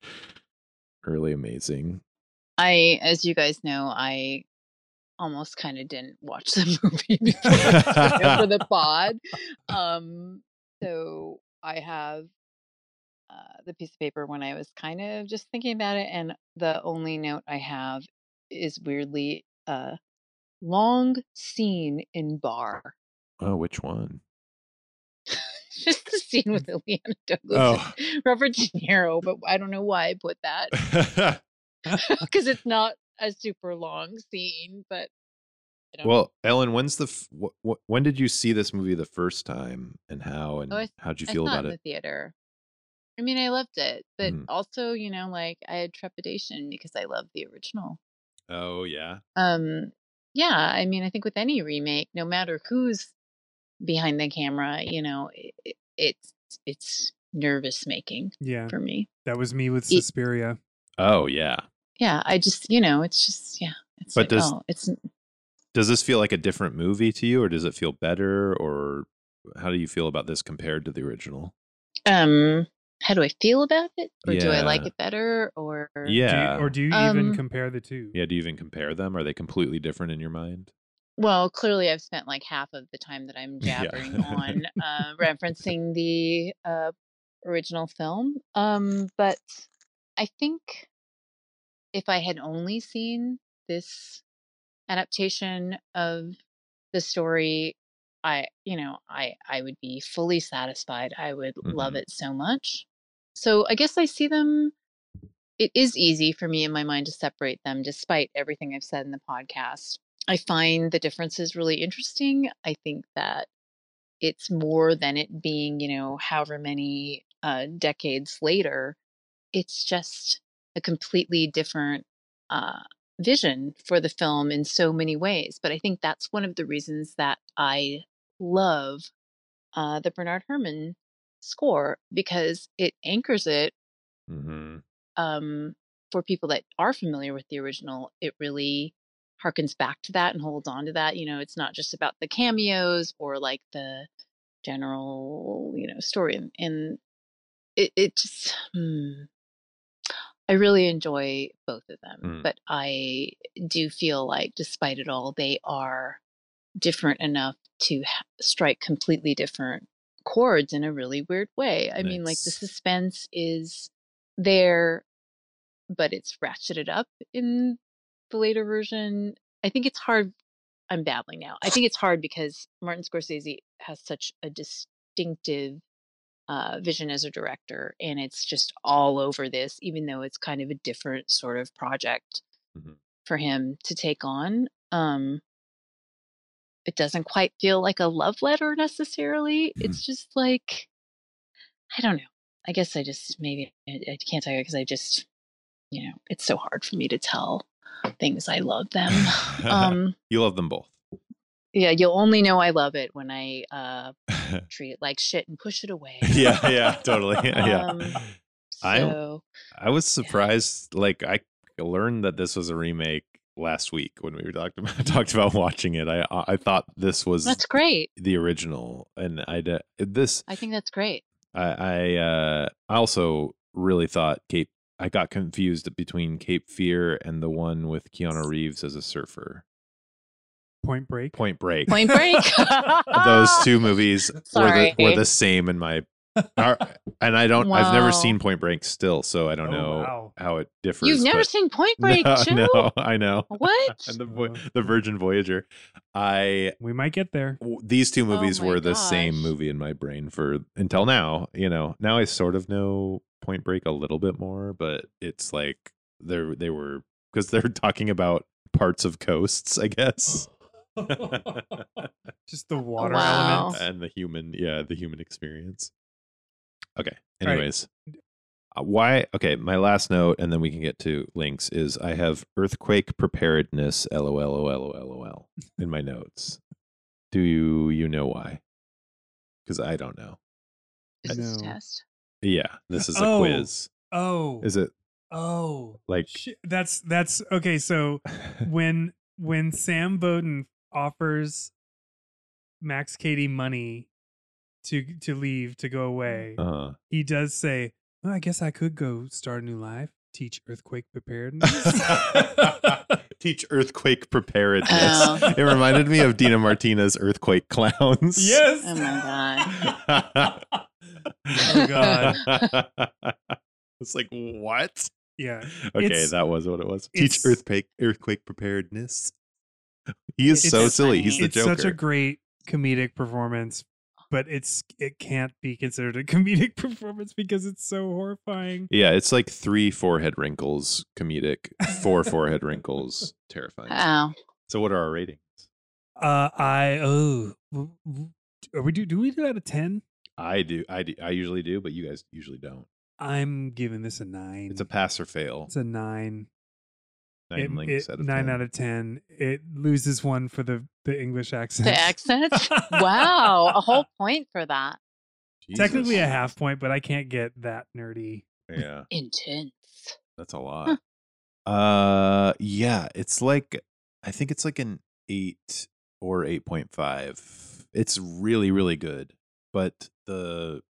[SPEAKER 2] Really amazing.
[SPEAKER 4] I, as you guys know, I almost kind of didn't watch [laughs] the movie before I- for the pod. Um, so I have uh, the piece of paper when I was kind of just thinking about it, and the only note I have is weirdly a long scene in bar.
[SPEAKER 2] Oh,
[SPEAKER 1] [laughs]
[SPEAKER 2] which one?
[SPEAKER 4] [laughs] just the scene with Leanna Douglas,
[SPEAKER 6] Oh.
[SPEAKER 4] and [laughs] Robert De Niro, but I don't know why I put that because it's not a super long scene, but I don't know.
[SPEAKER 2] Well, Ellen, when's the f- wh- wh- when did you see this movie the first time, and how, and
[SPEAKER 4] Oh, I-
[SPEAKER 2] how'd you
[SPEAKER 4] I
[SPEAKER 2] feel
[SPEAKER 4] saw
[SPEAKER 2] about
[SPEAKER 4] in
[SPEAKER 2] it?
[SPEAKER 4] the theater. I mean, I loved it, but
[SPEAKER 2] Mhm.
[SPEAKER 4] also, you know, like I had trepidation because I love the original.
[SPEAKER 6] oh yeah.
[SPEAKER 4] Um, yeah, I mean, I think with any remake, no matter who's behind the camera, you know, it, it, it's it's nervous making
[SPEAKER 1] Yeah,
[SPEAKER 4] for me.
[SPEAKER 1] that was me with
[SPEAKER 4] It-
[SPEAKER 1] Suspiria.
[SPEAKER 6] Oh yeah.
[SPEAKER 4] Yeah, I just, you know, it's just, yeah, it's
[SPEAKER 2] But
[SPEAKER 4] like,
[SPEAKER 2] does-
[SPEAKER 4] oh, it's
[SPEAKER 2] Does this feel like a different movie to you, or does it feel better, or how do you feel about this compared to the original?
[SPEAKER 4] um, how do I feel about it, or do I like
[SPEAKER 2] Yeah.
[SPEAKER 4] it better, or
[SPEAKER 1] Do you-
[SPEAKER 2] Yeah,
[SPEAKER 1] or do you even
[SPEAKER 4] Um,
[SPEAKER 1] compare the two?
[SPEAKER 2] yeah. Do you even compare them? Are they completely different in your mind?
[SPEAKER 4] Well, clearly, I've spent like half of the time that I'm
[SPEAKER 2] Yeah.
[SPEAKER 4] jabbering on uh, referencing the uh, original film. Um, but I think if I had only seen this adaptation of the story, I, you know, I I would be fully satisfied. I would love
[SPEAKER 2] Mhm.
[SPEAKER 4] it so much. So I guess I see them. It is easy for me in my mind to separate them, despite everything I've said in the podcast. I find the differences really interesting. I think that it's more than it being, you know, however many uh, decades later. It's just a completely different uh, vision for the film in so many ways. But I think that's one of the reasons that I love uh, the Bernard Herrmann score because it anchors it
[SPEAKER 2] Mm-hmm.
[SPEAKER 4] um, for people that are familiar with the original, it really harkens back to that and holds on to that. You know, it's not just about the cameos or like the general, you know, story. And, and it, it just, hmm. I really enjoy both of them,
[SPEAKER 2] Mm.
[SPEAKER 4] but I do feel like, despite it all, they are different enough to ha- strike completely different chords in a really weird way. I mean, like the
[SPEAKER 2] Nice.
[SPEAKER 4] suspense is there but it's ratcheted up in the later version. I think it's hard. I'm babbling now. I think it's hard because Martin Scorsese has such a distinctive uh, vision as a director, and it's just all over this, even though it's kind of a different sort of project
[SPEAKER 2] Mhm.
[SPEAKER 4] for him to take on. Um, it doesn't quite feel like a love letter necessarily.
[SPEAKER 2] Mm-hmm.
[SPEAKER 4] It's just like, I don't know. I guess I just maybe I, I can't tell you because I just you know, it's so hard for me to tell things I love them.
[SPEAKER 2] [laughs]
[SPEAKER 4] Um,
[SPEAKER 2] you love them
[SPEAKER 4] [laughs]
[SPEAKER 2] both. [laughs]
[SPEAKER 4] yeah, you'll only know I love it when I uh, treat it like shit and push it away.
[SPEAKER 2] yeah, yeah, totally. [laughs] Yeah.
[SPEAKER 4] Um,
[SPEAKER 2] I-
[SPEAKER 4] So
[SPEAKER 2] I was surprised. Like I learned that this was a remake last week when we were talked about [laughs] talked about watching it. I I thought this was
[SPEAKER 4] that's great.
[SPEAKER 2] the original, and I d- this
[SPEAKER 4] I think that's great.
[SPEAKER 2] I I uh, I also really thought Cape. I got confused between Cape Fear and the one with Keanu Reeves as a surfer.
[SPEAKER 1] Point Break.
[SPEAKER 2] Point Break.
[SPEAKER 4] Point Break.
[SPEAKER 2] [laughs]
[SPEAKER 4] [laughs]
[SPEAKER 2] Those two movies were the,
[SPEAKER 4] Sorry.
[SPEAKER 2] were the same in
[SPEAKER 4] [laughs]
[SPEAKER 2] my. Are, and I don't. I've never
[SPEAKER 4] Wow.
[SPEAKER 2] seen Point Break still, so I don't
[SPEAKER 1] Oh,
[SPEAKER 2] know
[SPEAKER 1] wow.
[SPEAKER 2] how it differs.
[SPEAKER 4] You've never
[SPEAKER 2] but-
[SPEAKER 4] seen Point Break,
[SPEAKER 2] [laughs] no,
[SPEAKER 4] Joe?
[SPEAKER 2] no, I know. [laughs]
[SPEAKER 4] What?
[SPEAKER 2] and the Vo-
[SPEAKER 1] Oh.
[SPEAKER 2] the Virgin Voyager. I
[SPEAKER 1] We might get there.
[SPEAKER 2] w- these two
[SPEAKER 4] Oh
[SPEAKER 2] movies
[SPEAKER 4] my
[SPEAKER 2] were the same
[SPEAKER 4] gosh.
[SPEAKER 2] movie in my brain for until now. You know, now I sort of know Point Break a little bit more, but it's like they're they were because they're [laughs] talking about parts of coasts, I
[SPEAKER 4] [laughs]
[SPEAKER 2] guess, [laughs]
[SPEAKER 4] Oh.
[SPEAKER 1] Just the water
[SPEAKER 4] Wow.
[SPEAKER 1] elements.
[SPEAKER 2] and the human, yeah, the human experience. Okay.
[SPEAKER 1] All right.
[SPEAKER 2] Anyways. Uh, Why? Okay, my last note, and then we can get to links. Is I have earthquake preparedness, lol, lol, lol, in my notes. Do you you know why? Because I don't know.
[SPEAKER 4] Is this
[SPEAKER 1] No.
[SPEAKER 4] a test?
[SPEAKER 2] Yeah, this is a
[SPEAKER 1] Oh.
[SPEAKER 2] quiz.
[SPEAKER 1] Oh,
[SPEAKER 2] Is it
[SPEAKER 1] oh,
[SPEAKER 2] like?
[SPEAKER 1] Shi- that's that's okay. So
[SPEAKER 2] [laughs]
[SPEAKER 1] when when Sam Bowden offers Max Katie money to to leave to go away,
[SPEAKER 2] uh,
[SPEAKER 1] [laughs] he does say, "Well,
[SPEAKER 2] [laughs]
[SPEAKER 1] [laughs] I guess I could go start a new life, teach earthquake preparedness."
[SPEAKER 2] teach earthquake preparedness.
[SPEAKER 4] Oh.
[SPEAKER 2] It reminded me of Dina Martina's earthquake clowns.
[SPEAKER 1] [laughs] Yes.
[SPEAKER 4] Oh my
[SPEAKER 2] [laughs]
[SPEAKER 1] Oh, [laughs] God.
[SPEAKER 2] it's like what?
[SPEAKER 1] Yeah.
[SPEAKER 2] Okay,
[SPEAKER 1] It's-
[SPEAKER 2] that was what it was.
[SPEAKER 1] it's-
[SPEAKER 2] Teach earthquake earthquake preparedness. He is
[SPEAKER 4] It's
[SPEAKER 2] so
[SPEAKER 4] so
[SPEAKER 2] silly.
[SPEAKER 4] funny.
[SPEAKER 2] He's the
[SPEAKER 1] it's
[SPEAKER 2] Joker.
[SPEAKER 1] such a great comedic performance, but it's it can't be considered a [laughs] comedic performance because it's so horrifying.
[SPEAKER 2] yeah, it's like three forehead wrinkles, comedic.
[SPEAKER 1] [laughs]
[SPEAKER 2] Four forehead wrinkles, terrifying.
[SPEAKER 4] god.
[SPEAKER 2] So, what are our ratings?
[SPEAKER 1] Uh, I oh, w- w- are we do do we do out of ten?
[SPEAKER 2] I do, I do, I usually do, but you guys usually don't.
[SPEAKER 1] I'm giving this a nine.
[SPEAKER 2] It's a pass or fail.
[SPEAKER 1] Mm. It's a nine.
[SPEAKER 2] Nine
[SPEAKER 1] It-
[SPEAKER 2] links
[SPEAKER 1] it-
[SPEAKER 2] out of
[SPEAKER 1] nine
[SPEAKER 2] 10.
[SPEAKER 1] out of ten. It loses one for the the English
[SPEAKER 4] Oh,
[SPEAKER 1] accent.
[SPEAKER 2] [laughs]
[SPEAKER 1] [laughs]
[SPEAKER 4] the accents. wow, a whole point for that.
[SPEAKER 2] Jesus.
[SPEAKER 1] Technically a half point, but I can't get that nerdy.
[SPEAKER 2] Yeah.
[SPEAKER 4] Intense.
[SPEAKER 2] That's a lot. uh yeah, it's like I think it's like an 8 or 8.5. It's really really good, but the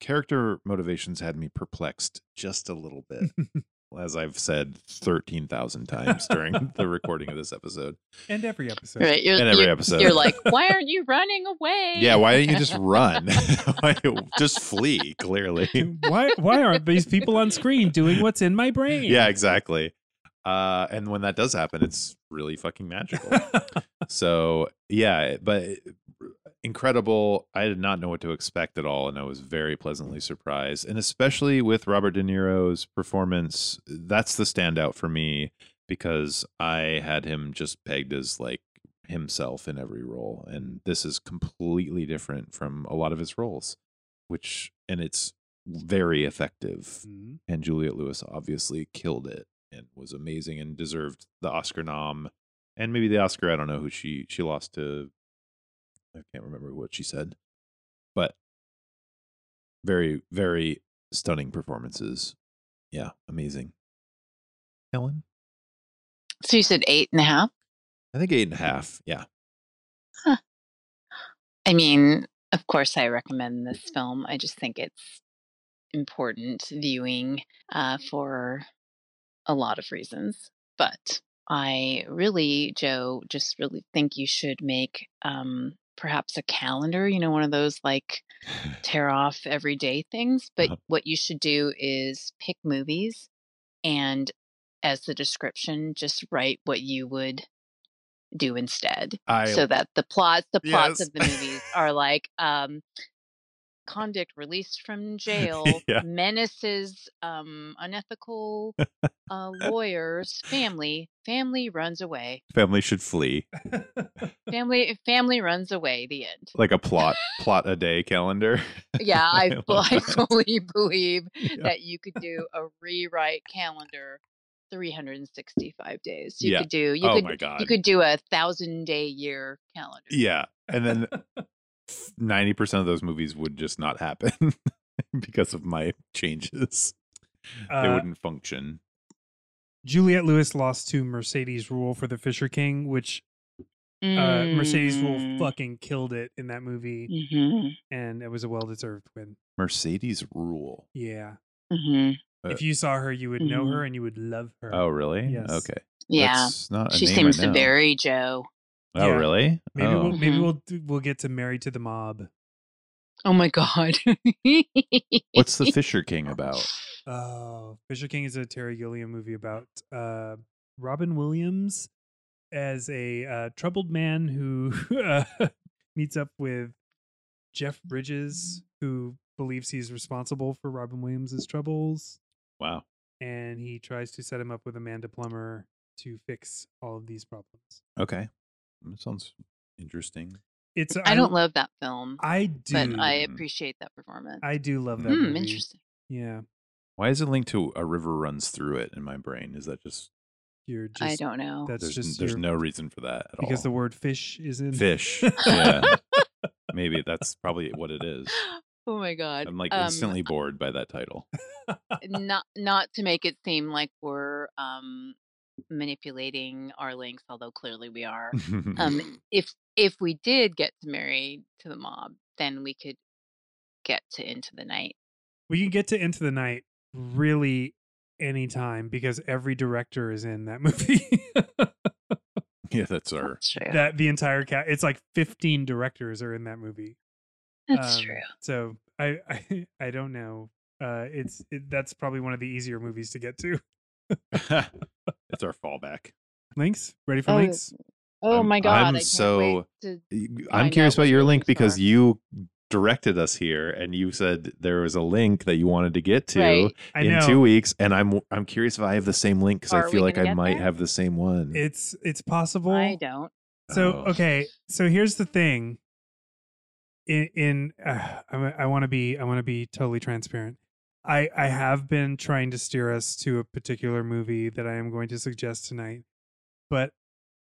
[SPEAKER 2] character motivations had me perplexed just a little bit.
[SPEAKER 4] [laughs]
[SPEAKER 1] [laughs]
[SPEAKER 2] As I've said 13,000 times during the recording of this episode
[SPEAKER 1] And every episode.
[SPEAKER 4] Right. You're,
[SPEAKER 2] and every
[SPEAKER 4] you're,
[SPEAKER 2] episode. [laughs]
[SPEAKER 4] you're like, why aren't you running away?
[SPEAKER 2] yeah, why don't you
[SPEAKER 4] [laughs]
[SPEAKER 2] just run? [laughs] Why- just flee, clearly.
[SPEAKER 1] why why aren't these people on screen doing what's in my brain? [laughs]
[SPEAKER 2] Yeah, exactly. Uh, and when that does happen, it's really fucking magical. so yeah, but eh, incredible. I did not know what to expect at all, and I was very pleasantly surprised. And especially with Robert De Niro's performance, that's the standout for me because I had him just pegged as like himself in every role, and this is completely different from a lot of his roles, which and it's very effective
[SPEAKER 1] Mhm.
[SPEAKER 2] and Juliet Lewis obviously killed it and was amazing and deserved the Oscar nom and maybe the Oscar. I don't know who she she lost to. I can't remember what she said, but very very stunning performances. Yeah, amazing. Ellen,
[SPEAKER 4] So you said eight and a half.
[SPEAKER 2] I think eight and a half. Yeah,
[SPEAKER 4] I mean, of course, I recommend this film. I just think it's important viewing uh, for a lot of reasons. But I really, Joe, just really think you should make um, perhaps a calendar, you know, one of those like tear off everyday things. But
[SPEAKER 2] Uh-huh.
[SPEAKER 4] what you should do is pick movies and as the description, just write what you would do instead
[SPEAKER 2] I
[SPEAKER 4] so that the plots the plots
[SPEAKER 2] Yes.
[SPEAKER 4] of the movies are like um convict released
[SPEAKER 2] [laughs]
[SPEAKER 4] from jail
[SPEAKER 2] Yeah.
[SPEAKER 4] menaces um unethical uh, lawyers family family runs away
[SPEAKER 2] family should flee
[SPEAKER 4] family family runs away the end
[SPEAKER 2] like a plot plot a day calendar.
[SPEAKER 4] yeah i,
[SPEAKER 2] [laughs] I
[SPEAKER 4] [laughs] fu-
[SPEAKER 2] love
[SPEAKER 4] I
[SPEAKER 2] that.
[SPEAKER 4] fully believe
[SPEAKER 2] Yeah.
[SPEAKER 4] that you could do a rewrite calendar 365 days you
[SPEAKER 2] Yeah.
[SPEAKER 4] could do you
[SPEAKER 2] oh
[SPEAKER 4] could
[SPEAKER 2] my god!
[SPEAKER 4] you could do a thousand day year calendar
[SPEAKER 2] Yeah.
[SPEAKER 1] [laughs]
[SPEAKER 2] And then 90% of those movies would just not happen [laughs] because of my changes. they
[SPEAKER 1] Uh,
[SPEAKER 2] wouldn't function.
[SPEAKER 1] Juliette Lewis lost to Mercedes Rule for the Fisher King, which uh, Mercedes
[SPEAKER 4] Mm.
[SPEAKER 1] Rule fucking killed it in that movie,
[SPEAKER 4] mm-hmm.
[SPEAKER 1] and it was a well deserved win.
[SPEAKER 2] Mercedes Rule.
[SPEAKER 1] Yeah.
[SPEAKER 4] Mm-hmm.
[SPEAKER 2] Uh,
[SPEAKER 1] if you saw her, you would know
[SPEAKER 4] mhm.
[SPEAKER 1] her and you would love her.
[SPEAKER 2] Oh, really?
[SPEAKER 1] Yes.
[SPEAKER 2] Okay.
[SPEAKER 4] Yeah.
[SPEAKER 2] That's not a
[SPEAKER 4] She
[SPEAKER 2] name I
[SPEAKER 4] seems
[SPEAKER 2] know.
[SPEAKER 4] very Joe.
[SPEAKER 2] Oh,
[SPEAKER 1] Yeah.
[SPEAKER 2] really?
[SPEAKER 1] Maybe
[SPEAKER 2] oh.
[SPEAKER 1] we'll maybe
[SPEAKER 4] Mhm.
[SPEAKER 1] we'll do- we'll get to Married to the Mob.
[SPEAKER 4] Oh my god.
[SPEAKER 1] [laughs]
[SPEAKER 2] What's
[SPEAKER 4] [laughs]
[SPEAKER 2] the Fisher King about?
[SPEAKER 1] Oh, Fisher King is a Terry Gilliam movie about uh, Robin Williams as a uh, troubled man who [laughs] uh, meets up with Jeff Bridges, who believes he's responsible for Robin Williams' troubles,
[SPEAKER 2] Wow.
[SPEAKER 1] and he tries to set him up with Amanda Plummer to fix all of these problems.
[SPEAKER 2] Okay. Mm, That sounds interesting.
[SPEAKER 1] It's
[SPEAKER 4] I don't love that film,
[SPEAKER 1] I do.
[SPEAKER 4] but I
[SPEAKER 2] Hmm.
[SPEAKER 4] appreciate that performance.
[SPEAKER 1] I do love that.
[SPEAKER 4] Hmm,
[SPEAKER 1] movie.
[SPEAKER 4] interesting.
[SPEAKER 1] Yeah,
[SPEAKER 2] Why is it linked to a river runs through it in my brain? Is that just,
[SPEAKER 1] you're just.
[SPEAKER 4] I don't know.
[SPEAKER 1] That's
[SPEAKER 2] there's,
[SPEAKER 1] just
[SPEAKER 2] there's
[SPEAKER 1] your-
[SPEAKER 2] no reason for that at
[SPEAKER 1] because the
[SPEAKER 2] all?
[SPEAKER 1] word fish is in [laughs]
[SPEAKER 2] fish. yeah. Maybe that's probably what it is.
[SPEAKER 4] [gasps] Oh my god.
[SPEAKER 2] I'm like
[SPEAKER 4] Um,
[SPEAKER 2] instantly bored by that title.
[SPEAKER 4] not not to make it seem like we're um manipulating our links, although clearly we are. [laughs] Um
[SPEAKER 2] [laughs]
[SPEAKER 4] if if we did get married to the mob, then we could get to into the night.
[SPEAKER 1] we can get to into the night really anytime because every director is in that [laughs] movie
[SPEAKER 7] [laughs] Yeah, that's
[SPEAKER 4] [laughs]
[SPEAKER 7] our. [laughs]
[SPEAKER 4] That's true.
[SPEAKER 1] That the entire cat. It's like 15 directors are in that movie.
[SPEAKER 4] That's
[SPEAKER 1] Um,
[SPEAKER 4] true.
[SPEAKER 1] So I, I [laughs] I don't know. Uh, it's it, that's probably one of the easier movies to get to. [laughs]
[SPEAKER 7] that's our fallback.
[SPEAKER 1] Links ready for
[SPEAKER 4] Oh,
[SPEAKER 1] links?
[SPEAKER 4] Oh
[SPEAKER 2] I'm-
[SPEAKER 4] my god!
[SPEAKER 2] I'm
[SPEAKER 4] I can't
[SPEAKER 2] so-
[SPEAKER 4] wait to-
[SPEAKER 2] Y- I'm
[SPEAKER 4] find
[SPEAKER 2] curious
[SPEAKER 4] out
[SPEAKER 2] about
[SPEAKER 4] which
[SPEAKER 2] your
[SPEAKER 4] one
[SPEAKER 2] link
[SPEAKER 4] you
[SPEAKER 2] because
[SPEAKER 4] saw.
[SPEAKER 2] you directed us here and you said there was a link that you wanted to get to
[SPEAKER 4] Right.
[SPEAKER 1] I
[SPEAKER 2] in
[SPEAKER 1] know
[SPEAKER 2] two weeks and I'm I'm curious if I have the same link because
[SPEAKER 4] Are
[SPEAKER 2] I
[SPEAKER 4] we
[SPEAKER 2] feel like
[SPEAKER 4] gonna
[SPEAKER 2] I
[SPEAKER 4] get
[SPEAKER 2] might
[SPEAKER 4] there?
[SPEAKER 2] have the same one.
[SPEAKER 1] it's it's possible.
[SPEAKER 4] I don't.
[SPEAKER 1] So
[SPEAKER 2] Oh.
[SPEAKER 1] okay, so here's the thing. In, in uh, I, want to be I want to be totally transparent. I I have been trying to steer us to a particular movie that I am going to suggest tonight, but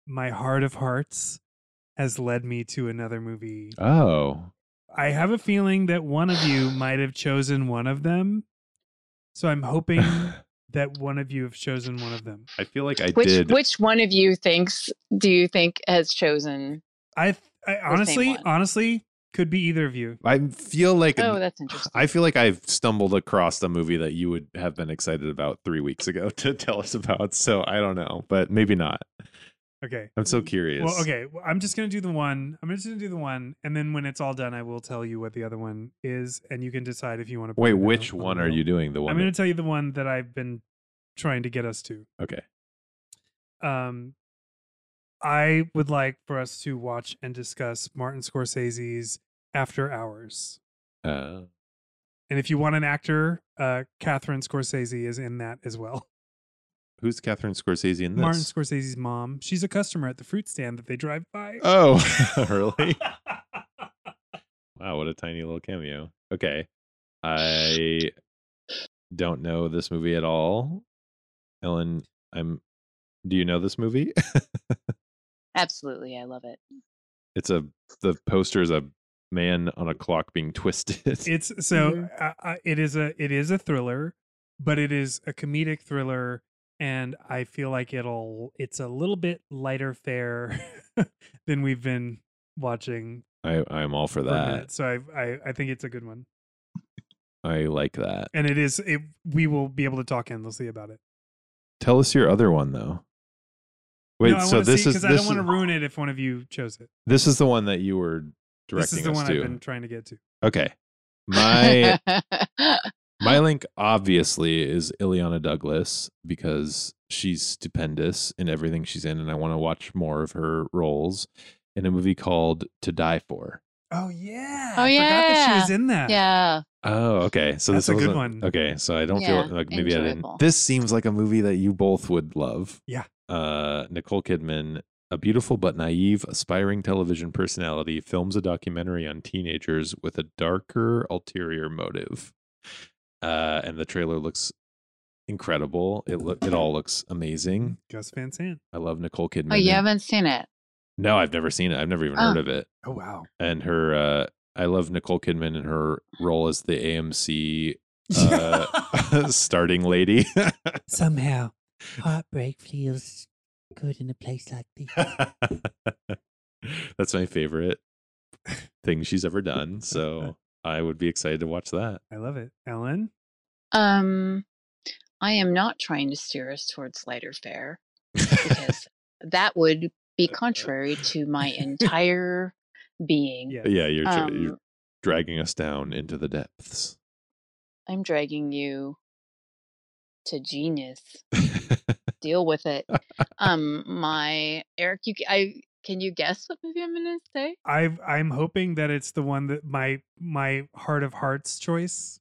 [SPEAKER 1] my heart of hearts has led me to another movie.
[SPEAKER 2] Oh.
[SPEAKER 1] I have a feeling that one of
[SPEAKER 4] [sighs]
[SPEAKER 1] you might have chosen one of them, so I'm hoping
[SPEAKER 2] [laughs]
[SPEAKER 1] that one of you have chosen one of them.
[SPEAKER 7] I feel like I
[SPEAKER 4] Which
[SPEAKER 7] did.
[SPEAKER 4] which one of you thinks do you think has chosen?
[SPEAKER 1] I, th- I honestly
[SPEAKER 4] one.
[SPEAKER 1] honestly could be either of you.
[SPEAKER 2] I feel like
[SPEAKER 4] Oh, that's interesting.
[SPEAKER 2] [sighs] I feel like I've stumbled across a movie that you would have been excited about three weeks ago [laughs] to tell us about. So I don't know, but maybe not.
[SPEAKER 1] Okay.
[SPEAKER 2] I'm so curious.
[SPEAKER 1] Well, okay. Well, I'm just gonna do the one. I'm just gonna do the one, and then when it's all done, I will tell you what the other one is, and you can decide if you want to.
[SPEAKER 2] Wait, which one are you doing? The one.
[SPEAKER 1] I'm gonna
[SPEAKER 2] that-
[SPEAKER 1] tell you the one that I've been trying to get us to.
[SPEAKER 2] okay.
[SPEAKER 1] Um, I would like for us to watch and discuss Martin Scorsese's After Hours,
[SPEAKER 2] Uh,
[SPEAKER 1] and if you want an actor, uh, Catherine Scorsese is in that as well.
[SPEAKER 2] who's Catherine Scorsese in this?
[SPEAKER 1] Martin Scorsese's mom. She's a customer at the fruit stand that they drive by.
[SPEAKER 2] oh, [laughs] really? Wow, what a tiny little cameo. Okay. I don't know this movie at all. Ellen, I'm do you know this movie? [laughs]
[SPEAKER 4] Absolutely, I love it.
[SPEAKER 2] it's a the poster is a man on a clock being twisted.
[SPEAKER 1] [laughs] it's so uh, uh, it is a it is a thriller but it is a comedic thriller and i feel like it'll it's a little bit lighter fare [laughs] than we've been watching
[SPEAKER 2] [laughs] I, I'm all for
[SPEAKER 1] for a minute
[SPEAKER 2] that.
[SPEAKER 1] so I, I i think it's a good one
[SPEAKER 2] I like that.
[SPEAKER 1] and it is it we will be able to talk endlessly about it
[SPEAKER 2] Tell us your other one though.
[SPEAKER 1] No,
[SPEAKER 2] Wait,
[SPEAKER 1] I
[SPEAKER 2] so
[SPEAKER 1] wanna
[SPEAKER 2] this
[SPEAKER 1] see,
[SPEAKER 2] is
[SPEAKER 1] 'cause
[SPEAKER 2] this,
[SPEAKER 1] i don't
[SPEAKER 2] is-
[SPEAKER 1] want to ruin it if one of you chose it
[SPEAKER 2] this is the one that you were
[SPEAKER 1] this
[SPEAKER 2] directing
[SPEAKER 1] is the
[SPEAKER 2] us
[SPEAKER 1] one
[SPEAKER 2] to.
[SPEAKER 1] i've been trying to get to
[SPEAKER 2] Okay. My
[SPEAKER 4] [laughs]
[SPEAKER 1] [laughs]
[SPEAKER 2] My link obviously is Ileana Douglas because she's stupendous in everything she's in, and I want to watch more of her roles in a movie called To Die For.
[SPEAKER 1] oh yeah
[SPEAKER 4] Oh,
[SPEAKER 1] i forgot that she was
[SPEAKER 4] yeah.
[SPEAKER 1] in that
[SPEAKER 4] yeah.
[SPEAKER 2] Oh, okay. So
[SPEAKER 1] That's
[SPEAKER 2] this
[SPEAKER 1] a good
[SPEAKER 2] wasn't-
[SPEAKER 1] one.
[SPEAKER 2] Okay, so I don't
[SPEAKER 4] Yeah,
[SPEAKER 2] feel like maybe I
[SPEAKER 4] enjoyable.
[SPEAKER 2] didn't. This seems like a movie that you both would love.
[SPEAKER 1] Yeah.
[SPEAKER 2] Uh, Nicole Kidman, a beautiful but naive, aspiring television personality, films a documentary on teenagers with a darker ulterior motive. Uh, and the trailer looks incredible. It look it all looks amazing.
[SPEAKER 1] gus van sant
[SPEAKER 2] I love Nicole Kidman.
[SPEAKER 4] Oh, you
[SPEAKER 2] in-
[SPEAKER 4] haven't seen it.
[SPEAKER 2] No, I've never seen it. I've never even
[SPEAKER 4] Oh.
[SPEAKER 2] heard of it
[SPEAKER 1] oh wow
[SPEAKER 2] and her uh I love Nicole Kidman and her role as the AMC
[SPEAKER 1] [laughs]
[SPEAKER 2] uh, [laughs] starting lady.
[SPEAKER 8] Somehow, heartbreak feels good in a place like this.
[SPEAKER 2] [laughs] That's my favorite thing she's ever done. So [laughs] I would be excited to watch that.
[SPEAKER 1] i love it ellen
[SPEAKER 4] Um, I am not trying to steer us towards lighter fare because that would
[SPEAKER 2] [laughs]
[SPEAKER 4] be contrary to my entire being.
[SPEAKER 1] yeah
[SPEAKER 2] Yeah, you're, tr-
[SPEAKER 4] Um,
[SPEAKER 2] you're dragging us down into the depths.
[SPEAKER 4] I'm dragging you to genius. Deal with it. Um, my Eric, you I can you guess what movie I'm gonna say?
[SPEAKER 1] I've I'm hoping that it's the one that my my heart of hearts choice.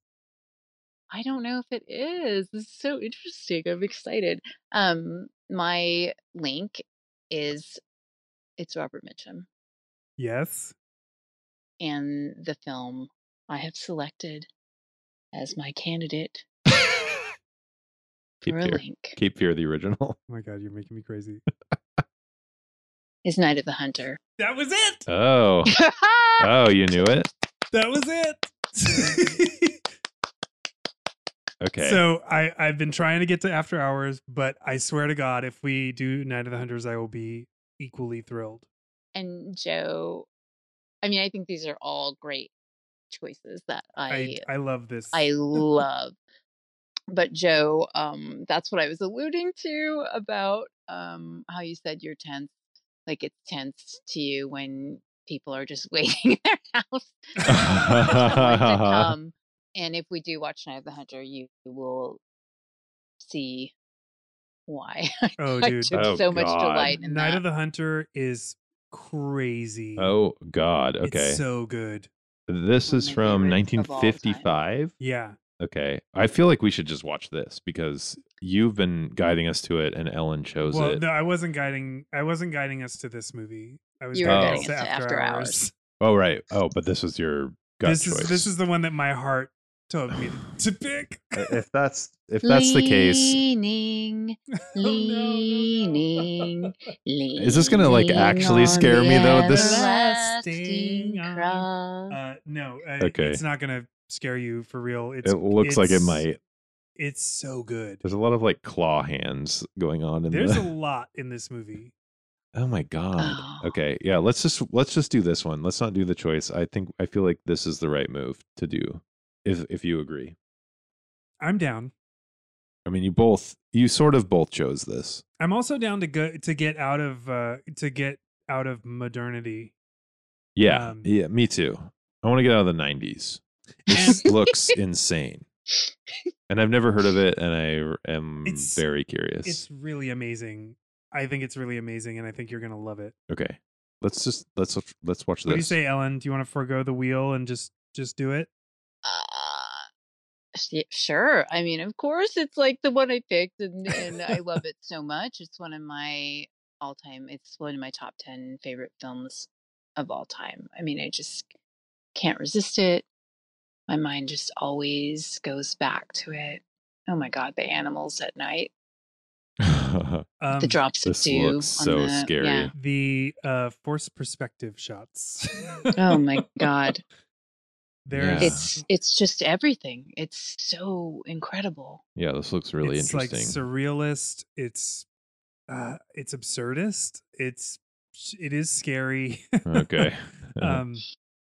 [SPEAKER 4] I don't know if it is. This is so interesting. I'm excited. Um, my link is it's Robert Mitchum
[SPEAKER 1] Yes.
[SPEAKER 4] and the film I have selected as my candidate
[SPEAKER 2] Keep
[SPEAKER 4] for a
[SPEAKER 2] Fear.
[SPEAKER 4] link
[SPEAKER 2] Cape Fear, the original.
[SPEAKER 1] Oh my god, you're making me crazy.
[SPEAKER 4] is Night of the Hunter. [laughs]
[SPEAKER 1] That was it.
[SPEAKER 2] [laughs] Oh. Oh, you knew it?
[SPEAKER 1] That was it. [laughs]
[SPEAKER 2] Okay.
[SPEAKER 1] So I I've been trying to get to after hours, but I swear to God, if we do Night of the Hunters, I will be equally thrilled.
[SPEAKER 4] and Joe. I mean, I think these are all great choices that
[SPEAKER 1] I
[SPEAKER 4] I
[SPEAKER 1] I, love this. [laughs]
[SPEAKER 2] [laughs]
[SPEAKER 4] I love. But Joe, um, that's what I was alluding to about um, how you said you're tense Like it's tense to you when people are just [laughs] waiting in their
[SPEAKER 1] [laughs]
[SPEAKER 4] house for someone
[SPEAKER 1] Uh-huh.
[SPEAKER 4] to come. And if we do watch Night of the Hunter, you will see why. [laughs]
[SPEAKER 1] Oh,
[SPEAKER 4] I
[SPEAKER 1] dude.
[SPEAKER 4] took
[SPEAKER 2] Oh,
[SPEAKER 4] so much
[SPEAKER 2] God.
[SPEAKER 4] delight in
[SPEAKER 1] Night
[SPEAKER 4] that.
[SPEAKER 1] of the Hunter is crazy.
[SPEAKER 2] Oh God. Okay.
[SPEAKER 1] It's so good.
[SPEAKER 2] this
[SPEAKER 4] One
[SPEAKER 2] is
[SPEAKER 4] of my
[SPEAKER 2] from
[SPEAKER 4] favorites of all time.
[SPEAKER 2] 1955.
[SPEAKER 1] Yeah.
[SPEAKER 2] Okay. I feel like we should just watch this because you've been guiding us to it, and Ellen chose
[SPEAKER 1] well,
[SPEAKER 2] it.
[SPEAKER 1] no, I wasn't guiding. I wasn't guiding us to this movie. I was
[SPEAKER 4] You
[SPEAKER 2] were
[SPEAKER 1] guiding
[SPEAKER 2] guiding
[SPEAKER 1] us
[SPEAKER 4] us to
[SPEAKER 1] [laughs]
[SPEAKER 4] After Hours.
[SPEAKER 2] oh right. Oh, but this was your gut
[SPEAKER 1] This
[SPEAKER 2] choice. Uh,
[SPEAKER 1] is this is the one that my heart told me to pick.
[SPEAKER 2] if that's if that's the case, Oh,
[SPEAKER 4] Leaning,
[SPEAKER 2] [laughs]
[SPEAKER 1] no, no, no.
[SPEAKER 4] leaning, leaning.
[SPEAKER 2] Is this gonna, like, actually
[SPEAKER 4] on
[SPEAKER 2] scare
[SPEAKER 4] the
[SPEAKER 2] me, though? This-
[SPEAKER 4] everlasting
[SPEAKER 1] Everlasting arm.
[SPEAKER 4] cross.
[SPEAKER 1] [laughs] Uh, no. Uh,
[SPEAKER 2] Okay.
[SPEAKER 1] It's not gonna scare you for real. It's,
[SPEAKER 2] it looks like it
[SPEAKER 1] it's-
[SPEAKER 2] might.
[SPEAKER 1] It's so good.
[SPEAKER 2] There's a lot of like claw hands going on in
[SPEAKER 1] There's
[SPEAKER 2] the.
[SPEAKER 1] a lot in this movie.
[SPEAKER 2] [laughs] Oh my god. okay. Yeah, let's just let's just do this one. Let's not do the choice. I think I feel like this is the right move to do if if you agree.
[SPEAKER 1] I'm down.
[SPEAKER 2] I mean, you both you sort of both chose this.
[SPEAKER 1] I'm also down to go to get out of uh to get out of modernity.
[SPEAKER 2] Yeah.
[SPEAKER 1] Um,
[SPEAKER 2] yeah, me too. I want to get out of the 90s. [laughs]
[SPEAKER 1] [laughs]
[SPEAKER 2] This looks insane. And I've never heard of it and I am
[SPEAKER 1] It's-
[SPEAKER 2] very curious.
[SPEAKER 1] It's really amazing. I think it's really amazing, and I think you're gonna love it.
[SPEAKER 2] okay. Let's just let's let's watch this.
[SPEAKER 1] What do you say, Ellen? Do you want to forego the wheel and just just do it?
[SPEAKER 4] Uh, s- sure. I mean, of course, it's like the one I picked, and,
[SPEAKER 2] [laughs]
[SPEAKER 4] and I love it so much. It's one of my all time. It's one of my top ten favorite films of all time. I mean, I just can't resist it. My mind just always goes back to it. Oh my god, the animals at night,
[SPEAKER 2] [laughs]
[SPEAKER 1] Um,
[SPEAKER 4] the drops of
[SPEAKER 2] this
[SPEAKER 4] dew.
[SPEAKER 2] looks
[SPEAKER 4] on
[SPEAKER 2] so
[SPEAKER 4] the-
[SPEAKER 2] scary.
[SPEAKER 4] yeah.
[SPEAKER 1] the uh, forced perspective shots. [laughs]
[SPEAKER 4] Oh
[SPEAKER 2] [laughs]
[SPEAKER 4] my god,
[SPEAKER 1] There's
[SPEAKER 2] Yeah.
[SPEAKER 4] it's it's just everything. It's so incredible.
[SPEAKER 2] yeah, this looks really
[SPEAKER 1] it's like [laughs]
[SPEAKER 2] interesting.
[SPEAKER 1] surrealist. It's uh, it's absurdist. It's it is scary. [laughs]
[SPEAKER 2] okay. [laughs] Uh,
[SPEAKER 1] um,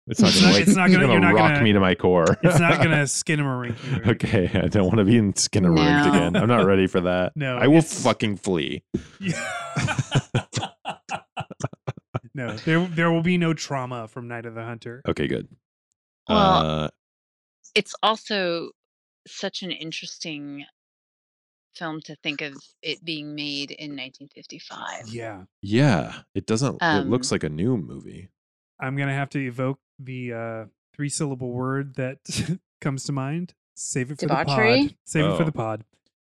[SPEAKER 2] it's not gonna, like,
[SPEAKER 1] it's not gonna-
[SPEAKER 2] it's
[SPEAKER 1] you're not
[SPEAKER 2] rock
[SPEAKER 1] gonna-
[SPEAKER 2] me to my core.
[SPEAKER 1] it's not
[SPEAKER 2] [laughs]
[SPEAKER 1] gonna skin a marink.
[SPEAKER 2] Okay, I don't want to be in Skinner rooms
[SPEAKER 4] No.
[SPEAKER 2] again. I'm not ready for that.
[SPEAKER 1] [laughs] No,
[SPEAKER 2] I will
[SPEAKER 1] it's-
[SPEAKER 2] fucking flee.
[SPEAKER 1] [laughs] no, there there will be no trauma from Night of the
[SPEAKER 2] [laughs]
[SPEAKER 1] Hunter.
[SPEAKER 2] Okay, good. Uh,
[SPEAKER 4] Well- it's also such an interesting film to think of it being made in 1955.
[SPEAKER 1] Yeah,
[SPEAKER 2] yeah, it doesn't. it looks
[SPEAKER 4] Um,
[SPEAKER 2] like a new movie.
[SPEAKER 1] I'm gonna have to evoke the uh, three syllable word that [laughs] comes to mind. Save it for the pod.
[SPEAKER 4] Debauchery?
[SPEAKER 1] Save it for
[SPEAKER 2] Oh.
[SPEAKER 1] the
[SPEAKER 4] [laughs]
[SPEAKER 1] pod.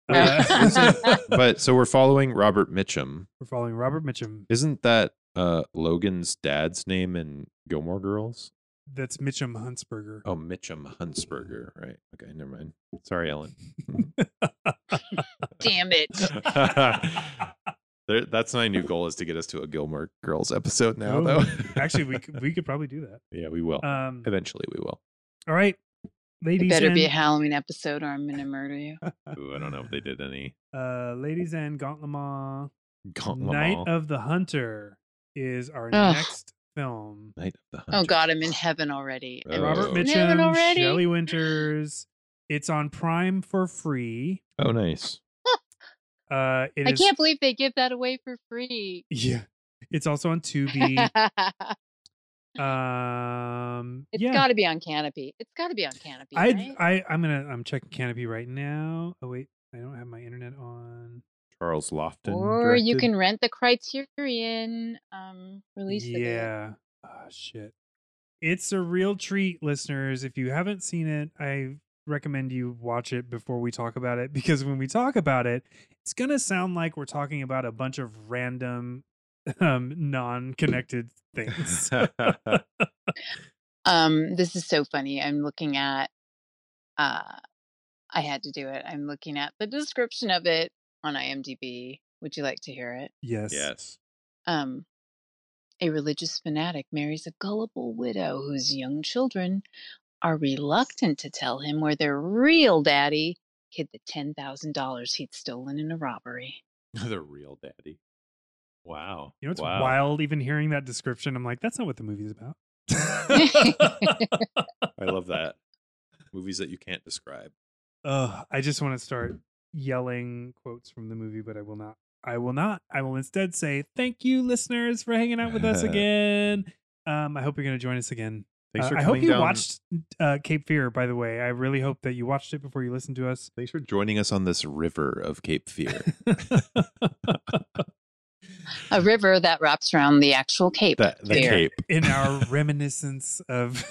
[SPEAKER 2] Wait,
[SPEAKER 1] Uh,
[SPEAKER 4] isn't-
[SPEAKER 2] But so we're following Robert Mitchum.
[SPEAKER 1] we're following Robert Mitchum.
[SPEAKER 2] Isn't that uh, Logan's dad's name in Gilmore Girls?
[SPEAKER 1] That's Mitchum Huntsberger.
[SPEAKER 2] Oh, Mitchum Huntsberger. Right. Okay, never mind. Sorry, Ellen.
[SPEAKER 4] Damn
[SPEAKER 1] [laughs]
[SPEAKER 2] [laughs]
[SPEAKER 4] it.
[SPEAKER 2] There, that's my new goal is to get us to a Gilmore Girls episode now,
[SPEAKER 1] Oh,
[SPEAKER 2] though.
[SPEAKER 1] Actually,
[SPEAKER 2] [laughs]
[SPEAKER 1] we could, we could probably do that.
[SPEAKER 2] yeah, we will.
[SPEAKER 1] Um,
[SPEAKER 2] Eventually, we will.
[SPEAKER 1] all right,
[SPEAKER 4] It
[SPEAKER 1] ladies.
[SPEAKER 4] better be a
[SPEAKER 1] and-
[SPEAKER 4] Halloween episode or I'm going to murder
[SPEAKER 1] [laughs]
[SPEAKER 4] you.
[SPEAKER 2] [laughs] Ooh, I don't know if they did any.
[SPEAKER 1] Uh, ladies and Gauntlemont.
[SPEAKER 2] Gauntlet
[SPEAKER 1] Night
[SPEAKER 2] Mall.
[SPEAKER 1] of the Hunter is our
[SPEAKER 4] Ugh.
[SPEAKER 1] next film.
[SPEAKER 2] Night of the
[SPEAKER 4] Oh,
[SPEAKER 2] Hunter.
[SPEAKER 4] God, I'm in heaven already. I'm
[SPEAKER 1] Robert
[SPEAKER 2] Oh.
[SPEAKER 4] in heaven
[SPEAKER 1] Mitchum,
[SPEAKER 4] already.
[SPEAKER 1] Shelley Winters. It's on Prime for free.
[SPEAKER 2] Oh, nice.
[SPEAKER 1] Uh, it
[SPEAKER 4] I
[SPEAKER 1] is-
[SPEAKER 4] can't believe they give that away for free.
[SPEAKER 1] Yeah, it's also on
[SPEAKER 4] [laughs]
[SPEAKER 1] Tubi.
[SPEAKER 4] It's
[SPEAKER 1] um, yeah,
[SPEAKER 4] got to be on Canopy. It's got to be on Canopy.
[SPEAKER 1] I,
[SPEAKER 4] right?
[SPEAKER 1] I, I'm gonna, I'm checking Canopy right now. Oh wait, I don't have my internet on.
[SPEAKER 2] Charles Lofton.
[SPEAKER 4] or you
[SPEAKER 2] directed.
[SPEAKER 4] can rent the Criterion um, release. of it.
[SPEAKER 1] yeah. Oh shit. It's a real treat, listeners. If you haven't seen it, I recommend you watch it before we talk about it because when we talk about it, it's going to sound like we're talking about a bunch of random [laughs] um non-connected
[SPEAKER 2] [laughs]
[SPEAKER 4] [laughs]
[SPEAKER 1] things.
[SPEAKER 4] Um, this is so funny. I'm looking at uh I had to do it. I'm looking at the description of it on IMDb. Would you like to hear it?
[SPEAKER 1] [laughs] yes.
[SPEAKER 2] yes.
[SPEAKER 4] Um a religious fanatic marries a gullible widow whose young children are reluctant to tell him where their real daddy hid the $10,000 he'd stolen in a robbery.
[SPEAKER 2] the real daddy. Wow.
[SPEAKER 1] You know it's
[SPEAKER 2] wow.
[SPEAKER 1] wild even hearing that description. I'm like that's not what the movie's about. [laughs]
[SPEAKER 2] I love that. Movies that you can't describe.
[SPEAKER 1] Ugh, I just want to start yelling quotes from the movie, but I will not. I will not. I will instead say thank you, listeners, for hanging out with
[SPEAKER 2] [laughs]
[SPEAKER 1] us again. Um, I hope you're going to join us again.
[SPEAKER 2] Thanks
[SPEAKER 1] Uh,
[SPEAKER 2] for
[SPEAKER 1] I hope
[SPEAKER 2] coming
[SPEAKER 1] you [laughs]
[SPEAKER 2] down-
[SPEAKER 1] watched uh, Cape Fear. By the way, I really hope that you watched it before you listened to
[SPEAKER 2] [laughs]
[SPEAKER 1] us.
[SPEAKER 2] Thanks for joining us on this river of Cape Fear.
[SPEAKER 4] [laughs] A river that wraps around the actual cape.
[SPEAKER 2] that the
[SPEAKER 4] Fear.
[SPEAKER 2] Cape.
[SPEAKER 1] In our reminiscence of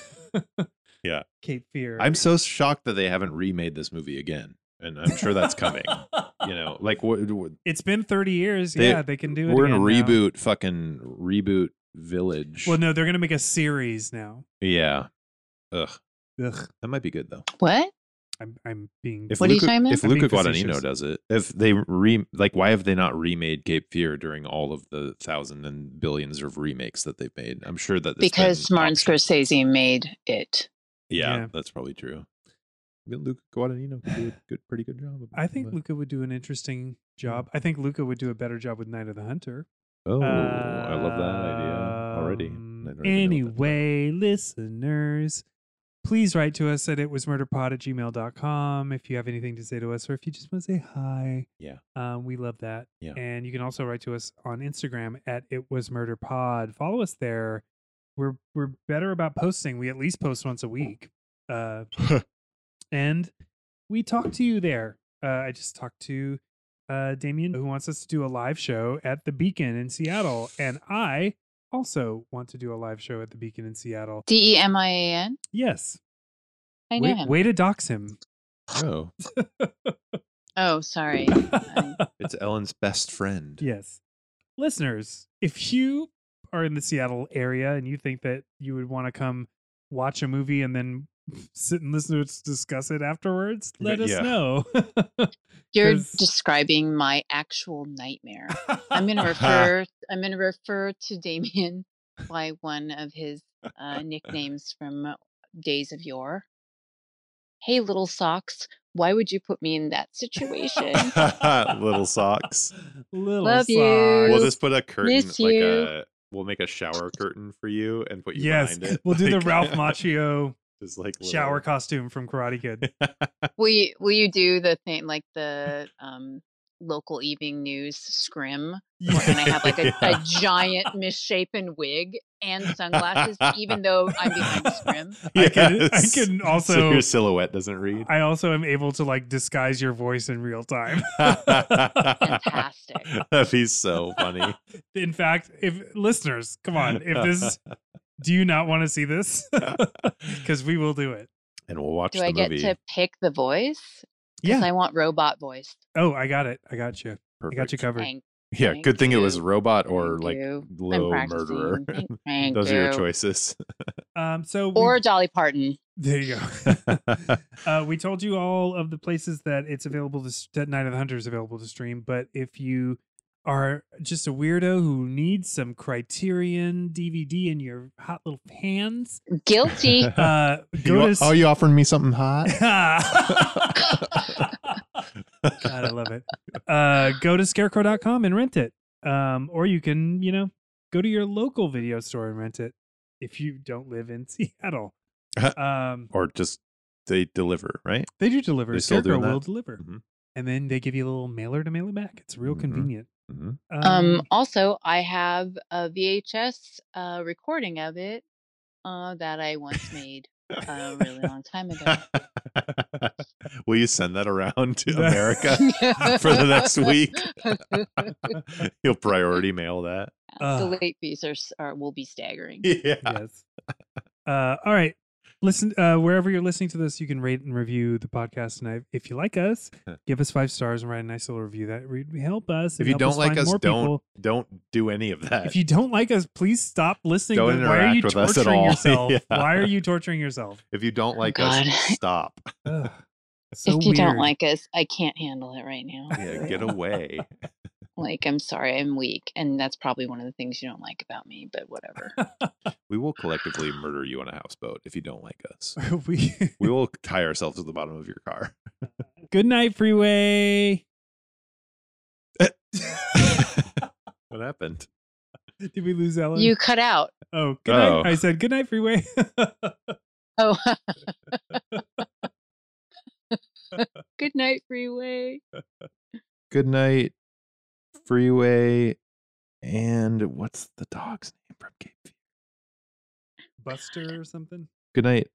[SPEAKER 2] Yeah.
[SPEAKER 1] [laughs] Cape Fear.
[SPEAKER 2] I'm so shocked that they haven't remade this movie again, and I'm sure that's coming.
[SPEAKER 1] [laughs]
[SPEAKER 2] you know, like what, what
[SPEAKER 1] It's been 30 years.
[SPEAKER 2] They-
[SPEAKER 1] yeah, they can do it.
[SPEAKER 2] we're in a
[SPEAKER 1] again now.
[SPEAKER 2] reboot, fucking reboot village.
[SPEAKER 1] Well, no, they're going to make a series now.
[SPEAKER 2] yeah, ugh,
[SPEAKER 1] Ugh,
[SPEAKER 2] that might be good though.
[SPEAKER 4] What?
[SPEAKER 1] I'm I'm being
[SPEAKER 2] If
[SPEAKER 4] What are you
[SPEAKER 2] Luca,
[SPEAKER 4] talking about?
[SPEAKER 2] if
[SPEAKER 1] I'm being
[SPEAKER 2] Luca Guadagnino
[SPEAKER 1] facetious.
[SPEAKER 2] does it, if they re like, why have they not remade Cape Fear during all of the thousand and billions of remakes that they've made? I'm sure that it's
[SPEAKER 4] Because
[SPEAKER 2] been
[SPEAKER 4] Martin
[SPEAKER 2] optional.
[SPEAKER 4] Scorsese made it.
[SPEAKER 2] Yeah,
[SPEAKER 1] Yeah.
[SPEAKER 2] that's probably true. But Luca Guadagnino could do a good, pretty good job. of
[SPEAKER 1] I
[SPEAKER 2] it,
[SPEAKER 1] think
[SPEAKER 2] but-
[SPEAKER 1] Luca would do an interesting job. I think Luca would do a better job with Night of the Hunter.
[SPEAKER 2] Oh, I love that idea already.
[SPEAKER 1] Um,
[SPEAKER 2] I don't even know what that-
[SPEAKER 1] Anyway, listeners, please write to us at it was murderpod at gmail.com if you have anything to say to us or if you just want to say hi.
[SPEAKER 2] Yeah.
[SPEAKER 1] Um, we love that.
[SPEAKER 2] Yeah.
[SPEAKER 1] And you can also write to us on Instagram at it was murder pod. Follow us there. We're we're better about posting. We at least post once a week. Uh, and we talk to you there. Uh, I just talked to uh, Damien, who wants us to do a live show at the Beacon in Seattle, and I also want to do a live show at the Beacon in Seattle.
[SPEAKER 4] D E M I A N.
[SPEAKER 1] Yes,
[SPEAKER 4] I know
[SPEAKER 1] way,
[SPEAKER 4] him.
[SPEAKER 1] way to dox him.
[SPEAKER 2] Oh,
[SPEAKER 4] Oh, sorry.
[SPEAKER 1] [laughs]
[SPEAKER 2] it's Ellen's best friend.
[SPEAKER 1] Yes. Listeners, if you are in the Seattle area and you think that you would want to come watch a movie and then [laughs] sit and listen to us discuss it afterwards, let us
[SPEAKER 2] Yeah.
[SPEAKER 1] know.
[SPEAKER 4] You're
[SPEAKER 1] 'Cause-
[SPEAKER 4] describing my actual nightmare. I'm gonna refer. I'm gonna refer to Damien [laughs] by one of his uh, nicknames from uh, days of yore. Hey, little socks. Why would you put me in that
[SPEAKER 2] [laughs]
[SPEAKER 4] situation?
[SPEAKER 2] Little socks.
[SPEAKER 1] [laughs] Little
[SPEAKER 4] Love you.
[SPEAKER 1] socks.
[SPEAKER 2] We'll just put a curtain,
[SPEAKER 4] Miss
[SPEAKER 2] like
[SPEAKER 4] you.
[SPEAKER 2] a. We'll make a shower curtain for you and put you
[SPEAKER 1] yes,
[SPEAKER 2] behind it.
[SPEAKER 1] we'll do the
[SPEAKER 2] [laughs] Like-
[SPEAKER 1] Ralph Macchio
[SPEAKER 2] just like little-
[SPEAKER 1] shower costume from Karate
[SPEAKER 4] [laughs]
[SPEAKER 1] Kid.
[SPEAKER 4] will you Will you do the thing like the um, local evening news scrim? Where, and I have
[SPEAKER 1] [laughs]
[SPEAKER 4] like a, a giant misshapen wig and sunglasses, even though I'm behind the scrim.
[SPEAKER 1] I can- I
[SPEAKER 2] Yes.
[SPEAKER 1] can
[SPEAKER 2] [laughs] [laughs] so
[SPEAKER 1] also-
[SPEAKER 2] your silhouette
[SPEAKER 1] [laughs]
[SPEAKER 2] doesn't read. [laughs]
[SPEAKER 1] I also am able to like disguise your voice in real time.
[SPEAKER 4] Fantastic.
[SPEAKER 2] That'd be so funny.
[SPEAKER 1] In fact, if listeners, [laughs] come on, if this do you not want to see this? [laughs] Because we will do it.
[SPEAKER 2] [laughs] and we'll watch
[SPEAKER 4] Do
[SPEAKER 2] the
[SPEAKER 4] I get
[SPEAKER 2] movie.
[SPEAKER 4] to pick the voice? 'Cause
[SPEAKER 1] Yeah.
[SPEAKER 4] I want robot voice.
[SPEAKER 1] Oh, I got it. I got you. I got you covered.
[SPEAKER 4] Thank,
[SPEAKER 2] Yeah,
[SPEAKER 4] Thank
[SPEAKER 2] good thing it
[SPEAKER 4] you.
[SPEAKER 2] was robot or
[SPEAKER 4] thank
[SPEAKER 2] like
[SPEAKER 4] you. I'm
[SPEAKER 2] low
[SPEAKER 4] practicing.
[SPEAKER 2] murderer.
[SPEAKER 4] Thank-
[SPEAKER 2] [laughs]
[SPEAKER 4] thank
[SPEAKER 2] Those are your
[SPEAKER 4] you.
[SPEAKER 2] choices.
[SPEAKER 1] Um, so we-
[SPEAKER 4] Or Dolly Parton.
[SPEAKER 1] there you go. uh, we told you all of the places that it's available to s- that Night of the Hunter is available to stream. But if you are just a weirdo who needs some Criterion DVD in your hot little hands,
[SPEAKER 2] [laughs]
[SPEAKER 4] Guilty. Um,
[SPEAKER 1] uh,
[SPEAKER 2] You
[SPEAKER 1] go
[SPEAKER 2] wa-
[SPEAKER 1] to. s-
[SPEAKER 2] oh, you offering me something hot?
[SPEAKER 1] [laughs] God, I love it. Uh, go to scarecrow.com and rent it. Um, or you can, you know, go to your local video store and rent it if you don't live in [laughs] Seattle. Um,
[SPEAKER 2] or just they deliver, right?
[SPEAKER 1] they do deliver.
[SPEAKER 2] They still
[SPEAKER 1] Scarecrow
[SPEAKER 2] doing that?
[SPEAKER 1] will deliver.
[SPEAKER 2] Mhm.
[SPEAKER 1] And then they give you a little mailer to mail it back. It's real
[SPEAKER 2] Mhm.
[SPEAKER 1] convenient.
[SPEAKER 2] Mhm.
[SPEAKER 4] um, also, I have a VHS uh, recording of it uh, that I once made a really long
[SPEAKER 2] [laughs]
[SPEAKER 4] time ago.
[SPEAKER 2] [laughs] Will you send that
[SPEAKER 1] [laughs]
[SPEAKER 2] around to
[SPEAKER 1] That-
[SPEAKER 4] [laughs]
[SPEAKER 2] America [laughs] for the next week? You'll priority mail that.
[SPEAKER 1] Ah.
[SPEAKER 4] the late fees are, s- are will be staggering.
[SPEAKER 2] Yeah.
[SPEAKER 1] yes. Uh, all right. Listen, uh, wherever you're listening to this, you can rate and review the podcast. And I, if you like
[SPEAKER 2] [laughs]
[SPEAKER 1] us, give us five stars and write a nice little review. That re- help us.
[SPEAKER 2] If
[SPEAKER 1] and
[SPEAKER 2] you
[SPEAKER 1] help
[SPEAKER 2] don't like
[SPEAKER 1] find
[SPEAKER 2] us,
[SPEAKER 1] more
[SPEAKER 2] don't
[SPEAKER 1] people.
[SPEAKER 2] [laughs] don't do any of that.
[SPEAKER 1] If you don't like us, please stop listening.
[SPEAKER 2] Don't
[SPEAKER 1] to- Why are
[SPEAKER 2] interact
[SPEAKER 1] you
[SPEAKER 2] with
[SPEAKER 1] torturing
[SPEAKER 2] us at all. [laughs]
[SPEAKER 1] yourself?
[SPEAKER 2] Yeah.
[SPEAKER 1] Why are you torturing yourself?
[SPEAKER 2] If you don't like
[SPEAKER 4] God.
[SPEAKER 2] us, stop. [laughs]
[SPEAKER 1] Ugh, so
[SPEAKER 4] if you don't
[SPEAKER 1] weird.
[SPEAKER 4] like us, I can't handle it right
[SPEAKER 2] [laughs]
[SPEAKER 4] now.
[SPEAKER 2] Yeah,
[SPEAKER 1] [laughs]
[SPEAKER 2] get away.
[SPEAKER 4] Like, I'm sorry, I'm weak. And that's probably one of the things you don't like about me, but whatever.
[SPEAKER 2] We will collectively murder you on a houseboat if you don't like us.
[SPEAKER 1] [laughs] we
[SPEAKER 2] We will tie ourselves to the bottom of your car.
[SPEAKER 1] [laughs] good night, freeway. [laughs]
[SPEAKER 2] what happened?
[SPEAKER 1] Did we lose Ellen?
[SPEAKER 4] You cut out.
[SPEAKER 1] oh, good night.
[SPEAKER 2] Oh.
[SPEAKER 1] I said good night, freeway.
[SPEAKER 4] Oh. [laughs] Good night, freeway.
[SPEAKER 2] Good night, Freeway, and what's the dog's name from Cape Fear?
[SPEAKER 1] [laughs] Buster or something.
[SPEAKER 2] Good night,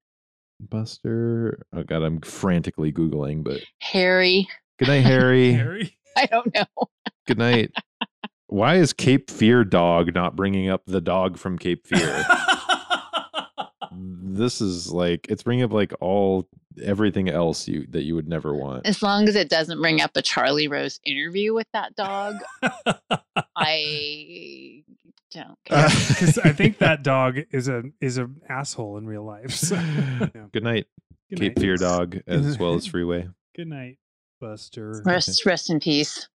[SPEAKER 2] Buster. Oh God, I'm frantically googling, but
[SPEAKER 4] Harry.
[SPEAKER 1] [laughs]
[SPEAKER 2] good night, Harry.
[SPEAKER 1] Harry.
[SPEAKER 4] I don't know.
[SPEAKER 2] good night. Why is Cape Fear dog not bringing up the dog from Cape
[SPEAKER 1] [laughs]
[SPEAKER 2] Fear? this is like it's bringing up like all everything else you that you would never want.
[SPEAKER 4] As long as it doesn't bring up a Charlie Rose interview with that dog, I don't care.
[SPEAKER 1] [laughs]
[SPEAKER 2] [laughs] Uh,
[SPEAKER 1] Because I think that dog is a is an asshole in real life.
[SPEAKER 2] [laughs]
[SPEAKER 1] So, [laughs] yeah.
[SPEAKER 2] Good night,
[SPEAKER 1] Good
[SPEAKER 2] Cape
[SPEAKER 1] night.
[SPEAKER 2] Fear dog, as well as Freeway.
[SPEAKER 1] Good night, Buster.
[SPEAKER 4] Rest, rest in peace.